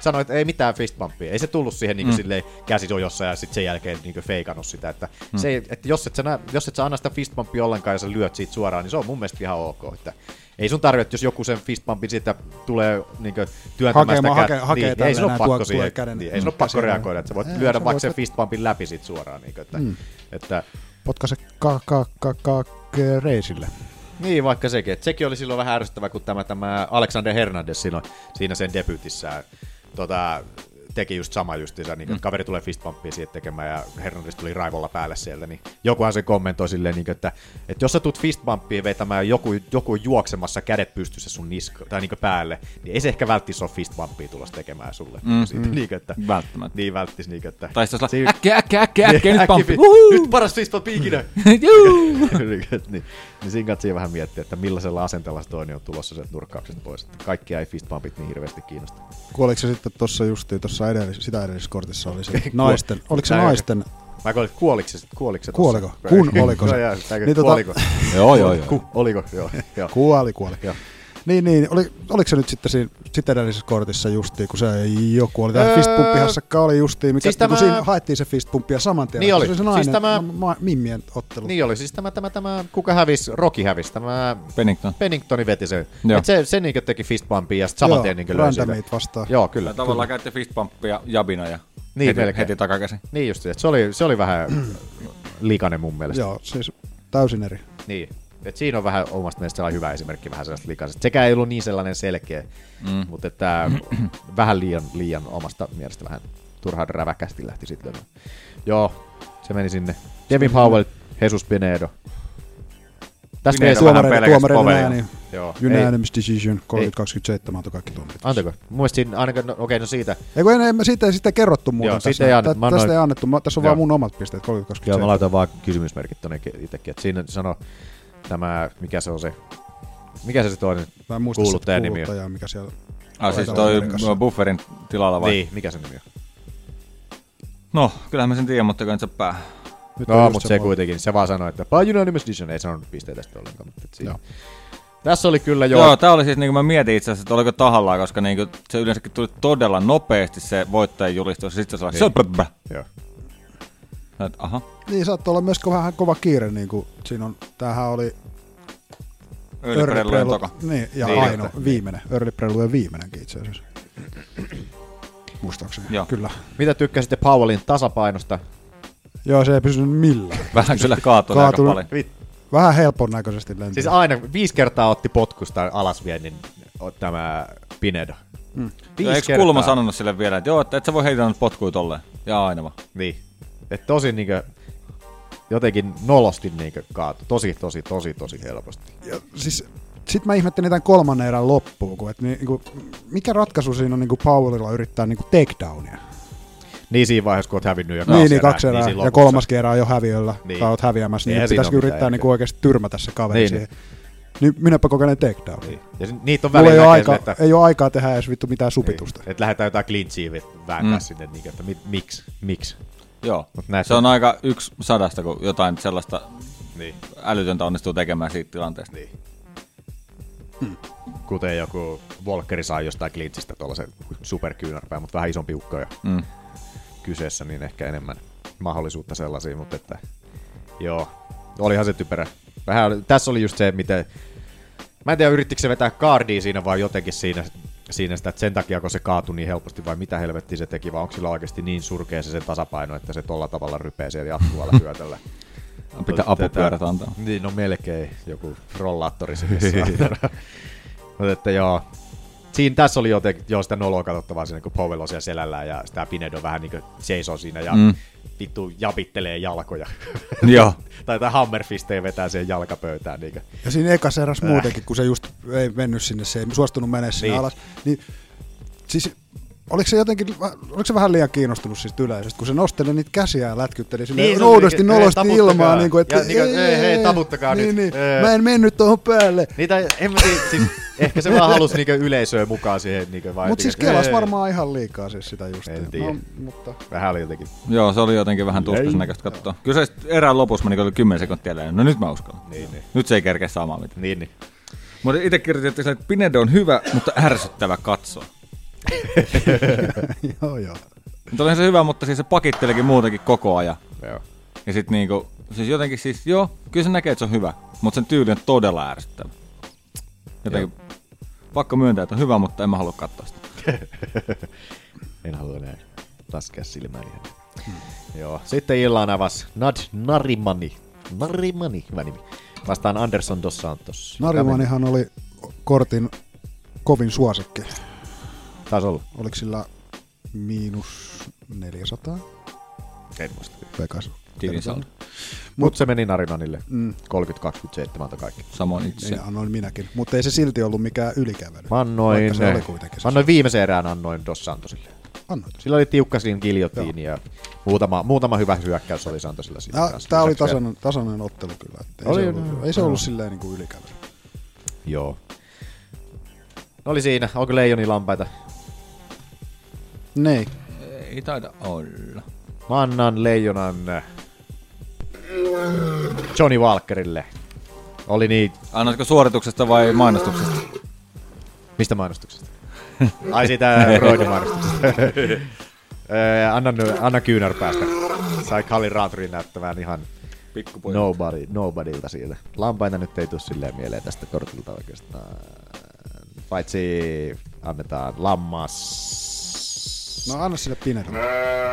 Speaker 3: sanoi, että ei mitään fistbumpia. Ei se tullut siihen niin mm. silleen käsisojossa ja sitten sen jälkeen niin feikannut sitä. Että mm. se, ei- että jos, et sä, nä- jos et sä anna sitä fistbumpia ollenkaan ja sä lyöt siitä suoraan, niin se on mun mielestä ihan ok. Että ei sun tarvitse, jos joku sen fistbumpin siitä tulee niin työntämään sitä
Speaker 6: Hakemaan,
Speaker 3: kättä.
Speaker 6: hakee- hakee
Speaker 3: niin, ei
Speaker 6: tälleen
Speaker 3: sun ole
Speaker 6: näin,
Speaker 3: pakko
Speaker 6: tuo-
Speaker 3: siihen.
Speaker 6: tuo käden
Speaker 3: niin, ei sun ole
Speaker 6: mm,
Speaker 3: pakko
Speaker 6: käsiin.
Speaker 3: lyödä, että sä voit
Speaker 6: Ei,
Speaker 3: lyödä
Speaker 6: sä
Speaker 3: vaikka
Speaker 6: voit-
Speaker 3: sen fistbumpin läpi siitä suoraan. Niin kuin, että,
Speaker 6: Mm.
Speaker 3: että,
Speaker 6: Potkase ka ka ka ka ka- reisille.
Speaker 3: Niin, vaikka sekin. Et sekin oli silloin vähän ärsyttävä, kun tämä, tämä Alexander Hernandez silloin, siinä sen debyytissään tota, teki just sama justiinsa, niin, mm. kaveri tulee fistpumpia siihen tekemään ja Hernandez tuli raivolla päälle sieltä, niin jokuhan se kommentoi silleen, niin, että, että jos sä tulet fistpumpia vetämään joku, joku juoksemassa kädet pystyssä sun niska, tai niin, päälle, niin ei se ehkä välttis ole fistpumpia tulossa tekemään sulle.
Speaker 18: Mm.
Speaker 3: Siitä,
Speaker 18: Mm.
Speaker 3: niin, että,
Speaker 18: Välttämättä.
Speaker 3: Niin välttis. Niin, että,
Speaker 18: Tai sitten olisi
Speaker 3: Siinä-
Speaker 18: äkkiä, äkkiä, äkkiä, äkkiä, nyt
Speaker 3: Äkki-
Speaker 18: pamppi.
Speaker 3: Nyt paras fistbumpi ikinä.
Speaker 18: Juu.
Speaker 3: niin, niin siinä kannattaa vähän miettiä, että millaisella asenteella se toinen on tulossa sieltä nurkkauksesta pois. Että kaikkia ei fistbumpit niin hirveästi kiinnosta.
Speaker 6: Kuoliko se sitten tuossa justiin, tuossa edellis, sitä edellisessä kortissa oli se naisten, oliko se
Speaker 3: Näin.
Speaker 6: naisten
Speaker 3: Mä kuulin, että kuoliko se, kuoliko se
Speaker 6: Kuoliko?
Speaker 3: tossa?
Speaker 6: Kun oliko se?
Speaker 3: Joo, joo, tää kyllä,
Speaker 6: Niin tota-
Speaker 3: kuoliko?
Speaker 6: Joo, joo, joo.
Speaker 3: Ku, oliko, joo. joo.
Speaker 6: Kuoli, kuoli.
Speaker 3: Joo.
Speaker 6: Niin, niin. Oli, oliko se nyt sitten siinä sit edellisessä kortissa justiin, kun se joku oli
Speaker 3: Öö,
Speaker 6: tämä fistpumppihässäkkä oli justiin, mikä,
Speaker 3: siis
Speaker 6: siis tämä...
Speaker 3: tämä-
Speaker 6: siinä haettiin se fistpumppi ja saman tien.
Speaker 3: Niin oli.
Speaker 6: Se se
Speaker 3: Siis
Speaker 6: nainen,
Speaker 3: tämä-
Speaker 6: ma- ma- mimmien ottelu.
Speaker 3: Niin oli, siis tämä, tämä, tämä kuka hävisi, Rocky hävisi, tämä
Speaker 18: Pennington.
Speaker 3: Penningtoni veti sen.
Speaker 18: Joo.
Speaker 3: Et se, se niinkö teki fistbumpia ja sitten saman
Speaker 6: Joo,
Speaker 3: tien niinkö löi
Speaker 6: randomit
Speaker 3: sitä.
Speaker 6: vastaan.
Speaker 3: Joo, kyllä.
Speaker 18: Tavallaan käytti fistpumppia ja jabina ja
Speaker 3: Niin,
Speaker 18: heti,
Speaker 3: melkein.
Speaker 18: heti takakäsin.
Speaker 3: Niin just, että se oli, se oli vähän likainen mun mielestä.
Speaker 6: Joo, siis täysin eri.
Speaker 3: Niin. Et siinä on vähän omasta mielestä sellainen hyvä esimerkki vähän sellaista likaisesta. Sekä ei ollut niin sellainen selkeä,
Speaker 18: Mm.
Speaker 3: mm. mutta että vähän liian, liian omasta mielestä vähän turhaan räväkästi lähti sitten. Joo, se meni sinne. Devin Powell, Jesus Pinedo. Tässä
Speaker 6: Pinedo
Speaker 3: meni
Speaker 6: vähän
Speaker 3: tuomareiden-
Speaker 6: pelkäsi
Speaker 3: tuomareiden
Speaker 6: poveja.
Speaker 3: ääniä. Joo. Ei,
Speaker 6: niin Unanimous decision, 30-27 antoi kaikki tuomarit.
Speaker 3: antako? Mun mielestä siinä ainakaan, no, okei, no siitä.
Speaker 6: Ei kun en, en, mä siitä, siitä ei kerrottu muuten.
Speaker 3: Joo,
Speaker 6: tässä.
Speaker 3: siitä ei annettu.
Speaker 6: Tä-
Speaker 3: Mä annoin-
Speaker 6: Tästä ei annettu. Mä, tässä on
Speaker 3: Joo.
Speaker 6: vaan mun omat pisteet, 30
Speaker 3: Joo, mä laitan vaan kysymysmerkit tonne itsekin. Et siinä sano tämä, mikä se on se, mikä se se toinen
Speaker 6: Mä en muista sitä
Speaker 3: kuuluttajan nimi on.
Speaker 6: kuuluttajaa, mikä siellä...
Speaker 18: Ah, siis
Speaker 6: Laitan
Speaker 18: toi
Speaker 6: Amerikassa.
Speaker 18: bufferin tilalla vai?
Speaker 3: Niin, mikä se nimi on?
Speaker 18: No, kyllähän mä sen tiedän, mutta kyllä se pää.
Speaker 3: Nyt no, mutta se kuitenkin. Se vaan sanoi, että by unanimous decision. Ei sanonut pisteitä tästä ollenkaan. Mutta et siinä. Tässä oli kyllä jo.
Speaker 18: Joo, joo tämä oli siis, niin kuin mä mietin itse asiassa, että oliko tahallaan, koska niin kuin, se yleensäkin tuli todella nopeasti se voittajan julistus. Sitten se oli sellainen,
Speaker 3: Joo.
Speaker 18: Sä oot, Aha.
Speaker 6: Niin, saattaa olla myös ko- vähän kova kiire, niin kuin siinä on, tämähän oli...
Speaker 18: Early Prelude
Speaker 6: Prelude-
Speaker 18: toka.
Speaker 6: Niin, ja
Speaker 18: Niin,
Speaker 6: niin, ainoa,
Speaker 18: että-
Speaker 6: viimeinen. Early Prelude viimeinenkin itse asiassa. Muistaakseni,
Speaker 18: Joo.
Speaker 6: kyllä.
Speaker 3: Mitä tykkäsitte Powellin tasapainosta?
Speaker 6: Joo, se ei pysynyt millään.
Speaker 18: Vähän kyllä kaatui aika
Speaker 6: Kaatunut
Speaker 18: paljon.
Speaker 3: Vit-
Speaker 6: Vähän helpon näköisesti lentiin.
Speaker 3: Siis aina viisi kertaa otti potkusta alasviennin o- tämä Pinedo.
Speaker 6: Mm.
Speaker 18: Joo, Eikö kulma sanonut sille vielä, että joo, että et sä voi heitä nyt potkuja tolleen? Jaa, aina vaan.
Speaker 3: Niin. Et tosi niinkö, jotenkin nolosti niinkö kaatu. Tosi, tosi, tosi, tosi helposti.
Speaker 6: Ja siis, sitten mä ihmettelin tämän kolmannen erän loppuun, kun, et, niin, kuin, mikä ratkaisu siinä on niin kuin Powellilla yrittää niin kuin takedownia.
Speaker 3: Niin siinä vaiheessa, kun oot hävinnyt jo kaksi
Speaker 6: Niin, niin, kaksi erää,
Speaker 3: siinä
Speaker 6: ja
Speaker 3: lopussa.
Speaker 6: kolmas kerää on jo häviöllä,
Speaker 3: Niin.
Speaker 6: niin. tai oot häviämässä, niin
Speaker 3: Eihän
Speaker 6: nyt
Speaker 3: siinä
Speaker 6: pitäisikö
Speaker 3: ole mitään
Speaker 6: yrittää niin
Speaker 3: järkeä.
Speaker 6: oikeasti tyrmätä se kaveri
Speaker 3: Niin.
Speaker 6: niin. siihen. Niin minäpä kokeilin takedown. Niin.
Speaker 3: Ja si- niitä on
Speaker 6: Mulla
Speaker 3: välillä
Speaker 6: ei ole,
Speaker 3: näkee
Speaker 6: aikaa,
Speaker 3: sille, että-
Speaker 6: ei ole aikaa tehdä edes vittu mitään supitusta.
Speaker 3: Että Niin. lähdetään jotain klintsiä vet- vääntää
Speaker 18: Mm.
Speaker 3: mm. sinne, niinkö, että mi- miksi, miksi.
Speaker 18: Joo,
Speaker 3: Mut näet-
Speaker 18: se on aika yksi sadasta, kun jotain sellaista
Speaker 3: Niin.
Speaker 18: älytöntä onnistuu tekemään siitä tilanteesta.
Speaker 3: Niin. Hmm. kuten joku Walkeri sai jostain klintsistä tuollaisen superkyynärpään, mutta vähän isompi ukko ja
Speaker 18: Mm.
Speaker 3: kyseessä, niin ehkä enemmän mahdollisuutta sellaisiin, mutta että joo, olihan se typerä. Vähän, oli- tässä oli just se, miten, mä en tiedä yrittikö se vetää kaardia siinä vai jotenkin siinä, siinä sitä, että sen takia kun se kaatui niin helposti vai mitä helvettiä se teki, vai onko sillä oikeasti niin surkea se sen tasapaino, että se tolla tavalla rypee siellä jatkuvalla syötöllä.
Speaker 18: Pitää apupyörät antaa.
Speaker 3: Niin, no melkein joku rollaattori sinne saatana. Mutta että joo, Siinä tässä oli jotenkin joo, sitä noloa katsottavaa siinä, kun Powell on siellä selällään ja sitä Pinedo vähän niin seisoo siinä ja
Speaker 18: Mm.
Speaker 3: mm. vittu japittelee jalkoja.
Speaker 18: Joo.
Speaker 3: tai jotain hammerfistejä vetää siihen jalkapöytään. Niin
Speaker 6: Ja siinä ekas eräs
Speaker 3: Äh.
Speaker 6: muutenkin, kun se just ei mennyt sinne, se ei suostunut menemään sinne
Speaker 3: Niin.
Speaker 6: alas. Niin, siis Oliko se jotenkin, oliko se vähän liian kiinnostunut siitä yleisöstä, kun se nosteli niitä käsiä ja lätkytteli sinne
Speaker 3: Niin,
Speaker 6: niin,
Speaker 3: se oli
Speaker 6: noudosti
Speaker 3: niinku,
Speaker 6: nolosti
Speaker 3: hei, taputtakaa.
Speaker 6: ilmaa, niin kuin, että
Speaker 3: Ja niinku, hei, hei, taputtakaa
Speaker 6: niin,
Speaker 3: nyt.
Speaker 6: Niin,
Speaker 3: Ee.
Speaker 6: mä en mennyt tuohon päälle.
Speaker 3: Niitä, en mä tiedä, siis, ehkä se vaan halusi niinkö yleisöä mukaan siihen. Niinkö, vai
Speaker 6: Mutta siis
Speaker 3: tiedä-
Speaker 6: kelas
Speaker 3: Ei,
Speaker 6: varmaan ihan liikaa siis sitä justiin.
Speaker 3: En tiedä.
Speaker 6: No, mutta
Speaker 3: Vähän oli jotenkin.
Speaker 18: Joo, se oli jotenkin vähän tuskaisen näköistä katsoa. Kyllä se sitten erään lopussa meni, kun oli 10 sekuntia jäljellä. No nyt mä uskallan.
Speaker 3: Niin, niin.
Speaker 18: Nyt se ei kerkeä saamaan mitään.
Speaker 3: Niin, niin.
Speaker 18: Mutta itse kirjoitin, että sillä, että Pinedo on hyvä, mutta ärsyttävä katsoa.
Speaker 6: joo joo.
Speaker 18: Mutta olihan se hyvä, mutta siis se pakittelikin muutenkin koko ajan.
Speaker 3: Joo.
Speaker 18: Ja sit niinku, siis jotenkin siis, joo, kyllä se näkee, että se on hyvä, mutta sen tyyli on todella ärsyttävä. Jotenkin pakko myöntää, että on hyvä, mutta en mä halua katsoa sitä.
Speaker 3: en halua enää laskea silmääni. Joo. Sitten illan avas Nad Narimani. Narimani, hyvä nimi. Vastaan Anderson Dos Santos.
Speaker 6: No. Narimanihan oli kortin kovin suosikki.
Speaker 3: Taisi olla.
Speaker 6: Oliko sillä miinus 400?
Speaker 3: En muista.
Speaker 6: Vegas.
Speaker 18: Tilin saldo.
Speaker 3: Mutta se meni Narimanille.
Speaker 6: Mm.
Speaker 3: 30-27 antoi kaikki.
Speaker 18: Samoin
Speaker 6: Niin annoin minäkin, mutta ei se silti ollut mikään ylikävely.
Speaker 3: Mä annoin, eh,
Speaker 6: Vaikka se oli kuitenkin.
Speaker 3: mä annoin viimeisen erään annoin Dos Santosille.
Speaker 6: Annoit.
Speaker 3: Sillä oli tiukka siinä giljotiini ja muutama, muutama hyvä hyökkäys oli Santosilla siinä.
Speaker 6: Tää,
Speaker 3: kanssa.
Speaker 6: tää oli
Speaker 3: Lisäksi vielä-
Speaker 6: tasainen, tasainen ottelu kyllä. Että ei,
Speaker 3: Oli,
Speaker 6: se ollut,
Speaker 3: joo,
Speaker 6: ei se ollut
Speaker 3: joo.
Speaker 6: silleen niin kuin ylikävely.
Speaker 3: Joo. No oli siinä. Onko leijoni lampaita?
Speaker 6: Nei.
Speaker 18: Ei taida olla.
Speaker 3: Mä annan leijonan äh, Johnny Walkerille. Oli niin.
Speaker 18: Annatko suorituksesta vai mainostuksesta?
Speaker 3: Mistä mainostuksesta? Ai siitä Roidin mainostuksesta. Ö, anna, ny- anna kyynär päästä. Sai Kalin Raaturin näyttämään ihan
Speaker 18: Pikkupoika.
Speaker 3: nobody, nobodylta siitä. Lampaita nyt ei tule silleen mieleen tästä kortilta oikeastaan. Paitsi annetaan lammas
Speaker 6: No anna sille Pinedo.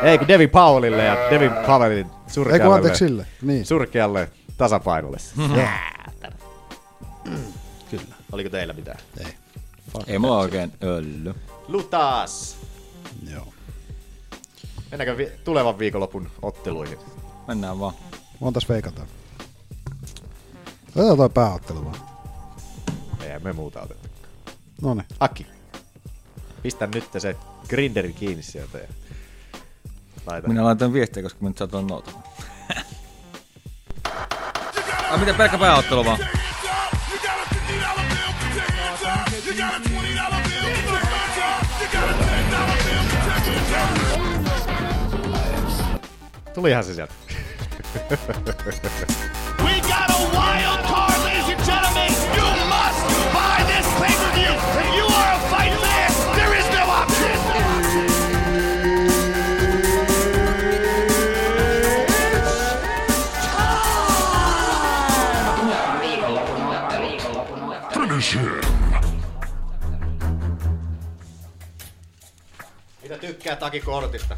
Speaker 3: Ei, kun Devin Powellille ja Devin Powellin surkealle.
Speaker 6: Ei, kun anteeksi sille,
Speaker 3: Niin. Surkealle tasapainolle.
Speaker 6: Mhm.
Speaker 3: Jäätänä. Mm. Kyllä. Mm-hmm. Oliko teillä mitään? Ei.
Speaker 18: Ei mulla oikein ölly.
Speaker 3: Lutas!
Speaker 6: Joo.
Speaker 3: Mennäänkö vi- tulevan viikonlopun otteluihin?
Speaker 18: Mennään vaan.
Speaker 6: Montas veikataan. Otetaan toi pääottelu vaan.
Speaker 3: Ei me muuta otettu.
Speaker 6: Noniin.
Speaker 3: Aki. Pistä nyt se grinderi kiinni sieltä. Ja... Laita.
Speaker 18: Minä laitan viestiä, koska mä nyt saatan noutamaan. Ai mitä pelkkä pääottelu vaan?
Speaker 3: Tulihan se sieltä.
Speaker 17: We got a wild card, ladies and gentlemen. You must buy this pay-per-view. If you are a fight fan, there is no option.
Speaker 8: Finish him.
Speaker 3: Mitä tykkää Taki kortista?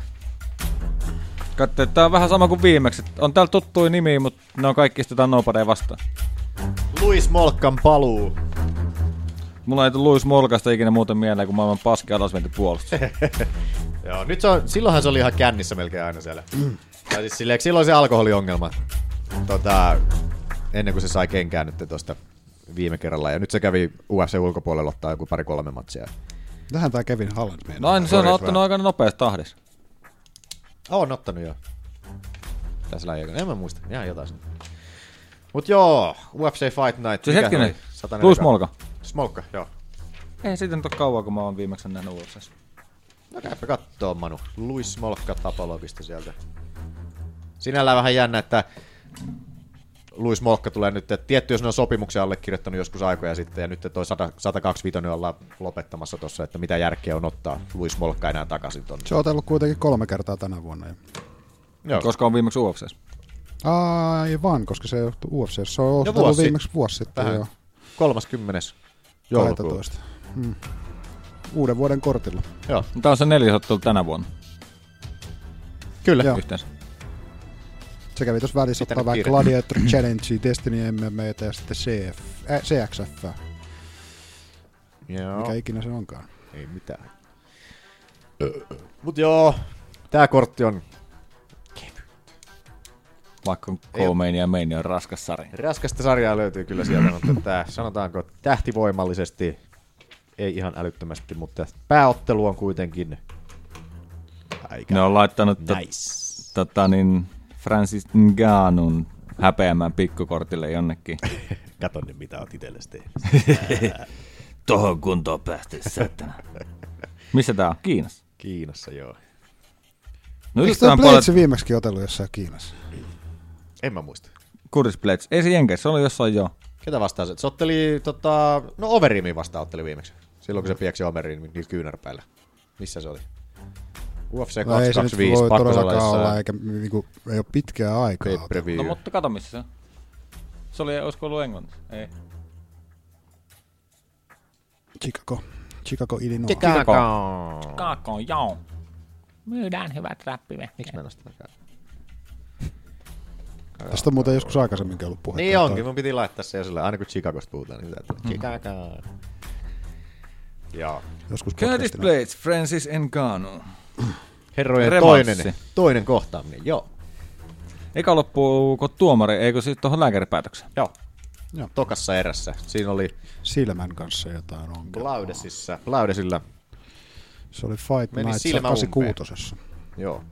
Speaker 18: Katso, että tää on vähän sama kuin viimeksi. että On täällä tuttuja nimiä, mutta ne on kaikki istutaan nopadeja vastaan.
Speaker 3: Luis Molkan paluu.
Speaker 18: Mulla ei tullut Luis Molkasta ikinä muuten mieleen, kun maailman paski alasmenti puolustus.
Speaker 3: Joo, nyt se on, silloinhan se oli ihan kännissä melkein aina siellä. Tai siis silleen, silloin se alkoholiongelma. Tota, ennen kuin se sai kenkään nyt tosta viime kerralla. Ja nyt se kävi UFC ulkopuolella ottaa joku pari kolme matsia.
Speaker 6: Tähän tää Kevin Holland meinaa.
Speaker 18: No aina se on ottanut aika nopeasti tahdissa. Siis
Speaker 3: On ottanut jo. Tässä lähiaikana. En mä muista. Ihan jotain. sinne. Mut joo, UFC Fight Night.
Speaker 18: Siis
Speaker 3: Mikä
Speaker 18: hetkinen,
Speaker 3: se oli? 140.
Speaker 18: Luis Molka.
Speaker 3: Smolka, joo.
Speaker 18: Ei siitä nyt ole kauan, kun mä oon viimeksi nähnyt ulos.
Speaker 3: No käypä kattoo, Manu. Luis Smolka tapologista sieltä. Sinällään vähän jännä, että Luis Molkka tulee nyt, että tietty jos ne on sopimuksen allekirjoittanut joskus aikoja sitten, ja nyt toi 100, 125 ollaan lopettamassa tuossa, että mitä järkeä on ottaa Luis Molkka enää takaisin tonne.
Speaker 6: Se on otellut kuitenkin kolme kertaa tänä vuonna. jo.
Speaker 3: Joo.
Speaker 18: Koska on viimeksi UFC.
Speaker 6: Aivan, koska se johtui UFC. Se on otellut
Speaker 3: vuosi
Speaker 6: viimeksi
Speaker 3: sitten.
Speaker 6: vuosi sitten.
Speaker 3: Vähän.
Speaker 6: Joo.
Speaker 3: 30. joulukuuta.
Speaker 6: 12. Mm. Uuden vuoden kortilla.
Speaker 3: Joo.
Speaker 18: Tää on se neljäs ottelu tänä vuonna.
Speaker 3: Kyllä.
Speaker 6: Joo.
Speaker 18: Yhteensä.
Speaker 6: Se kävi tuossa välissä
Speaker 18: Mitä
Speaker 6: ottaa
Speaker 18: nyt
Speaker 6: vähän
Speaker 18: kiire?
Speaker 6: Gladiator Challenge, Destiny MMA ja sitten CF, äh, CXF.
Speaker 3: Joo.
Speaker 18: No.
Speaker 6: Mikä ikinä se onkaan.
Speaker 3: Ei mitään. Mut joo, tää kortti on
Speaker 18: Vaikka on Komeini ja Meini on raskas sarja.
Speaker 3: Raskasta sarjaa löytyy kyllä sieltä, mutta tää, sanotaanko tähtivoimallisesti, ei ihan älyttömästi, mutta pääottelu on kuitenkin No,
Speaker 18: Ne on laittanut tot- tota, niin Francis Nganun häpeämään pikkukortille jonnekin.
Speaker 3: Kato nyt, mitä oot itsellesi tehnyt.
Speaker 18: Tohon kuntoon päästy, satana. Missä tää on? Kiinassa?
Speaker 3: Kiinassa, joo.
Speaker 18: No
Speaker 6: Eikö
Speaker 18: ystävän
Speaker 6: tämä
Speaker 18: puolet...
Speaker 6: Blades viimeksi otellut jossain Kiinassa?
Speaker 3: En mä muista.
Speaker 18: Kuris Blades. Ei se jenkeissä, se oli jossain joo.
Speaker 3: Ketä vastaan se? Se otteli, tota, no Overimi vastaan otteli viimeksi. Silloin kun se pieksi niin Overin kyynärpäillä. Missä se oli? UFC
Speaker 6: No ei se nyt
Speaker 3: 225
Speaker 6: voi
Speaker 3: pakkosella
Speaker 6: todellakaan
Speaker 3: jossain.
Speaker 6: olla, eikä niinku, ei ole pitkää aikaa.
Speaker 18: No mutta kato missä se on. Se oli, olisiko ollut Englannissa? Ei.
Speaker 6: Chicago. Chicago, Illinois.
Speaker 18: Chicago, joo. Myydään hyvät räppivehkeet.
Speaker 3: Miksi mä en osta
Speaker 6: Tästä on muuten joskus aikaisemminkin ollut puhetta.
Speaker 3: Niin onkin, mun piti laittaa se jo sillä, aina kun Chicagosta puhutaan, niin pitää tulla Chicago. Joo.
Speaker 6: Joskus
Speaker 18: Curtis Blades, Francis Ngannou.
Speaker 3: Herrojen
Speaker 18: Revanssi.
Speaker 3: toinen, toinen kohtaaminen, joo.
Speaker 18: Eka loppuuko tuomari, eikö siis tuohon lääkäripäätökseen?
Speaker 3: Joo.
Speaker 6: Joo.
Speaker 3: Tokassa erässä. Siinä oli
Speaker 6: Silmän kanssa jotain on.
Speaker 3: Blaudesissa, Blaudesilla
Speaker 6: Se oli Fight
Speaker 3: meni
Speaker 6: Night
Speaker 3: silmä umpeen.
Speaker 6: 86.
Speaker 3: Joo.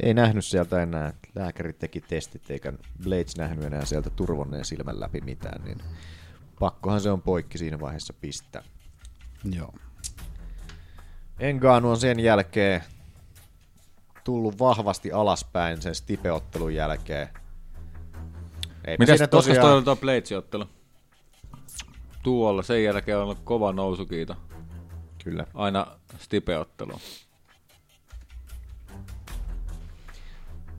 Speaker 3: Ei nähnyt sieltä enää. Lääkäri teki testit eikä Blades nähnyt enää sieltä turvonneen silmän läpi mitään, niin pakkohan se on poikki siinä vaiheessa pistää.
Speaker 6: Joo.
Speaker 3: Engano on sen jälkeen tullut vahvasti alaspäin sen stipeottelun jälkeen. Eipä
Speaker 18: Mitäs,
Speaker 3: siinä
Speaker 18: koska
Speaker 3: tosiaan-
Speaker 18: toi oli tuo Blades-ottelu? Tuolla, sen jälkeen on ollut kova nousukiito.
Speaker 3: Kyllä.
Speaker 18: Aina stipeottelu.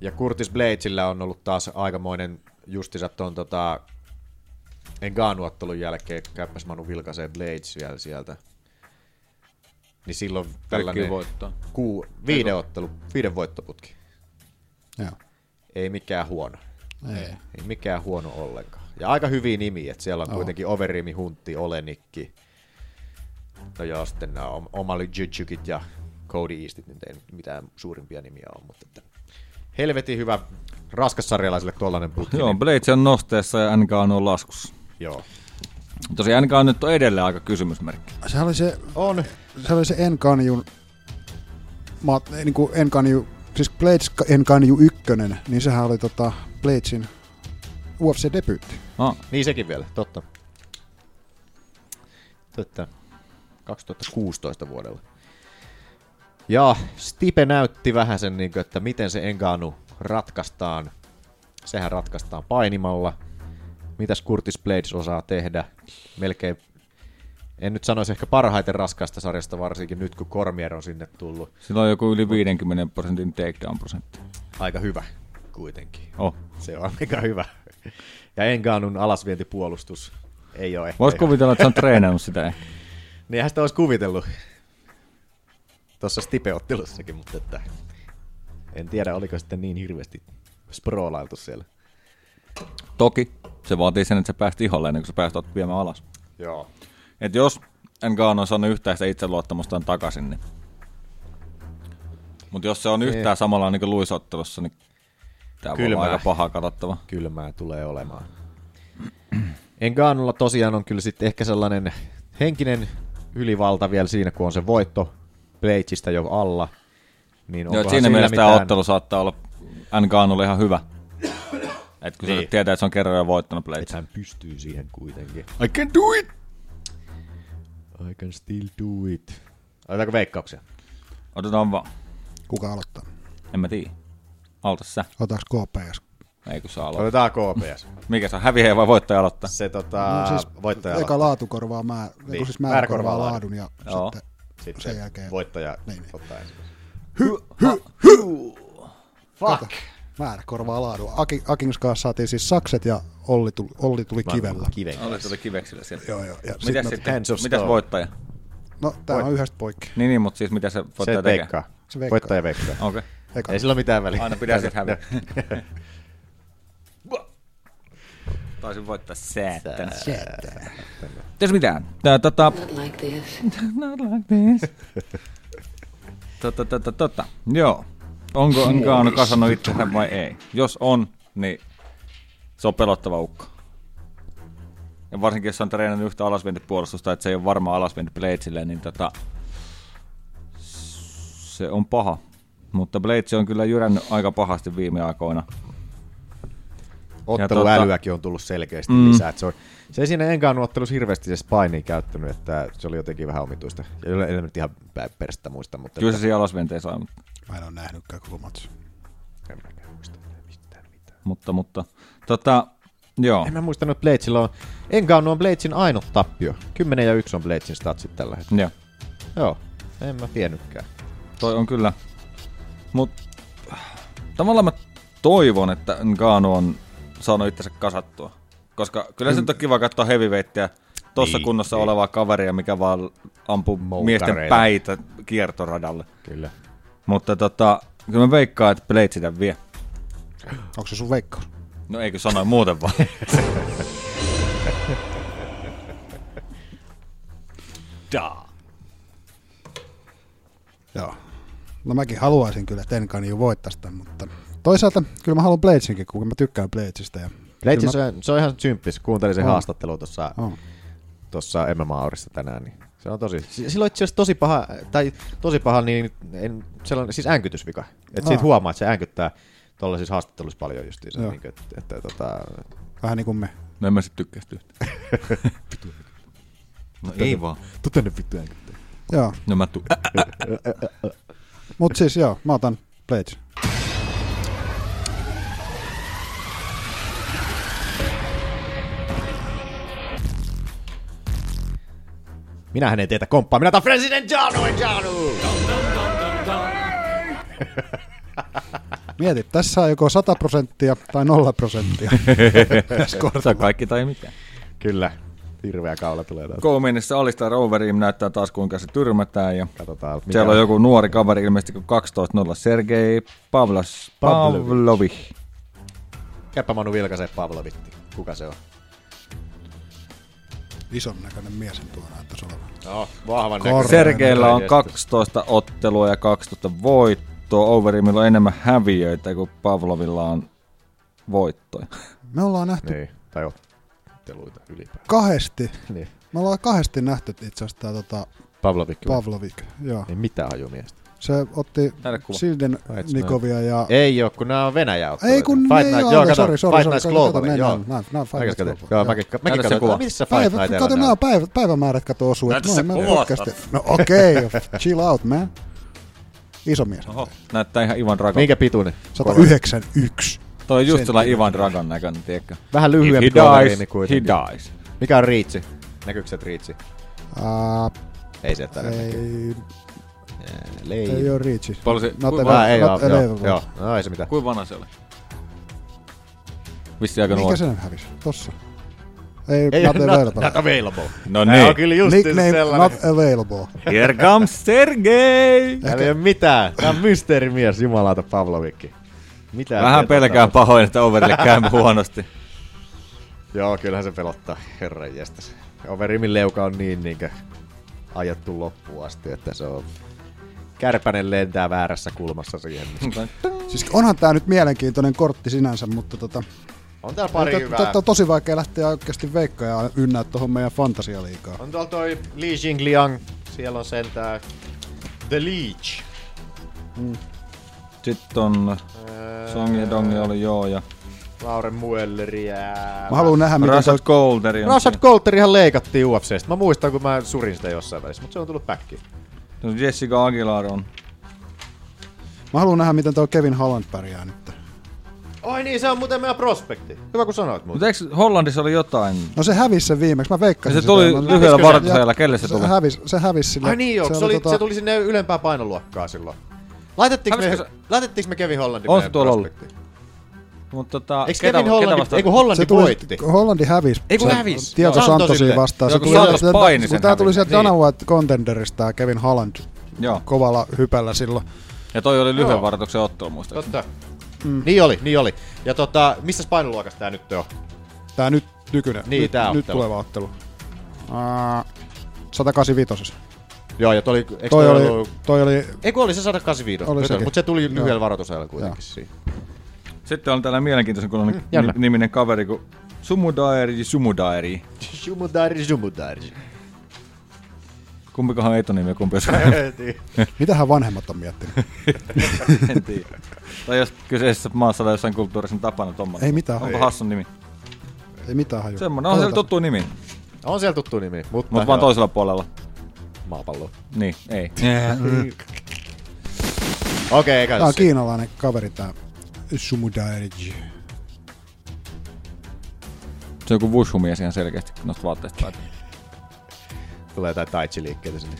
Speaker 3: Ja Curtis Bladesillä on ollut taas aikamoinen justissa tuon tota, Engano-ottelun jälkeen, käypäs Manu vilkaisee Blades vielä sieltä. Niin silloin tällainen
Speaker 18: voittoa.
Speaker 3: kuu, viiden, ottelu, viiden voittoputki.
Speaker 6: Joo.
Speaker 3: Ei mikään huono.
Speaker 6: Ei.
Speaker 3: Ei mikään huono ollenkaan. Ja aika hyviä nimiä, että siellä on
Speaker 6: Joo.
Speaker 3: kuitenkin Overimi, Huntti, Olenikki. No joo, sitten nämä Om- Omaly Jujukit ja Cody Eastit, nyt ei nyt mitään suurimpia nimiä ole, mutta että helvetin hyvä raskassarjalaisille tuollainen putki. niin
Speaker 18: Joo, Blades on nosteessa ja Ngannou on laskussa.
Speaker 3: Joo.
Speaker 18: Tosiaan Ngannou nyt on edelleen aika kysymysmerkki.
Speaker 6: Sehän oli se... On. Sehän oli se Enkanjun... Ma, niin kuin Enkanju, siis Blades Enkanju 1, niin sehän oli tota Bladesin UFC-debyytti.
Speaker 18: Oh.
Speaker 3: Niin sekin vielä, totta. Totta. 2016 vuodella. Ja Stipe näytti vähän sen, niin kuin, että miten se Enganu ratkaistaan. Sehän ratkaistaan painimalla. Mitäs Curtis Blades osaa tehdä? Melkein, en nyt sanoisi ehkä parhaiten raskaasta sarjasta, varsinkin nyt kun Cormier on sinne tullut.
Speaker 18: Sillä on joku yli 50 prosentin takedown prosentti.
Speaker 3: Aika hyvä kuitenkin.
Speaker 18: Oh.
Speaker 3: Se on aika hyvä. Ja Enganun alasvientipuolustus ei ole ehkä
Speaker 18: Vois
Speaker 3: ihan-
Speaker 18: kuvitella, että se on treenannut sitä ehkä.
Speaker 3: Niinhän Niin sitä olisi kuvitellut tuossa stipeottelussakin, mutta että en tiedä, oliko sitten niin hirveästi sproolailtu siellä.
Speaker 18: Toki se vaatii sen, että sä pääst iholle ennen kuin sä pääst ot viemään alas.
Speaker 3: Joo.
Speaker 18: Et jos Ngannou on saanut yhtään sitä itseluottamustaan takaisin, niin... Mutta jos se on
Speaker 3: Ei.
Speaker 18: yhtään samalla niin kuin luisottelussa, niin tämä voi olla
Speaker 3: Kylmää.
Speaker 18: aika paha katsottava.
Speaker 3: Kylmää tulee olemaan. Enganulla tosiaan on kyllä sitten ehkä sellainen henkinen ylivalta vielä siinä, kun on se voitto Bladeista jo alla. Niin
Speaker 18: Joo, et
Speaker 3: onkohan
Speaker 18: siinä
Speaker 3: sillä
Speaker 18: mielessä tämä
Speaker 3: mitään-
Speaker 18: ottelu saattaa olla Ngannoulle ihan hyvä. Et kun niin.
Speaker 3: Niin.
Speaker 18: se tietää, että se on kerran jo voittanut Blades.
Speaker 3: hän pystyy siihen kuitenkin.
Speaker 18: I can do it!
Speaker 3: I can still do it. Otetaanko veikkauksia?
Speaker 18: Otetaan vaan.
Speaker 6: Kuka aloittaa?
Speaker 18: En mä tiedä. Aloita sä.
Speaker 6: Otaks KPS?
Speaker 18: Ei kun sä aloitat.
Speaker 3: Otetaan KPS.
Speaker 18: Mikä se on? Häviäjä vai voittaja aloittaa?
Speaker 3: Se tota,
Speaker 6: No siis
Speaker 3: voittaja
Speaker 6: Eka laatu korvaa mä, niin. siis määrä korvaa laadun ja
Speaker 3: Joo.
Speaker 6: sitten
Speaker 3: sitten
Speaker 6: sen jälkeen-
Speaker 3: Voittaja niin, niin. ottaa ensin.
Speaker 6: Fuck. Kato, määrä korvaa laadun. Aki, Akins kanssa saatiin siis sakset ja Olli tuli, Olli tuli kivellä.
Speaker 18: Olet tuli kiveksillä siellä.
Speaker 6: Joo, joo. Ja
Speaker 18: mitäs
Speaker 6: sit-
Speaker 18: sitten?
Speaker 6: Hands of
Speaker 18: Mitäs
Speaker 6: stone.
Speaker 18: voittaja?
Speaker 6: No, tää on yhdestä poikki.
Speaker 18: Niin, niin, mutta siis mitä se voittaja
Speaker 3: Se
Speaker 18: tekee?
Speaker 3: veikkaa.
Speaker 6: Se veikkaa.
Speaker 3: Voittaja veikkaa.
Speaker 18: Okei.
Speaker 6: Eka.
Speaker 3: Ei sillä ole mitään väliä.
Speaker 18: Aina pidä sit häviä. Taisin voittaa säättänä.
Speaker 17: Säättänä.
Speaker 18: Ties mitään. Tää, tota,
Speaker 17: like this.
Speaker 18: Not like this. tota, tota, tota. Joo. Onko Ngannou kasannut itsensä vai ei? Jos on, niin se on pelottava ukko. Ja varsinkin, jos se on treenannut yhtä alasventipuolustusta, että se ei ole varmaan alasventi Bladesille, niin tota, se on paha. Mutta Blades on kyllä jyrännyt aika pahasti viime aikoina.
Speaker 3: Otteluälyäkin on tullut selkeästi
Speaker 18: Mm.
Speaker 3: mm. lisää. että Se, on, se ei siinä enkaan ottelussa hirveästi se spainia käyttänyt, että se oli jotenkin vähän omituista. Ei ole- ei ole nyt ihan pä- perstä muista, mutta...
Speaker 18: Kyllä se siellä alasventeen sai, mutta,
Speaker 6: Mä en ole nähnytkään koko matsi.
Speaker 18: mutta, mutta tota, joo.
Speaker 3: En mä muistanut, että Bladesilla on... Enkaan on Bladesin ainut tappio. 10 ja 1 on Bladesin statsit tällä hetkellä.
Speaker 18: Joo.
Speaker 3: Joo, en mä tiennytkään.
Speaker 18: Toi on kyllä. Mut tavallaan mä toivon, että Ngannou on saanut itsensä kasattua. Koska kyllä se nyt on kiva katsoa heavyweightia tuossa
Speaker 3: Mm. Niin,
Speaker 18: kunnossa
Speaker 3: niin.
Speaker 18: olevaa kaveria, mikä vaan ampuu miesten päitä kiertoradalle.
Speaker 3: Kyllä.
Speaker 18: Mutta tota, kyllä mä veikkaan, että Blade sitä vie.
Speaker 6: Onko se sun veikkaus?
Speaker 18: No eikö sanoin muuten vaan. Daa.
Speaker 6: Joo. No mäkin haluaisin kyllä Tenkan jo voittaa sitä, niin mutta toisaalta kyllä mä haluan Bladesinkin, kun mä tykkään Bladesista. Ja
Speaker 3: Leitsi,
Speaker 6: kyllä
Speaker 3: se,
Speaker 6: mä...
Speaker 3: on- se on ihan symppis. Kuuntelin sen
Speaker 6: On.
Speaker 3: haastattelun tuossa
Speaker 6: On.
Speaker 3: tuossa MMA-aurissa tänään. Niin se on tosi, si- silloin itse asiassa tosi paha, tai tosi paha, niin en, sellainen, siis äänkytysvika. Et siitä
Speaker 6: Aa.
Speaker 3: huomaa, että se äänkyttää tuollaisissa haastatteluissa paljon justiin.
Speaker 6: Joo.
Speaker 3: Niin, että, että, tota,
Speaker 6: Vähän niin kuin me.
Speaker 18: No en mä sit tykkää sitä yhtään. No ei vaan.
Speaker 3: Tuu tänne vittu äänkyttää.
Speaker 6: Joo.
Speaker 18: No mä tuun.
Speaker 6: Mut siis joo, mä otan Blades.
Speaker 3: Minähän en teitä komppaa, minä otan President Janu Janu!
Speaker 6: Mieti, tässä on joko 100 prosenttia tai 0 prosenttia.
Speaker 18: Se on kaikki tai mitään.
Speaker 3: Kyllä, hirveä kaula tulee täältä.
Speaker 18: Go mennessä alistaa roveriin, näyttää taas kuinka se tyrmätään. Ja
Speaker 3: Katsotaan, mikä-
Speaker 18: siellä on joku nuori kaveri, ilmeisesti kuin 12-0, Sergei Pavlas,
Speaker 3: Pavlovich.
Speaker 18: Pavlovi.
Speaker 3: Käypä Manu Vilkase Pavlovitti. Kuka se on?
Speaker 6: Ison näköinen mies sen tuo näyttäisi olevan.
Speaker 3: No, vahvan
Speaker 18: Sergeillä on
Speaker 3: Järjestys.
Speaker 18: 12 ottelua ja 12 voittoa. Overeemillä on enemmän häviöitä kuin Pavlovilla on voittoja.
Speaker 6: Me ollaan nähty
Speaker 3: Niin, tai otteluita ylipäätään.
Speaker 6: kahdesti.
Speaker 3: Niin.
Speaker 6: Me ollaan kahdesti nähty itse asiassa tää tota,
Speaker 3: Pavlovic.
Speaker 6: Pavlovik. Joo.
Speaker 3: Ei mitään Niin haju miestä.
Speaker 6: Se otti
Speaker 18: Näytä kuva.
Speaker 6: Silden Nikovia ja...
Speaker 3: Ei oo, kun nää on Venäjä otteluita.
Speaker 6: Ei kun
Speaker 3: Fight
Speaker 6: ne
Speaker 3: Night,
Speaker 6: ei ole,
Speaker 3: joo, kato,
Speaker 6: sori, sori,
Speaker 3: Fight
Speaker 6: sori,
Speaker 3: Night
Speaker 6: kato,
Speaker 3: Global,
Speaker 6: näin,
Speaker 3: joo.
Speaker 6: näin, näin, näin, Fight
Speaker 3: Mäkin
Speaker 6: Night Global,
Speaker 3: katsoin, joo,
Speaker 6: joo.
Speaker 3: mäkin, mäkin
Speaker 18: Näytä se
Speaker 3: katsoin,
Speaker 18: kuva.
Speaker 3: että missä Fight
Speaker 6: Päivä,
Speaker 3: Night
Speaker 6: kato,
Speaker 3: enää
Speaker 6: nämä
Speaker 3: on.
Speaker 6: on päivä, päivämäärät katoo osuu.
Speaker 18: Näytä
Speaker 6: No,
Speaker 18: se
Speaker 6: en mä
Speaker 18: kuvasta.
Speaker 6: podcasti. No okei, okay, chill out, man. Iso mies.
Speaker 18: Oho, näyttää ihan Ivan Dragan.
Speaker 3: Minkä pituinen?
Speaker 6: 191.
Speaker 18: Toi on just sellainen Ivan Dragan näköinen, tiedätkö?
Speaker 3: Vähän lyhyempi
Speaker 18: If he dies,
Speaker 3: Wolverine kuitenkin.
Speaker 18: He dies.
Speaker 3: Mikä on riitsi? Näkyykö se riitsi?
Speaker 6: Uh,
Speaker 3: Ei se tällä
Speaker 6: ei,
Speaker 3: Leijä.
Speaker 6: ei ole reachi.
Speaker 18: Paljon se-
Speaker 6: Not
Speaker 18: kuinka-
Speaker 6: available,
Speaker 3: Ah, ei
Speaker 6: not
Speaker 3: oo, joo,
Speaker 6: available.
Speaker 3: joo. No ei se mitään.
Speaker 18: Kuinka vanha se oli? Vissi aika
Speaker 6: Mikä
Speaker 18: nuori.
Speaker 6: sen hävisi? Tossa. Ei,
Speaker 3: Ei,
Speaker 6: not,
Speaker 3: not-
Speaker 6: available.
Speaker 3: not available.
Speaker 18: No
Speaker 3: Tää
Speaker 18: niin.
Speaker 3: on kyllä just
Speaker 6: Nickname
Speaker 3: sellainen.
Speaker 6: not available.
Speaker 18: Here comes Sergei!
Speaker 3: Täällä ei oo mitään. Tää on mysteerimies, jumalauta Pavlovikki. Mitä
Speaker 18: Vähän
Speaker 3: te-
Speaker 18: pelkään pahoin, että Overille käy huonosti.
Speaker 3: Joo, kyllähän se pelottaa, herran jestas. Overimin leuka on niin niinkä ajettu loppuun asti, että se on... Kärpänen lentää väärässä kulmassa siihen.
Speaker 6: Siis onhan tää nyt mielenkiintoinen kortti sinänsä, mutta tota...
Speaker 3: On täällä pari
Speaker 6: Tätä-
Speaker 3: hyvää.
Speaker 6: Tätä on tosi vaikea lähteä oikeasti veikkoja ynnää tuohon meidän fantasialiikaa.
Speaker 3: On tuolla toi Li Jingliang, siellä on sentään The Leech.
Speaker 18: Mm. Sitten on äh, Song ja Dong oli joo ja...
Speaker 3: Lauren Muelleri ja...
Speaker 6: Mä haluan nähdä, Äh, miten
Speaker 18: Rashad
Speaker 6: toi-
Speaker 18: Golderi on
Speaker 3: Rashad Coulterihan leikattiin UFCstä. Mä muistan, kun mä surin sitä jossain välissä, mutta se on tullut backiin.
Speaker 18: siellä. No, Jessica Aguilar on.
Speaker 6: Mä haluan nähdä, miten tuo Kevin Holland pärjää nyt.
Speaker 3: Ai niin, se on muuten meidän prospekti. Hyvä kun sanoit muuten.
Speaker 18: Mutta eikö Hollandissa oli jotain?
Speaker 6: No se hävisi sen viimeksi, mä veikkasin
Speaker 18: Se tuli
Speaker 6: sitä. Mä-
Speaker 18: lyhyellä
Speaker 6: Hävisikö se?
Speaker 18: varoitusajalla,
Speaker 6: Ja-
Speaker 18: kelle se tuli?
Speaker 6: Se hävisi, se hävisi sille.
Speaker 3: Ai niin joo, se, se,
Speaker 6: oli tota-
Speaker 3: oli, se tuli sinne ylempää painoluokkaa silloin. Laitettiinko me,
Speaker 18: Hävisikö
Speaker 3: laitettiinko me Kevin Hollandin
Speaker 18: On se
Speaker 3: meidän
Speaker 18: tuolla ollut. Ah,
Speaker 3: prospektiin?
Speaker 18: Mutta tota...
Speaker 3: Eikö Kevin Hollandi, ei kun Hollandi
Speaker 6: se tuli,
Speaker 3: voitti?
Speaker 6: Hollandi hävisi.
Speaker 3: Ei kun
Speaker 6: sen
Speaker 3: hävisi.
Speaker 6: Tieto
Speaker 3: Joo. Niin.
Speaker 6: Santosia
Speaker 3: Santosille.
Speaker 6: vastaan. Se
Speaker 3: Joo, kun
Speaker 6: tuli,
Speaker 3: Santos
Speaker 6: se-
Speaker 3: paini
Speaker 6: kun
Speaker 3: sen
Speaker 6: tää tuli
Speaker 3: hävisi.
Speaker 6: sieltä Dana White Contenderista tää Kevin Holland
Speaker 18: Joo.
Speaker 6: kovalla hypällä silloin.
Speaker 18: Ja toi oli lyhyen
Speaker 3: Joo.
Speaker 18: varoituksen ottelu muistaakseni.
Speaker 3: Totta.
Speaker 6: Mm.
Speaker 3: Niin oli, niin oli. Ja tota, missä painoluokassa tää nyt on?
Speaker 6: Tää nyt nykyinen,
Speaker 3: Niin,
Speaker 6: nyt,
Speaker 3: tää
Speaker 6: nyt
Speaker 3: ottelu.
Speaker 6: tuleva ottelu. Aa, 185.
Speaker 3: Joo, ja toi oli... Eikö
Speaker 6: Toi oli-
Speaker 3: ollut-
Speaker 6: toi oli-
Speaker 3: Ei kun oli se 185,
Speaker 6: Oli sekin.
Speaker 3: mutta se tuli
Speaker 6: Joo.
Speaker 3: lyhyellä varoitusajalla kuitenkin siihen.
Speaker 18: Sitten on tällainen mielenkiintoisen kuulonen
Speaker 6: Mm,
Speaker 3: jännä.
Speaker 18: ni- niminen kaveri kuin Sumudairi Sumudairi.
Speaker 3: Jumudari, jumudari.
Speaker 18: Kumpikohan on etunimi ja kumpi on
Speaker 6: En tiedä. Mitähän vanhemmat on miettinyt?
Speaker 18: en tiedä. Tai jos kyseisessä maassa tai jossain kulttuurissa on tapana tommoinen.
Speaker 6: Ei mitään
Speaker 18: Onpa
Speaker 6: hajua.
Speaker 18: hassun nimi.
Speaker 6: Ei mitään hajua.
Speaker 18: Semmoinen on siellä
Speaker 6: Otetaan.
Speaker 18: tuttu nimi.
Speaker 3: On siellä tuttu nimi, mutta...
Speaker 6: Äh,
Speaker 18: Mutta vaan toisella puolella.
Speaker 3: Maapallo.
Speaker 18: Niin, ei.
Speaker 6: Mm.
Speaker 3: Okei,
Speaker 6: Tää on
Speaker 3: okay,
Speaker 6: kiinalainen kaveri tää Sumudairji.
Speaker 18: Se on joku wushumies ihan selkeästi noista vaatteista päätä.
Speaker 3: Tulee jotain tai chi liikkeitä sinne.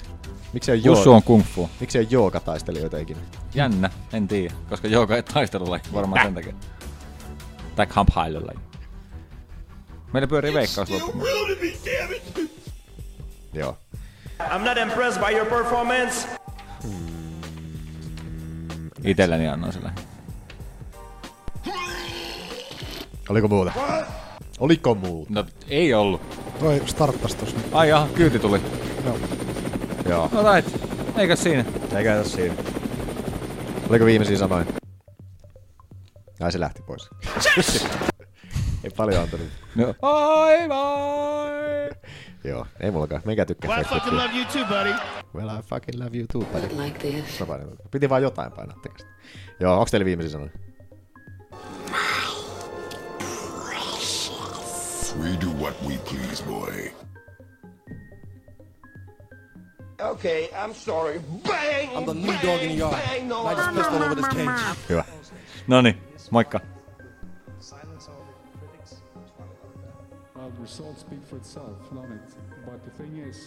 Speaker 3: Miksi ei
Speaker 18: Wushu on kung fu.
Speaker 3: Miksi ei joogataistelijoita ikinä?
Speaker 18: Jännä, en tiedä. Koska joka ei taistella varmaan sen takia. Tai kamphaililla. Meillä pyörii veikkaus loppuun.
Speaker 3: Joo.
Speaker 2: I'm not impressed by your performance.
Speaker 18: Itelleni annoin sille.
Speaker 3: Oliko muuta? Oliko muuta?
Speaker 18: No ei ollut.
Speaker 6: Toi starttas tossa nyt.
Speaker 18: Ai jaha, kyyti tuli.
Speaker 6: Joo.
Speaker 3: Joo.
Speaker 18: No right. Eikä siinä.
Speaker 3: Eikä tässä siinä. Oliko viimeisiä sanoin? Ai se lähti pois. ei paljon antanut.
Speaker 18: No. Bye bye!
Speaker 3: Joo, ei mullakaan. Meikä tykkää
Speaker 9: Well, I fucking
Speaker 3: Facebookia.
Speaker 9: love you too, buddy.
Speaker 3: Well, I fucking love you too, buddy. Like this. No, painin. Piti vaan jotain painaa tekstä. Joo, onks teillä viimeisiä sanoja?
Speaker 8: We do what we please, boy.
Speaker 12: Okay, I'm sorry. Bang! I'm the new dog in the yard. and I just pissed all over this cage.
Speaker 18: Hyvä. Noniin, moikka.
Speaker 11: Well, results speak for itself, love it. But the thing is,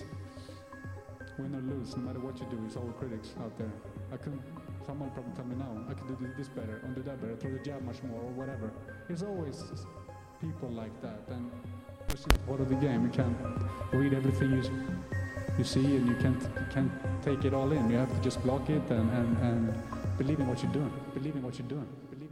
Speaker 11: win or lose, no matter what you do, it's all critics out there. I could, someone probably tell me now, I could do this better, or do that better, throw the jab much more, or whatever. There's always people like that, and this is part of the game. You can't read everything you s- you see, and you can't you can't take it all in. You have to just block it and and, and believe in what you're doing. Believe in what you're doing. Believe in